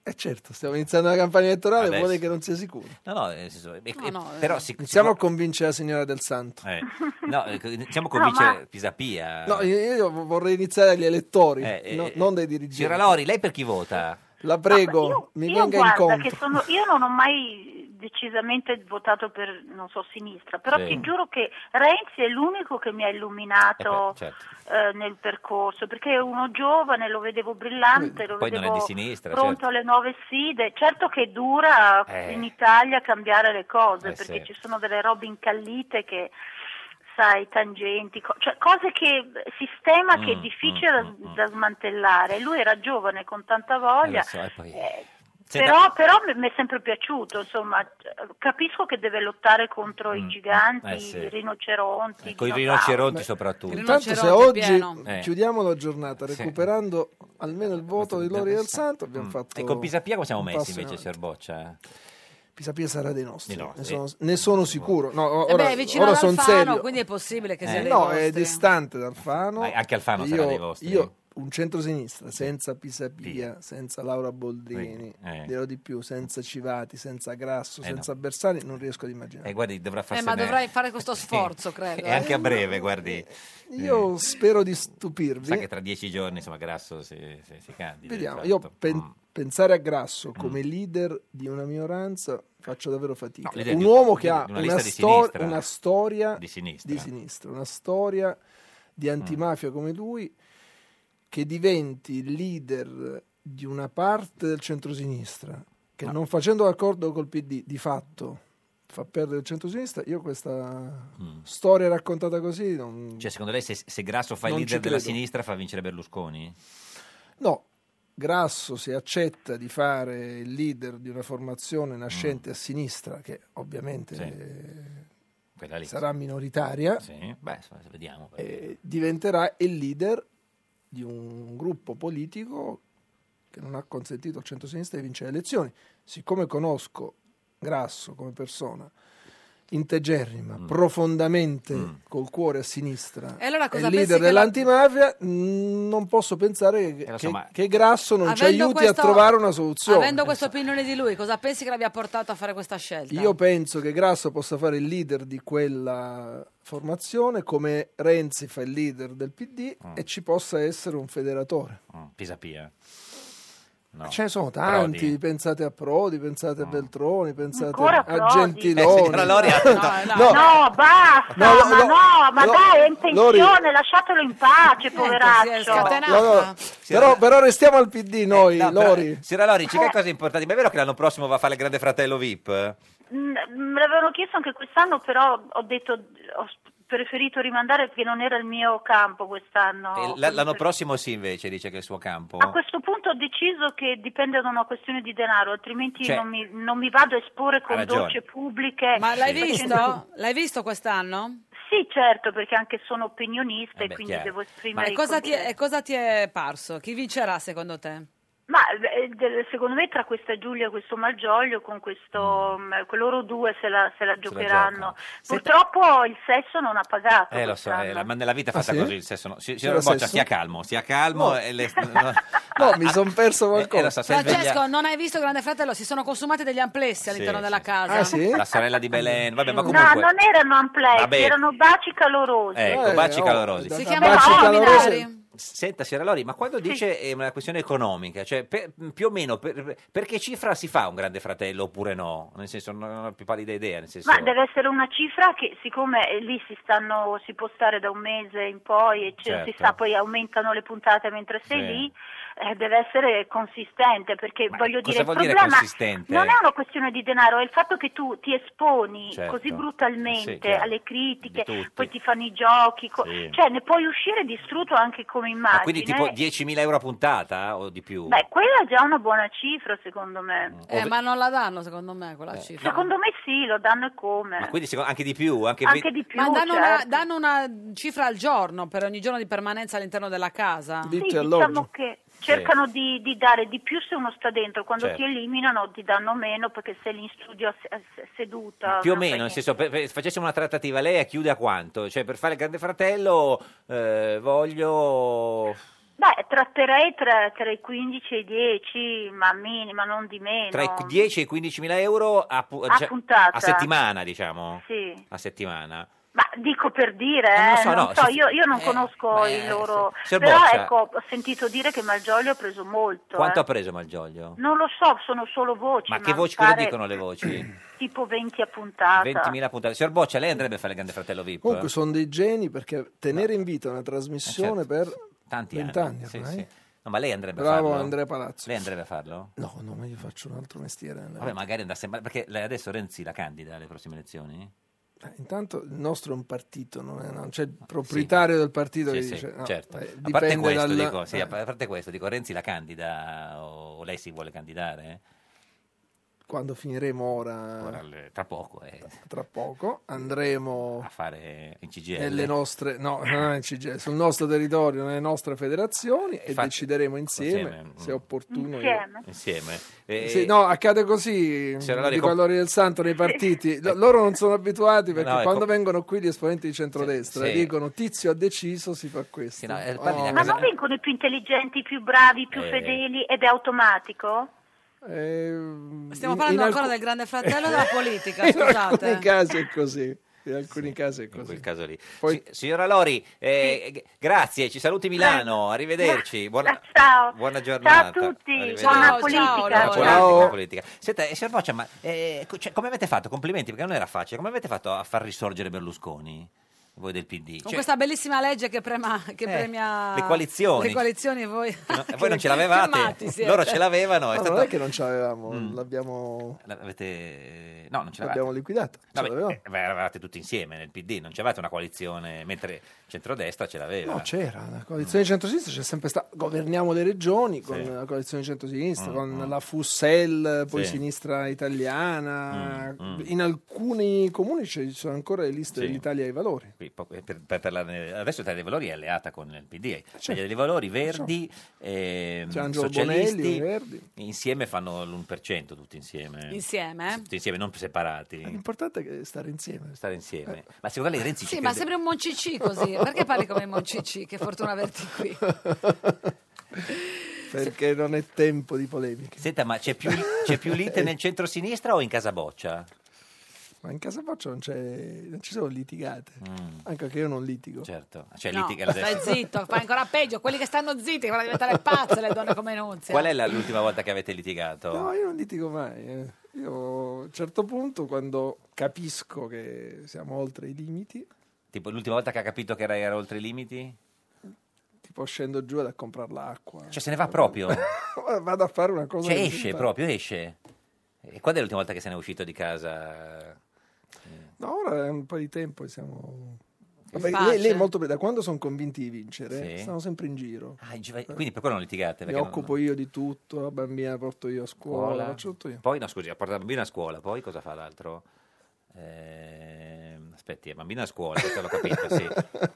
Speaker 9: E certo, stiamo iniziando la campagna elettorale,
Speaker 2: Adesso.
Speaker 9: vuole che non sia sicuro.
Speaker 2: No, no, nel senso, e-
Speaker 1: No,
Speaker 2: e-
Speaker 1: no, eh.
Speaker 2: però si,
Speaker 9: Iniziamo a convincere la signora del Santo.
Speaker 2: eh, no, eh, diciamo
Speaker 9: No,
Speaker 2: con vice
Speaker 9: ma-
Speaker 2: Pisapia.
Speaker 9: No, io, io vorrei iniziare dagli elettori,
Speaker 2: Eh, eh,
Speaker 9: no-
Speaker 2: eh,
Speaker 9: non dai dirigenti.
Speaker 2: Signora Lori, lei per chi vota?
Speaker 9: La prego, mi
Speaker 14: Io
Speaker 9: venga
Speaker 14: guarda
Speaker 9: incontro.
Speaker 14: che sono, io non ho mai decisamente votato per, non so, sinistra, però
Speaker 9: Sì.
Speaker 14: ti giuro che Renzi è l'unico che mi
Speaker 2: Eh
Speaker 14: ha illuminato eh, nel percorso, perché è uno giovane, lo vedevo brillante, lo
Speaker 2: Poi non è
Speaker 14: vedevo
Speaker 2: di sinistra,
Speaker 14: pronto
Speaker 2: certo.
Speaker 14: alle nuove sfide, certo che dura
Speaker 2: Eh.
Speaker 14: in Italia cambiare le cose,
Speaker 2: Eh,
Speaker 14: perché
Speaker 2: sì.
Speaker 14: ci sono delle robe incallite che sai, tangenti, co- cioè cose che sistema che è
Speaker 2: Mm,
Speaker 14: difficile da, da smantellare. Lui era giovane con tanta voglia.
Speaker 2: Eh, lo so, e poi-
Speaker 14: eh,
Speaker 2: Senta-
Speaker 14: però, però mi- mi è sempre piaciuto, insomma, eh, capisco che deve lottare contro i giganti,
Speaker 2: eh sì.
Speaker 14: i rinoceronti.
Speaker 2: Con i
Speaker 14: dinosauri.
Speaker 2: rinoceronti soprattutto.
Speaker 9: Intanto se oggi
Speaker 2: Eh.
Speaker 9: chiudiamo la giornata
Speaker 2: Sì.
Speaker 9: recuperando almeno il voto di Lori del Santo, abbiamo fatto...
Speaker 2: Mm. E con Pisapia come siamo
Speaker 9: un
Speaker 2: messi
Speaker 9: passo in
Speaker 2: invece,
Speaker 9: avanti.
Speaker 2: signor Boccia? eh.
Speaker 9: Pisapia sarà dei nostri,
Speaker 2: Dei nostri.
Speaker 9: Ne, sono, ne sono sicuro. No, o-
Speaker 1: Eh
Speaker 9: ora,
Speaker 1: beh, è vicino
Speaker 9: ora
Speaker 1: ad
Speaker 9: sono serio.
Speaker 1: Alfano, quindi è possibile che sia
Speaker 9: Eh,
Speaker 1: dei
Speaker 9: no,
Speaker 1: vostri.
Speaker 9: è distante da Alfano.
Speaker 2: Ma anche Alfano
Speaker 9: io,
Speaker 2: sarà dei vostri.
Speaker 9: Io, un centrosinistra senza Pisapia, senza Laura Boldrini,
Speaker 2: Eh.
Speaker 9: dirò di più, senza Civati, senza Grasso,
Speaker 2: Eh,
Speaker 9: senza Bersani, non riesco ad immaginare.
Speaker 2: Eh, guardi, dovrà
Speaker 1: Eh,
Speaker 2: farsene...
Speaker 1: ma dovrai fare questo sforzo,
Speaker 2: E
Speaker 1: credo. eh.
Speaker 2: anche a breve, guardi.
Speaker 9: eh,
Speaker 2: Eh.
Speaker 9: Io spero di stupirvi.
Speaker 2: Sa che tra dieci giorni, insomma, Grasso si, si, si candida.
Speaker 9: Vediamo,
Speaker 2: esatto.
Speaker 9: io pen- pensare a Grasso
Speaker 2: Mm.
Speaker 9: come leader di una minoranza faccio davvero fatica.
Speaker 2: No, leader
Speaker 9: un
Speaker 2: di-
Speaker 9: uomo che
Speaker 2: leader
Speaker 9: ha
Speaker 2: di una
Speaker 9: una,
Speaker 2: lista di
Speaker 9: stor-
Speaker 2: sinistra.
Speaker 9: una storia
Speaker 2: Di sinistra. Mm.
Speaker 9: di sinistra, una storia di antimafia come lui, che diventi il leader di una parte del centrosinistra, che
Speaker 2: No.
Speaker 9: non facendo d'accordo col PD di fatto fa perdere il centrosinistra, io questa
Speaker 2: Mm.
Speaker 9: storia raccontata così non,
Speaker 2: Cioè, secondo lei, se, se Grasso fa il
Speaker 9: Non
Speaker 2: leader
Speaker 9: ci
Speaker 2: della
Speaker 9: credo.
Speaker 2: sinistra, fa vincere Berlusconi?
Speaker 9: No, Grasso se accetta di fare il leader di una formazione nascente a sinistra, che ovviamente
Speaker 2: Mm. Sì.
Speaker 9: eh,
Speaker 2: Quella lì.
Speaker 9: sarà minoritaria,
Speaker 2: Sì, beh, insomma, vediamo.
Speaker 9: eh, diventerà il leader di un gruppo politico che non ha consentito al centro-sinistra di vincere le elezioni. Siccome conosco Grasso come persona integerrima,
Speaker 2: Mm.
Speaker 9: profondamente col cuore a sinistra,
Speaker 1: E allora cosa
Speaker 9: il
Speaker 1: pensi
Speaker 9: leader
Speaker 1: che la-
Speaker 9: dell'antimafia, mm, non posso pensare che,
Speaker 2: Eh, so,
Speaker 9: che-
Speaker 2: ma-
Speaker 9: che Grasso non ci
Speaker 1: Avendo
Speaker 9: Cioè, aiuti
Speaker 1: questo-
Speaker 9: a trovare una soluzione.
Speaker 1: Avendo questa opinione di lui, cosa pensi che l'abbia portato a fare questa
Speaker 2: Esatto.
Speaker 1: scelta?
Speaker 9: Io penso che Grasso possa fare il leader di quella formazione, come Renzi fa il leader del PD, e ci possa essere un federatore.
Speaker 2: Mm, Pisapia. No.
Speaker 9: Ce ne sono
Speaker 2: Prodi. Mm.
Speaker 9: tanti, pensate a Prodi, pensate a Beltroni, pensate
Speaker 14: Ancora
Speaker 9: a
Speaker 14: Prodi?
Speaker 9: Gentiloni.
Speaker 2: Eh, signora Lori,
Speaker 14: No, basta,
Speaker 9: No, no,
Speaker 14: ma
Speaker 9: no,
Speaker 14: no, ma
Speaker 9: no,
Speaker 14: dai, è in pensione,
Speaker 9: Lori.
Speaker 14: lasciatelo in pace, poveraccio.
Speaker 9: No, no, Però, però restiamo al PD noi,
Speaker 2: Eh, No, però-
Speaker 9: Lori.
Speaker 2: Signora Lori, c'è qualcosa di importante. Ma è vero che l'anno prossimo va a fare il Grande Fratello VIP?
Speaker 14: Mm, Me l'avevano chiesto anche quest'anno, però ho detto ho preferito rimandare perché non era il mio campo quest'anno.
Speaker 2: E l- l'anno prossimo sì, invece, dice che è il suo campo.
Speaker 14: A questo punto ho deciso che dipende da una questione di denaro, altrimenti
Speaker 2: Cioè-
Speaker 14: non, mi, non mi vado a esporre
Speaker 2: Ha
Speaker 14: con
Speaker 2: ragione.
Speaker 14: docce pubbliche.
Speaker 1: Ma l'hai
Speaker 14: Facendo-
Speaker 1: visto? L'hai visto quest'anno?
Speaker 14: Sì, certo, perché anche sono opinionista
Speaker 2: Eh
Speaker 14: e
Speaker 2: beh,
Speaker 14: quindi
Speaker 2: chiaro.
Speaker 14: devo esprimere
Speaker 1: E
Speaker 14: i
Speaker 1: cosa ti,
Speaker 14: commenti.
Speaker 1: e cosa ti è parso? Chi vincerà secondo te?
Speaker 14: Ma eh, del- secondo me tra questa Giulia e questo Malgioglio, con questo, mh, que- loro due se la, Mm. se la giocheranno. Purtroppo il sesso non ha pagato.
Speaker 2: Eh, lo so, eh, la- ma nella vita è
Speaker 9: Ah,
Speaker 2: fatta
Speaker 9: sì?
Speaker 2: così. Il sesso no. Si-
Speaker 9: C'era
Speaker 2: Signor Boccia,
Speaker 9: sesso?
Speaker 2: stia calmo, stia calmo.
Speaker 9: No.
Speaker 2: e le- no,
Speaker 9: No, mi sono perso
Speaker 2: eh, lo
Speaker 9: qualcosa.
Speaker 2: so, sei sveglia-
Speaker 1: Francesco, non hai visto Grande Fratello? Si sono consumati degli amplessi all'interno
Speaker 2: Sì,
Speaker 1: della casa.
Speaker 2: La sorella di Belen. Vabbè, ma
Speaker 14: No,
Speaker 2: comunque.
Speaker 14: non erano amplessi,
Speaker 2: Vabbè.
Speaker 14: erano baci calorosi.
Speaker 2: Ecco, baci calorosi.
Speaker 14: Si chiamavano Minari.
Speaker 2: Senta, signora Lori, ma quando dice è una questione economica, cioè per- più o meno per, per che cifra si fa un grande fratello oppure no? Nel senso, non non ho più pallida idea. Nel senso,
Speaker 14: Ma deve essere una cifra che siccome eh, lì si stanno, si può stare da un mese in poi e c'è- si
Speaker 2: Certo.
Speaker 14: sa, poi aumentano le puntate mentre sei
Speaker 2: Sì.
Speaker 14: lì, eh, deve essere consistente perché voglio
Speaker 2: cosa
Speaker 14: dire il
Speaker 2: vuol dire
Speaker 14: problema
Speaker 2: consistente?
Speaker 14: non è una questione di denaro, è il fatto che tu ti esponi
Speaker 2: Certo.
Speaker 14: così
Speaker 2: Sì,
Speaker 14: brutalmente
Speaker 2: chiaro.
Speaker 14: alle critiche,
Speaker 2: Di tutti.
Speaker 14: poi ti fanno i giochi, co-
Speaker 2: Sì.
Speaker 14: cioè ne puoi uscire distrutto anche come
Speaker 2: Ma
Speaker 14: immagine.
Speaker 2: Ah, quindi tipo 10.000 euro a puntata eh, o di più?
Speaker 14: eh. Beh, quella è già una buona cifra secondo me.
Speaker 2: Eh, ma
Speaker 1: non la danno secondo me quella
Speaker 2: cifra.
Speaker 14: Secondo me sì, lo danno e come.
Speaker 2: Ma quindi secondo- anche di più? Anche,
Speaker 14: Anche
Speaker 2: ve-
Speaker 14: di più,
Speaker 1: Ma danno, una,
Speaker 14: certo.
Speaker 1: danno una cifra al giorno per ogni giorno di permanenza all'interno della casa?
Speaker 14: Sì, diciamo che cercano di, di dare di più se uno sta dentro, quando
Speaker 2: Certo.
Speaker 14: ti eliminano ti danno meno perché sei lì in studio a se- a se- seduta.
Speaker 2: Più o
Speaker 14: non fai
Speaker 2: meno, nel senso, per- per- facessimo una trattativa, lei a chiude a quanto? Cioè, per fare il grande fratello, eh, voglio
Speaker 14: niente. Beh, tratterei tra, tra i 15 e i 10, ma minima, non di meno.
Speaker 2: tra i 10 e i 15 mila euro a, pu-
Speaker 14: A
Speaker 2: cioè,
Speaker 14: puntata.
Speaker 2: a settimana, diciamo.
Speaker 14: Sì.
Speaker 2: A settimana.
Speaker 14: Ma dico per dire,
Speaker 2: non lo
Speaker 14: eh,
Speaker 2: so,
Speaker 14: non
Speaker 2: no,
Speaker 14: so,
Speaker 2: se-
Speaker 14: io, io non
Speaker 2: eh,
Speaker 14: conosco
Speaker 2: beh,
Speaker 14: il loro...
Speaker 2: se- se
Speaker 14: Però
Speaker 2: boccia-
Speaker 14: ecco, ho sentito dire che Malgioglio ha preso molto.
Speaker 2: Quanto
Speaker 14: eh.
Speaker 2: ha preso Malgioglio?
Speaker 14: Non lo so, sono solo voci.
Speaker 2: Ma che
Speaker 14: mi
Speaker 2: voci, cosa
Speaker 14: pare
Speaker 2: dicono le voci?
Speaker 14: Tipo 20 a puntata.
Speaker 2: 20.000 puntate. Signor Boccia, lei andrebbe a fare il grande fratello VIP?
Speaker 9: Comunque sono dei geni perché tenere in vita una trasmissione per
Speaker 2: Eh, certo. Tanti
Speaker 9: 20 anni,
Speaker 2: anni. sì,
Speaker 9: ormai.
Speaker 2: sì. No, ma lei andrebbe a
Speaker 9: Bravo
Speaker 2: farlo?
Speaker 9: Andrea Palazzo.
Speaker 2: Lei andrebbe a farlo?
Speaker 9: No, Oh, no, ma io faccio un altro mestiere. nella
Speaker 2: Vabbè,
Speaker 9: vita.
Speaker 2: magari andasse male, perché lei adesso Renzi la candida alle prossime elezioni?
Speaker 9: Eh, Intanto il nostro è un partito, non, è, non c'è il proprietario del partito
Speaker 2: Ah, Sì,
Speaker 9: che
Speaker 2: sì,
Speaker 9: dice... no,
Speaker 2: certo.
Speaker 9: eh,
Speaker 2: a parte
Speaker 9: dipende
Speaker 2: questo,
Speaker 9: dal-
Speaker 2: dico, sì,
Speaker 9: eh,
Speaker 2: a parte questo, dico, Renzi la candida o o lei si vuole candidare?
Speaker 9: eh, Quando finiremo ora,
Speaker 2: Ora, le- tra poco, eh,
Speaker 9: tra poco, andremo
Speaker 2: a fare in CGL.
Speaker 9: nelle nostre, no, non è CGIL, sul nostro territorio, nelle nostre federazioni e
Speaker 2: Infatti-
Speaker 9: decideremo insieme,
Speaker 2: Insieme, mm.
Speaker 9: se è opportuno.
Speaker 2: Insieme.
Speaker 9: io-
Speaker 2: Eh,
Speaker 9: Sì, no, accade così
Speaker 2: Signora Lori,
Speaker 9: di
Speaker 2: com-
Speaker 9: valori del santo nei partiti. Lo- Loro non sono abituati perché
Speaker 2: No, è
Speaker 9: quando
Speaker 2: com-
Speaker 9: vengono qui gli esponenti di centrodestra
Speaker 2: Sì, sì.
Speaker 9: dicono tizio ha deciso si fa questo.
Speaker 2: eh, parli
Speaker 9: Oh,
Speaker 2: da
Speaker 14: Ma non vengono i più intelligenti, i più bravi, i più
Speaker 9: Eh.
Speaker 14: fedeli ed è automatico?
Speaker 9: ehm,
Speaker 1: Stiamo
Speaker 9: in-
Speaker 1: parlando
Speaker 9: in
Speaker 1: ancora eh.
Speaker 9: alcu-
Speaker 1: del Grande Fratello o della politica?
Speaker 9: in alcuni
Speaker 1: Scusate.
Speaker 9: casi è così. In alcuni casi è così.
Speaker 2: in quel caso lì. Si- signora Lori, eh, g- grazie, ci saluti Milano, arrivederci. Buona,
Speaker 14: Ciao.
Speaker 2: buona giornata.
Speaker 14: tutti,
Speaker 2: arrivederci.
Speaker 14: buona Ciao, politica. ciao,
Speaker 2: Buona
Speaker 14: Lori.
Speaker 2: politica,
Speaker 14: Ciao.
Speaker 2: buona politica. Senta, eh, signor Boccia, ma eh, co- cioè, come avete fatto? Complimenti, perché non era facile. Come avete fatto a far risorgere Berlusconi, voi del PD?
Speaker 1: Con
Speaker 2: Cioè, Eh,
Speaker 1: questa bellissima legge che, prema- che premia
Speaker 2: le coalizioni. Eh.
Speaker 1: le coalizioni voi,
Speaker 2: no, voi non ce l'avevate,
Speaker 1: fermati siete.
Speaker 2: loro ce l'avevano.
Speaker 9: Ma
Speaker 2: è
Speaker 9: non è Mm.
Speaker 2: stato-
Speaker 9: che non ce l'avevamo, l'abbiamo,
Speaker 2: L'avete... No, non ce l'avevate.
Speaker 9: l'abbiamo liquidata.
Speaker 2: No, beh, eh, beh, eravate tutti insieme nel PD, non c'avevate una coalizione, mentre centrodestra ce l'aveva.
Speaker 9: No, c'era la coalizione di centrosinistra, c'è sempre stata. Governiamo le regioni con
Speaker 2: Sì.
Speaker 9: la coalizione di centrosinistra,
Speaker 2: Mm,
Speaker 9: con la Fussel, poi
Speaker 2: Sì.
Speaker 9: sinistra italiana.
Speaker 2: Mm, mm.
Speaker 9: In alcuni comuni ci sono ancora le liste
Speaker 2: Sì.
Speaker 9: dell'Italia ai valori.
Speaker 2: Qui, po- eh, per, per parlarne- adesso Italia dei Valori è alleata con il PD, Italia dei Cioè, Valori, Verdi, ehm,
Speaker 9: C'è Angelo
Speaker 2: Socialisti,
Speaker 9: Bonelli, Verdi.
Speaker 2: insieme fanno l'1%, tutti insieme.
Speaker 1: Insieme? eh?
Speaker 2: Tutti insieme, non separati,
Speaker 9: L'importante è che stare insieme.
Speaker 2: stare insieme. Ma secondo lei Renzi ci
Speaker 1: Sì, ma
Speaker 2: crede?
Speaker 1: sembri un Moncicci così. Perché parli come Moncicci? Che fortuna averti qui.
Speaker 9: Perché non è tempo di polemiche.
Speaker 2: Senta, ma c'è più, c'è più lite nel centro-sinistra o in casa Boccia?
Speaker 9: Ma in casa Boccia non, c'è, non ci sono litigate.
Speaker 2: Mm,
Speaker 9: Anche che io non litigo.
Speaker 2: certo, cioè,
Speaker 1: No,
Speaker 2: litiga
Speaker 1: stai zitto, fai ancora peggio. Quelli che stanno zitti, che vanno a diventare pazze le donne come Nunzia.
Speaker 2: Qual è la- l'ultima volta che avete litigato?
Speaker 9: No, io non litigo mai. eh. Io a un certo punto, quando capisco che siamo oltre i limiti,
Speaker 2: Tipo, l'ultima volta che ha capito che era, era oltre i limiti?
Speaker 9: tipo scendo giù ad a comprare l'acqua.
Speaker 2: Cioè, se ne va proprio?
Speaker 9: Vado a fare una cosa.
Speaker 2: Cioè,
Speaker 9: che mi
Speaker 2: esce
Speaker 9: fa-
Speaker 2: proprio, esce. E quando è l'ultima volta che se n'è uscito di casa?
Speaker 9: Oh, No, ora è un po' di tempo che siamo. Vabbè,
Speaker 2: Pace.
Speaker 9: lei, lei è molto brava. Da quando sono convinti di vincere,
Speaker 2: Sì.
Speaker 9: stanno sempre in giro.
Speaker 2: Ah, gi- Quindi per quello non litigate?
Speaker 9: Mi
Speaker 2: perché non-
Speaker 9: occupo io di tutto, la bambina la porto io a scuola,
Speaker 2: scuola.
Speaker 9: faccio tutto io.
Speaker 2: Poi, no, scusi, porta la bambina a scuola, poi cosa fa l'altro? Ehm, Aspetti, è bambina a scuola, questo l'ho capito, sì.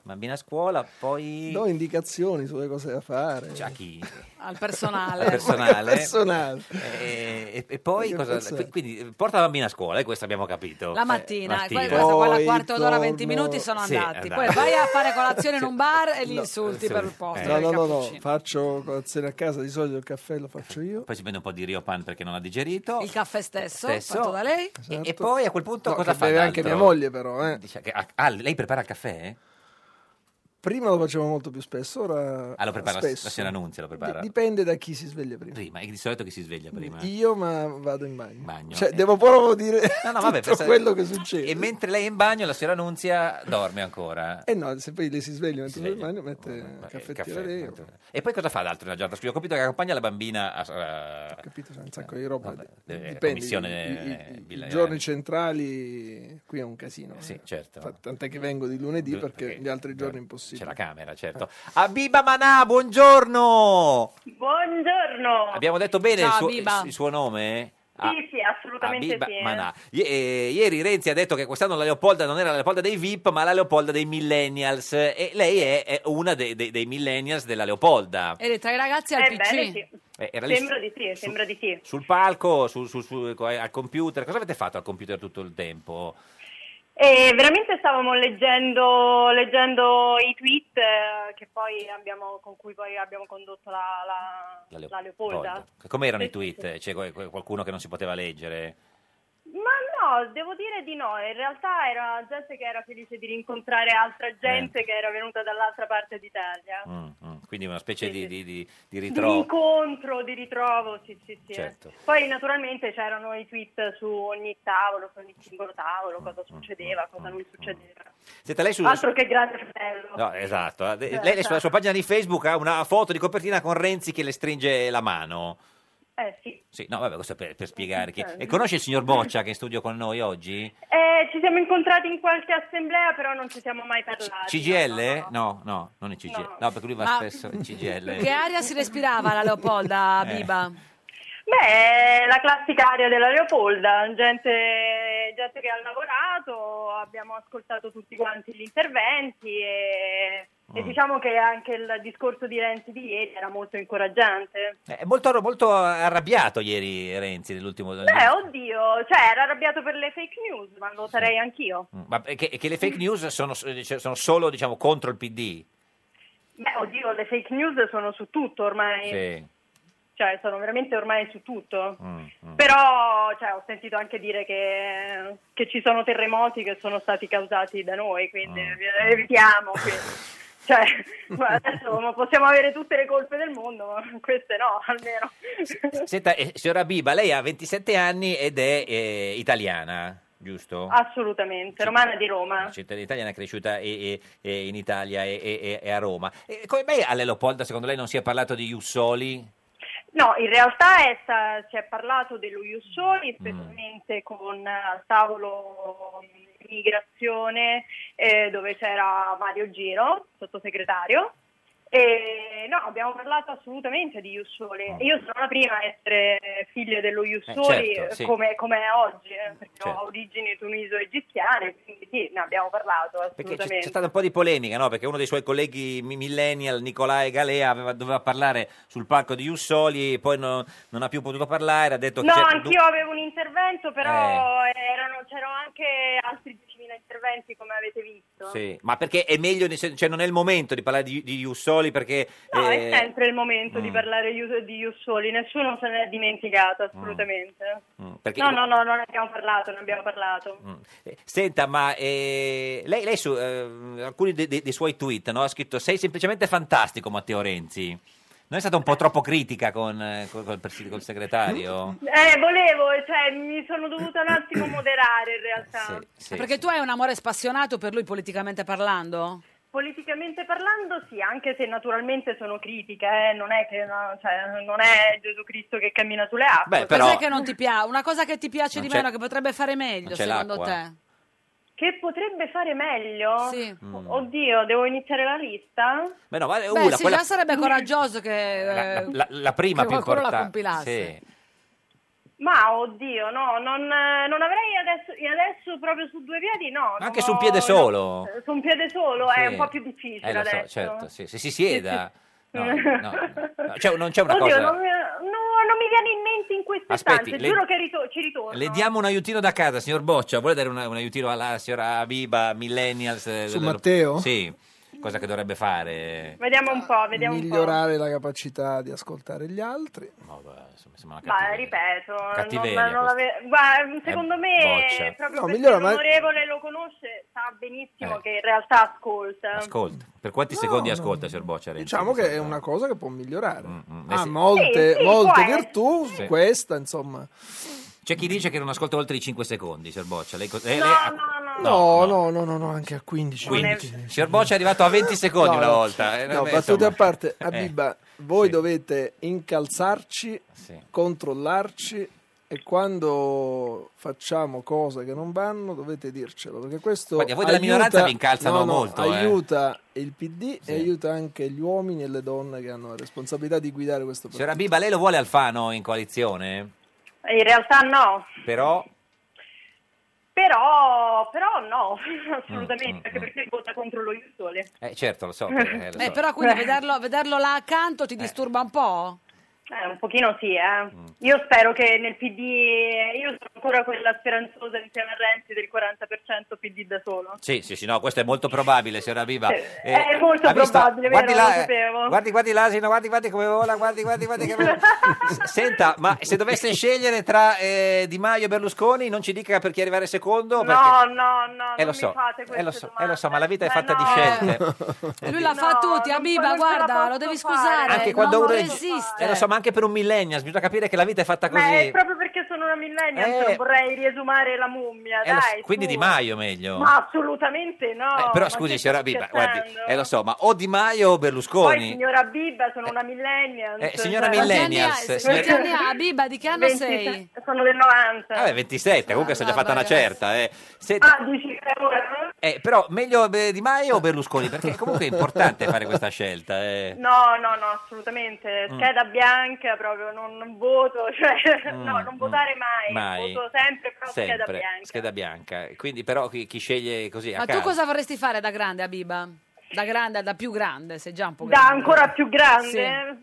Speaker 2: Bambina a scuola, poi...
Speaker 9: Do indicazioni sulle cose da fare.
Speaker 2: C'è a chi?
Speaker 1: al personale.
Speaker 2: Al personale.
Speaker 9: Personale.
Speaker 2: eh, E, e- e poi
Speaker 9: Che
Speaker 2: cosa-
Speaker 9: personale.
Speaker 2: Quindi eh, porta la bambina a scuola, e questo abbiamo capito.
Speaker 1: La
Speaker 2: Eh,
Speaker 1: mattina, e
Speaker 2: mattina.
Speaker 1: poi questa qua, la quarto d'ora, 20 minuti sono
Speaker 2: Sì,
Speaker 1: andati.
Speaker 2: andati.
Speaker 1: Poi vai a fare colazione in un bar e li
Speaker 2: Certo.
Speaker 1: insulti per il posto.
Speaker 9: No,
Speaker 1: del
Speaker 9: no, no, no,
Speaker 1: cappuccino.
Speaker 9: faccio colazione a casa, di solito il caffè lo faccio io.
Speaker 2: Poi si prende un po' di Riopan perché non l'ha digerito.
Speaker 1: Il caffè stesso,
Speaker 2: Stesso.
Speaker 1: fatto da lei.
Speaker 2: E poi a quel punto
Speaker 9: No,
Speaker 2: cosa
Speaker 9: che
Speaker 2: fa?
Speaker 9: beve anche
Speaker 2: d'altro?
Speaker 9: mia moglie, però, eh.
Speaker 2: Dice che- ah, lei prepara il caffè?
Speaker 9: Prima lo facevo molto più spesso, ora
Speaker 2: Ah, lo prepara
Speaker 9: spesso.
Speaker 2: la signora Nunzia, lo prepara.
Speaker 9: Di- Dipende da chi si sveglia prima.
Speaker 2: prima, è di solito che si sveglia prima.
Speaker 9: Io ma vado in bagno.
Speaker 2: bagno.
Speaker 9: Cioè,
Speaker 2: Eh.
Speaker 9: devo proprio dire
Speaker 2: No, no, vabbè,
Speaker 9: tutto
Speaker 2: pensa-
Speaker 9: quello che succede.
Speaker 2: E mentre lei è in bagno, la signora Nunzia dorme ancora.
Speaker 9: Eh no, se poi lei si sveglia mentre sta in bagno, mette il
Speaker 2: caffè,
Speaker 9: caffettiere dentro.
Speaker 2: E poi cosa fa d'altro nella giornata? Scusi, ho capito che accompagna la bambina a... a-
Speaker 9: Capito, c'è un sacco di roba.
Speaker 2: eh,
Speaker 9: Dipende.
Speaker 2: commissione,
Speaker 9: I- i-
Speaker 2: eh,
Speaker 9: i- I,
Speaker 2: bilaterale.
Speaker 9: giorni centrali qui è un casino.
Speaker 2: Sì, certo.
Speaker 9: Fa- Tant'è che vengo di lunedì
Speaker 2: Giu-
Speaker 9: perché, gli altri giorni è impossibile.
Speaker 2: C'è la
Speaker 9: Eh.
Speaker 2: camera, certo. Abiba Manà, buongiorno!
Speaker 15: Buongiorno.
Speaker 2: Abbiamo detto bene
Speaker 15: Ciao,
Speaker 2: il,
Speaker 15: Abiba.
Speaker 2: suo, il suo nome? Ah,
Speaker 15: Sì, sì, assolutamente
Speaker 2: Abiba
Speaker 15: sì. eh.
Speaker 2: Manà. I- eh, ieri Renzi ha detto che quest'anno la Leopolda non era la Leopolda dei VIP, ma la Leopolda dei Millennials. E lei è, è una dei- dei- dei Millennials della Leopolda.
Speaker 1: E tra i ragazzi al
Speaker 15: Eh,
Speaker 1: PC.
Speaker 15: bene, sì.
Speaker 2: Eh, era lì
Speaker 15: Sembra
Speaker 2: su-
Speaker 15: di sì, sembra di sì.
Speaker 2: sul palco, su- su- su- co- al computer. Cosa avete fatto al computer tutto il tempo?
Speaker 15: E veramente stavamo leggendo, leggendo i tweet eh, che poi abbiamo, con cui poi abbiamo condotto la, la-
Speaker 2: La Leo-
Speaker 15: la Leopolda.
Speaker 2: Come erano i
Speaker 15: Sì, sì,
Speaker 2: tweet? C'è qual- qual- qualcuno che non si poteva leggere?
Speaker 15: Ma no, devo dire di no. In realtà era gente che era felice di rincontrare altra
Speaker 1: Eh.
Speaker 15: gente che era venuta dall'altra parte d'Italia.
Speaker 2: Mm, mm. Quindi una specie di, di, di- di
Speaker 15: Di
Speaker 2: ritrovo.
Speaker 15: rincontro, di ritrovo, sì, sì, sì.
Speaker 2: Certo.
Speaker 15: Poi naturalmente c'erano i tweet su ogni tavolo, su ogni singolo tavolo,
Speaker 2: Mm,
Speaker 15: cosa succedeva, cosa non succedeva.
Speaker 2: Senta, mm. lei su-
Speaker 15: Altro che grande fratello.
Speaker 2: No, esatto. eh. De-
Speaker 15: Cioè,
Speaker 2: Lei sulla sua pagina di Facebook ha una foto di copertina con Renzi che le stringe la mano.
Speaker 15: Eh sì.
Speaker 2: Sì, no, vabbè, questo è per, per spiegare. chi-
Speaker 15: Eh, Sì.
Speaker 2: E conosce il signor Boccia che è in studio con noi oggi?
Speaker 15: Eh, ci siamo incontrati in qualche assemblea, però non ci siamo mai parlati.
Speaker 2: CGL? No, no, non è CGL. No, perché lui va
Speaker 1: Ma-
Speaker 2: spesso in CGL.
Speaker 1: Che aria si respirava la Leopolda,
Speaker 2: Eh.
Speaker 1: Biba?
Speaker 15: Beh, la classica area della Leopolda, gente, gente che ha lavorato, abbiamo ascoltato tutti quanti gli interventi e,
Speaker 2: Ah.
Speaker 15: e diciamo che anche il discorso di Renzi di ieri era molto incoraggiante.
Speaker 2: Eh, È molto, molto arrabbiato ieri Renzi nell'ultimo...
Speaker 15: Beh, oddio, cioè era arrabbiato per le fake news, ma lo sarei anch'io.
Speaker 2: Mm, Ma che, che le fake news sono, sono solo, diciamo, contro il PD.
Speaker 15: Beh, oddio, le fake news sono su tutto ormai,
Speaker 2: Sì.
Speaker 15: cioè sono veramente ormai su tutto.
Speaker 2: Mm, mm.
Speaker 15: Però cioè, ho sentito anche dire che, che ci sono terremoti che sono stati causati da noi, quindi
Speaker 2: Mm.
Speaker 15: eh, evitiamo. quindi. Cioè, ma adesso ma possiamo avere tutte le colpe del mondo, ma queste no, almeno.
Speaker 2: Senta, eh, signora Biba, lei ha 27 anni ed è eh, italiana, giusto?
Speaker 15: Ah. Assolutamente, romana di Roma.
Speaker 2: cittadina italiana è cresciuta e- e- e in Italia e, e- e a Roma. E come mai a Leopolda secondo lei non si è parlato di Jussoli?
Speaker 15: No, in realtà è sta- si è parlato dello
Speaker 2: Mm.
Speaker 15: Iussoli, specialmente con eh, al tavolo mm, immigrazione eh, dove c'era Mario Giro, sottosegretario. E no, abbiamo parlato assolutamente di Iussoli. Io sono la prima a essere figlia dello Iussoli
Speaker 2: Mm. Eh, certo, sì.
Speaker 15: come, come è oggi, eh, perché
Speaker 2: Certo.
Speaker 15: ho origini tuniso-egiziane, quindi sì, ne abbiamo parlato
Speaker 2: Perché c'è,
Speaker 15: assolutamente.
Speaker 2: c'è stata un po' di polemica, no? Perché uno dei suoi colleghi mi- millennial, Nicolae Galea, aveva- doveva parlare sul palco di Jussoli, poi no- non ha più potuto parlare, ha detto
Speaker 15: No,
Speaker 2: che... c'è-
Speaker 15: anch'io avevo un intervento, però
Speaker 2: Eh.
Speaker 15: erano- c'erano anche altri 10.000 interventi, come avete visto.
Speaker 2: Sì, ma perché è meglio, cioè non è il momento di parlare di, di Jussoli perché...
Speaker 15: No,
Speaker 2: eh,
Speaker 15: è sempre il momento di
Speaker 2: mm.
Speaker 15: parlare di di Jussoli, nessuno se ne è dimenticato assolutamente.
Speaker 2: mm, perché-
Speaker 15: No, no, no, non ne abbiamo parlato, non abbiamo parlato.
Speaker 2: Eh, Senta, ma eh, lei, lei su eh, alcuni de- de- dei, suoi tweet no, ha scritto sei semplicemente fantastico Matteo Renzi. Non è stata un po' troppo critica con, eh, col, col pres- col
Speaker 1: Mm.
Speaker 2: segretario?
Speaker 15: Eh, volevo, cioè, mi sono dovuta un attimo moderare in realtà.
Speaker 2: Sì.
Speaker 1: Perché tu hai un amore spassionato per lui politicamente parlando?
Speaker 15: Politicamente parlando sì, anche se naturalmente sono critica, eh, non è che no, cioè, non è Gesù Cristo che cammina sulle acque.
Speaker 2: Beh, però-
Speaker 1: Cos'è che non ti piace? Una cosa che ti piace
Speaker 2: Non
Speaker 1: di
Speaker 2: c'è-
Speaker 1: meno, che potrebbe fare meglio,
Speaker 2: non c'è
Speaker 1: secondo
Speaker 2: l'acqua.
Speaker 1: te?
Speaker 15: Che potrebbe fare meglio?
Speaker 1: Sì.
Speaker 2: Mm.
Speaker 15: Oddio, devo iniziare la lista?
Speaker 2: Beh, no, ma è
Speaker 1: Beh,
Speaker 2: una,
Speaker 1: sì,
Speaker 2: quella- Mm.
Speaker 1: già sarebbe coraggioso che...
Speaker 2: la,
Speaker 1: eh,
Speaker 2: la- la prima
Speaker 1: che
Speaker 2: più
Speaker 1: qualcuno la
Speaker 2: importante.
Speaker 1: compilasse.
Speaker 2: Sì.
Speaker 15: Ma oddio, no, non, non avrei adesso, adesso proprio su due piedi, no.
Speaker 2: Ma
Speaker 15: non
Speaker 2: anche su
Speaker 15: ho-
Speaker 2: un piede solo.
Speaker 15: no, su un piede solo
Speaker 2: Sì.
Speaker 15: è un po' più difficile
Speaker 2: Eh, lo so,
Speaker 15: adesso.
Speaker 2: certo, sì. se si sieda. No, no, no.
Speaker 15: Oddio,
Speaker 2: Cioè, non c'è una cosa.
Speaker 15: non, mi- no, non mi viene in mente in queste
Speaker 2: Aspetti,
Speaker 15: stanze,
Speaker 2: le-
Speaker 15: giuro che rito- ci ritorno.
Speaker 2: Le diamo un aiutino da casa, signor Boccia. Vuole dare una- un aiutino alla signora Biba, Millennials? eh,
Speaker 9: Su
Speaker 2: lo- lo-
Speaker 9: Matteo?
Speaker 2: Sì, cosa che dovrebbe fare.
Speaker 15: Vediamo un po', vediamo un
Speaker 9: Migliorare la capacità di ascoltare gli altri.
Speaker 2: No, beh, insomma, sembra
Speaker 15: po'.
Speaker 2: una cattiva-
Speaker 15: Ma ripeto, non,
Speaker 2: Cattiveria Eh,
Speaker 15: non l'ave- guarda, secondo
Speaker 2: boccia.
Speaker 15: me proprio
Speaker 9: No,
Speaker 15: perché
Speaker 9: migliora, ma-
Speaker 15: l'onorevole lo conosce, sa benissimo
Speaker 2: Eh.
Speaker 15: che in realtà ascolta.
Speaker 2: Ascolta, per quanti secondi ascolta, signor Boccia? Renzi?
Speaker 9: Diciamo che è una cosa che può migliorare.
Speaker 2: eh
Speaker 9: ha
Speaker 2: sì.
Speaker 9: molte,
Speaker 15: Sì, sì,
Speaker 9: molte
Speaker 15: può
Speaker 9: virtù,
Speaker 2: essere. Sì.
Speaker 9: questa insomma.
Speaker 2: C'è chi dice che non ascolta oltre i 5 secondi, signor Boccia. Lei, co- eh, lei-
Speaker 9: No, no, no, no, no, anche a 15.
Speaker 2: 15. Signor Boccia è arrivato a 20 secondi
Speaker 9: No,
Speaker 2: una
Speaker 9: no.
Speaker 2: volta. eh,
Speaker 9: No,
Speaker 2: beh,
Speaker 9: battute
Speaker 2: insomma.
Speaker 9: a parte,
Speaker 2: Eh,
Speaker 9: Abiba, voi dovete incalzarci, controllarci e quando facciamo cose che non vanno dovete dircelo, perché questo
Speaker 2: Guardi, a voi della minoranza vi incalzano
Speaker 9: no, no,
Speaker 2: molto, eh.
Speaker 9: aiuta il PD
Speaker 2: Sì.
Speaker 9: e aiuta anche gli uomini e le donne che hanno la responsabilità di guidare questo
Speaker 2: Signora
Speaker 9: partito.
Speaker 2: Biba, lei lo vuole Alfano in coalizione?
Speaker 15: In realtà no,
Speaker 2: Però
Speaker 15: però, però no,
Speaker 2: Mm,
Speaker 15: assolutamente, anche perché vota contro lo Iussole.
Speaker 2: Eh, certo, lo so. che- eh, lo
Speaker 1: Eh,
Speaker 2: so.
Speaker 1: però quindi vederlo, vederlo là accanto
Speaker 2: Eh.
Speaker 1: ti disturba un po'?
Speaker 15: Eh, un pochino sì, eh. Io spero che nel PD, io sono ancora quella speranzosa insieme a Renzi del 40% PD da solo.
Speaker 2: Sì, sì, sì, no, questo è molto probabile, signora Biba.
Speaker 15: Eh, è molto
Speaker 2: ha visto?
Speaker 15: probabile,
Speaker 2: guardi,
Speaker 15: vero,
Speaker 2: là,
Speaker 15: lo
Speaker 2: eh,
Speaker 15: sapevo.
Speaker 2: guardi, guardi l'asino, guardi, guardi come vola, guardi, guardi, guardi che vola. S- Senta, ma se dovesse scegliere tra eh, Di Maio e Berlusconi, non ci dica per chi arrivare secondo? perché-
Speaker 15: No, no, no,
Speaker 2: Eh,
Speaker 15: Ah, non
Speaker 2: lo so,
Speaker 15: mi fate
Speaker 2: eh, lo
Speaker 15: queste
Speaker 2: so,
Speaker 15: domande.
Speaker 2: eh, lo so, ma la vita è
Speaker 15: Eh,
Speaker 2: fatta di
Speaker 15: no.
Speaker 2: scelte. Eh,
Speaker 1: Lui la fa a tutti, Abiba,
Speaker 15: non ce la
Speaker 1: guarda,
Speaker 15: posso
Speaker 1: lo devi
Speaker 15: fare.
Speaker 1: scusare.
Speaker 2: anche
Speaker 1: il
Speaker 2: quando
Speaker 1: nonno
Speaker 2: uno
Speaker 1: resiste.
Speaker 2: Eh, lo so, ma anche per un millennial bisogna capire che la vita è fatta così.
Speaker 15: Ma è proprio perché sono una millennial
Speaker 2: Eh.
Speaker 15: che non vorrei riesumare la mummia,
Speaker 2: Eh, lo so,
Speaker 15: dai.
Speaker 2: quindi
Speaker 15: su.
Speaker 2: Di Maio meglio.
Speaker 15: Ma assolutamente no.
Speaker 2: Eh, però
Speaker 15: ma
Speaker 2: scusi,
Speaker 15: che
Speaker 2: signora
Speaker 15: stai
Speaker 2: Biba, guardi,
Speaker 15: scherzando?
Speaker 2: eh, lo so, ma o Di Maio o Berlusconi.
Speaker 15: Poi signora Biba, sono una millennial. cioè
Speaker 2: Eh, signora Millennials, signor-
Speaker 1: Quanti anni ha, Biba? Di che anno sei?
Speaker 15: Sono del 90.
Speaker 2: Vabbè, 27, comunque si è già fatta una certa. Eh. Senta,
Speaker 15: Ah, dici che ora?
Speaker 2: eh, però meglio eh, Di Maio o Berlusconi? Perché comunque è importante fare questa scelta. eh.
Speaker 15: No, no, no, assolutamente.
Speaker 2: Mm.
Speaker 15: Scheda bianca proprio, non, non voto, cioè, no, non votare mai.
Speaker 2: Mm, Mai.
Speaker 15: Voto sempre però scheda
Speaker 2: Sempre,
Speaker 15: bianca.
Speaker 2: scheda bianca. Quindi però chi, chi sceglie così a
Speaker 1: Ma tu
Speaker 2: caso.
Speaker 1: cosa vorresti fare da grande, Abiba? Da grande, da più grande, sei già un po'
Speaker 15: Da
Speaker 1: grande.
Speaker 15: ancora più grande?
Speaker 2: Eh,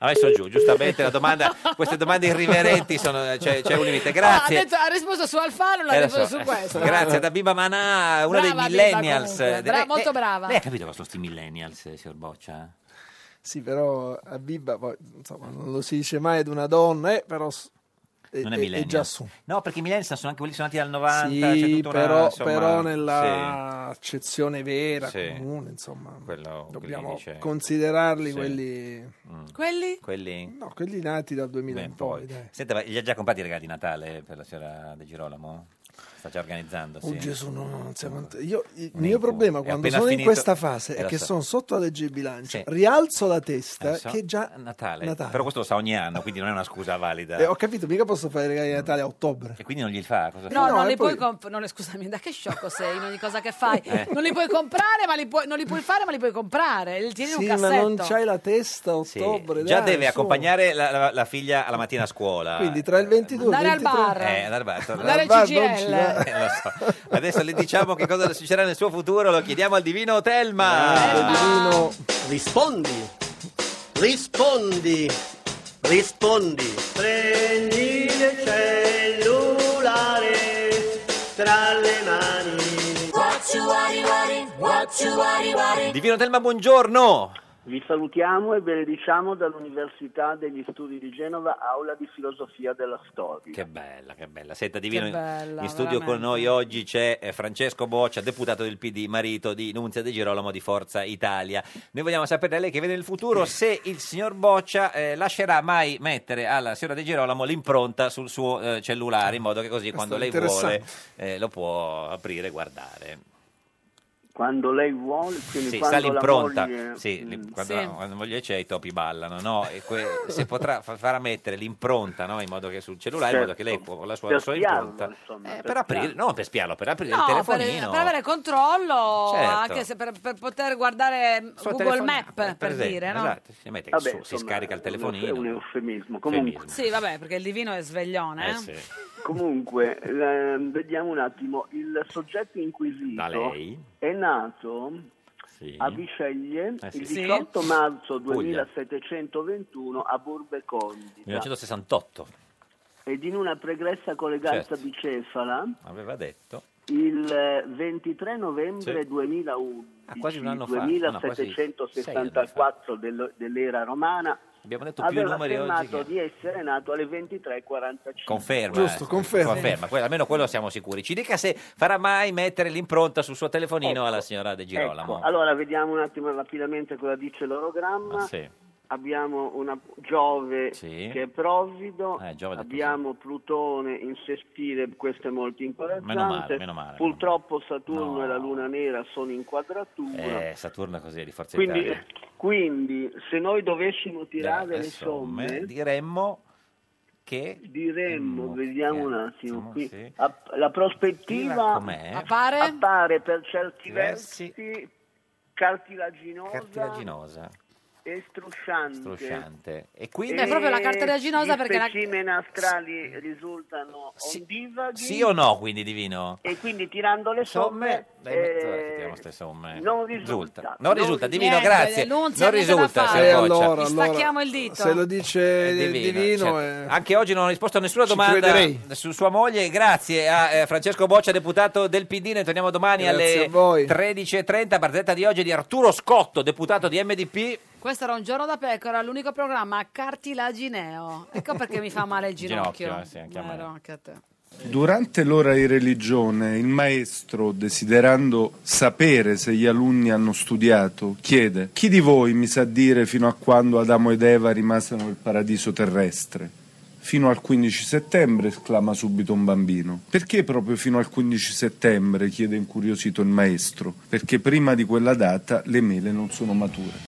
Speaker 2: Ha messo giù, giustamente la domanda, queste domande irriverenti sono, eh, c'è, c'è un limite.
Speaker 1: Ah,
Speaker 2: Grazie.
Speaker 1: ha, detto- ha risposto su Alfano, non ha
Speaker 2: Eh, lo
Speaker 1: risposto
Speaker 2: so.
Speaker 1: su questo.
Speaker 2: Grazie da Biba Manà,
Speaker 1: Brava
Speaker 2: una dei
Speaker 1: Biba,
Speaker 2: millennials. eh,
Speaker 1: comunque. Bra-
Speaker 2: Lei-
Speaker 1: molto
Speaker 2: lei-
Speaker 1: brava.
Speaker 2: Lei ha capito cosa sono sti millennials, eh, signor Boccia?
Speaker 9: Sì, però Oh, a Biba poi, insomma, non lo si dice mai ad una donna, eh, però s- è,
Speaker 2: Non
Speaker 9: è-
Speaker 2: è
Speaker 9: è
Speaker 2: millennial.
Speaker 9: già su.
Speaker 2: No, perché i millennials sono anche quelli che sono nati cioè dal 90, c'è
Speaker 9: sì,
Speaker 2: tutta una,
Speaker 9: però,
Speaker 2: insomma,
Speaker 9: però
Speaker 2: sì.
Speaker 9: nella accezione vera,
Speaker 2: Sì.
Speaker 9: comune, insomma,
Speaker 2: Quello-
Speaker 9: dobbiamo
Speaker 2: quelli che dice-
Speaker 9: considerarli
Speaker 2: Sì. Mm,
Speaker 9: quelli...
Speaker 1: Quelli?
Speaker 2: Quelli?
Speaker 9: No, quelli nati dal 2000
Speaker 2: Beh,
Speaker 9: in poi.
Speaker 2: poi.
Speaker 9: dai.
Speaker 2: Senta, ma gli ha già comprati i regali di Natale per la signora De Girolamo? Sta già organizzando, sì.
Speaker 9: Oh Gesù, no, no, non siamo... Io, il
Speaker 2: Un
Speaker 9: mio
Speaker 2: incubo.
Speaker 9: problema
Speaker 2: È
Speaker 9: quando
Speaker 2: appena
Speaker 9: sono in
Speaker 2: finito-
Speaker 9: questa fase
Speaker 2: Eh,
Speaker 9: è
Speaker 2: lo
Speaker 9: che
Speaker 2: so.
Speaker 9: sono sotto la legge bilancio,
Speaker 2: Sì. Eh,
Speaker 9: rialzo la testa
Speaker 2: Adesso-
Speaker 9: che è già
Speaker 2: Natale.
Speaker 9: Natale.
Speaker 2: Però questo lo sa ogni anno, quindi non è una scusa valida.
Speaker 9: Eh, ho capito, mica posso fare i regali di Natale a ottobre.
Speaker 2: E quindi non gli fa? Cosa
Speaker 1: No,
Speaker 2: fa?
Speaker 1: non li puoi comprare. Scusami, da che sciocco sei in ogni cosa che fai?
Speaker 2: Eh.
Speaker 1: Non li puoi comprare, ma li puoi, non li puoi fare, ma li puoi comprare. Li tieni in
Speaker 9: Sì,
Speaker 1: un
Speaker 9: ma
Speaker 1: cassetto.
Speaker 9: non c'hai la testa a
Speaker 2: Sì,
Speaker 9: ottobre.
Speaker 2: Già
Speaker 9: dai,
Speaker 2: deve
Speaker 9: su.
Speaker 2: accompagnare eh, la, la- la figlia alla mattina a scuola.
Speaker 9: Quindi tra il 22 e il
Speaker 1: Andare al
Speaker 9: 23...
Speaker 1: bar.
Speaker 2: Eh, andare al bar,
Speaker 1: Andare al
Speaker 2: bar
Speaker 1: CGIL.
Speaker 2: non ci va. Eh, lo so. Adesso le diciamo che cosa succederà nel suo futuro, lo chiediamo al divino
Speaker 9: Eh,
Speaker 2: Telma.
Speaker 16: Rispondi, rispondi, rispondi. Prendi il cellulare tra le mani.
Speaker 4: What you worry, worry, what you worry, worry.
Speaker 2: Divino Telma, buongiorno.
Speaker 16: Vi salutiamo e benediciamo dall'Università degli Studi di Genova, aula di filosofia della storia.
Speaker 2: Che bella, che bella. Senta, divino,
Speaker 16: Che bella,
Speaker 2: in studio
Speaker 16: veramente.
Speaker 2: con noi oggi c'è eh, Francesco Boccia, deputato del PD, marito di Nunzia De Girolamo di Forza Italia. Noi vogliamo sapere da lei che vede nel futuro se il signor Boccia eh, lascerà mai mettere alla signora De Girolamo l'impronta sul suo eh,
Speaker 16: Ah,
Speaker 2: cellulare, in modo che così
Speaker 9: Questo
Speaker 2: quando
Speaker 9: è
Speaker 2: lei vuole
Speaker 9: interessante.
Speaker 2: eh, lo può aprire e guardare.
Speaker 16: Quando lei vuole, quindi
Speaker 2: Sì,
Speaker 16: quando
Speaker 2: sta l'impronta.
Speaker 16: la moglie- mm,
Speaker 2: Sì, li- quando,
Speaker 16: Sì.
Speaker 2: quando moglie c'è i topi ballano, no? E que- se potrà fa- farà mettere l'impronta, no? In modo che sul cellulare, in modo che lei può la sua, la
Speaker 16: Certo. Per
Speaker 2: sua
Speaker 16: spiarlo,
Speaker 2: impronta. Eh,
Speaker 16: per
Speaker 2: per aprire, no, per spiarlo, per aprire il
Speaker 1: No, per,
Speaker 2: telefonino.
Speaker 1: per avere controllo,
Speaker 2: Certo.
Speaker 1: anche se per, per poter guardare
Speaker 2: Suo
Speaker 1: Google
Speaker 2: telefono-
Speaker 1: Map, per,
Speaker 2: eh, esempio,
Speaker 1: dire, no?
Speaker 2: esatto, si, mette
Speaker 16: Vabbè,
Speaker 2: su- si
Speaker 16: insomma,
Speaker 2: scarica il telefonino.
Speaker 16: È un eufemismo. Comunque,
Speaker 1: Sì, vabbè, perché il divino è sveglione. eh.
Speaker 16: Comunque, ehm, vediamo un attimo, il soggetto inquisito
Speaker 2: Da lei?
Speaker 16: è nato a Visceglie
Speaker 2: Eh sì.
Speaker 16: il
Speaker 2: Sì.
Speaker 16: 18 marzo
Speaker 2: Puglia.
Speaker 16: 2721 a Burbe Condita
Speaker 2: 1968,
Speaker 16: ed in una pregressa colleganza
Speaker 2: Certo.
Speaker 16: bicefala
Speaker 2: aveva detto.
Speaker 16: il eh, 23 novembre
Speaker 2: Sì.
Speaker 16: 2011,
Speaker 2: Ah, quasi un anno fa. No, quasi sei anni
Speaker 16: 2764 dello- dell'era romana,
Speaker 2: Abbiamo detto più
Speaker 16: aveva
Speaker 2: numeri oggi.
Speaker 16: affermato
Speaker 2: che-
Speaker 16: di essere nato alle 23.45.
Speaker 2: Conferma.
Speaker 9: Giusto,
Speaker 2: eh,
Speaker 9: conferma.
Speaker 2: quello- almeno quello siamo sicuri. Ci dica se farà mai mettere l'impronta sul suo telefonino alla signora De Girolamo.
Speaker 16: Ecco, allora vediamo un attimo rapidamente cosa dice l'orogramma.
Speaker 2: Ah, sì.
Speaker 16: Abbiamo una Giove
Speaker 2: Sì.
Speaker 16: che è provvido,
Speaker 2: Eh, Giove è
Speaker 16: abbiamo Plutone in sestile, questo è molto incoraggiante.
Speaker 2: Meno male, meno male.
Speaker 16: Purtroppo Saturno
Speaker 2: No.
Speaker 16: e la Luna Nera sono in quadratura.
Speaker 2: Eh, Saturno così di Forza
Speaker 16: quindi,
Speaker 2: Italia.
Speaker 16: quindi se noi dovessimo tirare
Speaker 2: Dai,
Speaker 16: le
Speaker 2: adesso,
Speaker 16: somme,
Speaker 2: me- diremmo che Mm,
Speaker 16: diremmo, vediamo un attimo, qui,
Speaker 2: sì.
Speaker 16: a- la
Speaker 2: Tira
Speaker 16: prospettiva
Speaker 2: com'è?
Speaker 16: appare? per certi
Speaker 2: Diversi.
Speaker 16: versi cartilaginosa,
Speaker 2: cartilaginosa,
Speaker 16: e strusciante.
Speaker 2: strusciante. E quindi
Speaker 1: È proprio la cartilaginosa
Speaker 16: gli
Speaker 1: perché la-
Speaker 16: specimeni astrali risultano ondivaghi.
Speaker 2: sì o no, quindi divino?
Speaker 16: E quindi tirando le somme,
Speaker 2: Dai, ma-
Speaker 16: eh,
Speaker 2: guarda che tiriamo ste somme.
Speaker 16: non risulta.
Speaker 2: eh, Non,
Speaker 16: Non
Speaker 2: risulta,
Speaker 16: risulta.
Speaker 2: divino,
Speaker 1: Niente,
Speaker 2: grazie. Non
Speaker 1: l'unzia niente da
Speaker 2: risulta,
Speaker 1: fare.
Speaker 2: signor
Speaker 1: Eh,
Speaker 2: Boccia.
Speaker 9: allora,
Speaker 1: Gli stacchiamo il dito.
Speaker 9: Se lo dice
Speaker 2: È
Speaker 9: il divino,
Speaker 2: divino, certo.
Speaker 9: eh,
Speaker 2: Anche oggi non ho risposto a nessuna
Speaker 9: Ci
Speaker 2: domanda
Speaker 9: crederei.
Speaker 2: su sua moglie. Grazie a eh, Francesco Boccia, deputato del PD. Noi torniamo domani
Speaker 9: Grazie a
Speaker 2: alle 13.30. Partita di oggi di Arturo Scotto, deputato di MDP.
Speaker 1: Questo era un giorno da pecora, l'unico programma cartilagineo. Ecco perché mi fa male il ginocchio.
Speaker 2: Ginocchio, eh, sì, anche a me.
Speaker 1: Vero, anche a te.
Speaker 17: Durante l'ora di religione, il maestro, desiderando sapere se gli alunni hanno studiato, chiede: Chi di voi mi sa dire fino a quando Adamo ed Eva rimasero nel paradiso terrestre? Fino al 15 settembre, esclama subito un bambino. Perché proprio fino al 15 settembre? chiede incuriosito il maestro. Perché prima di quella data le mele non sono mature.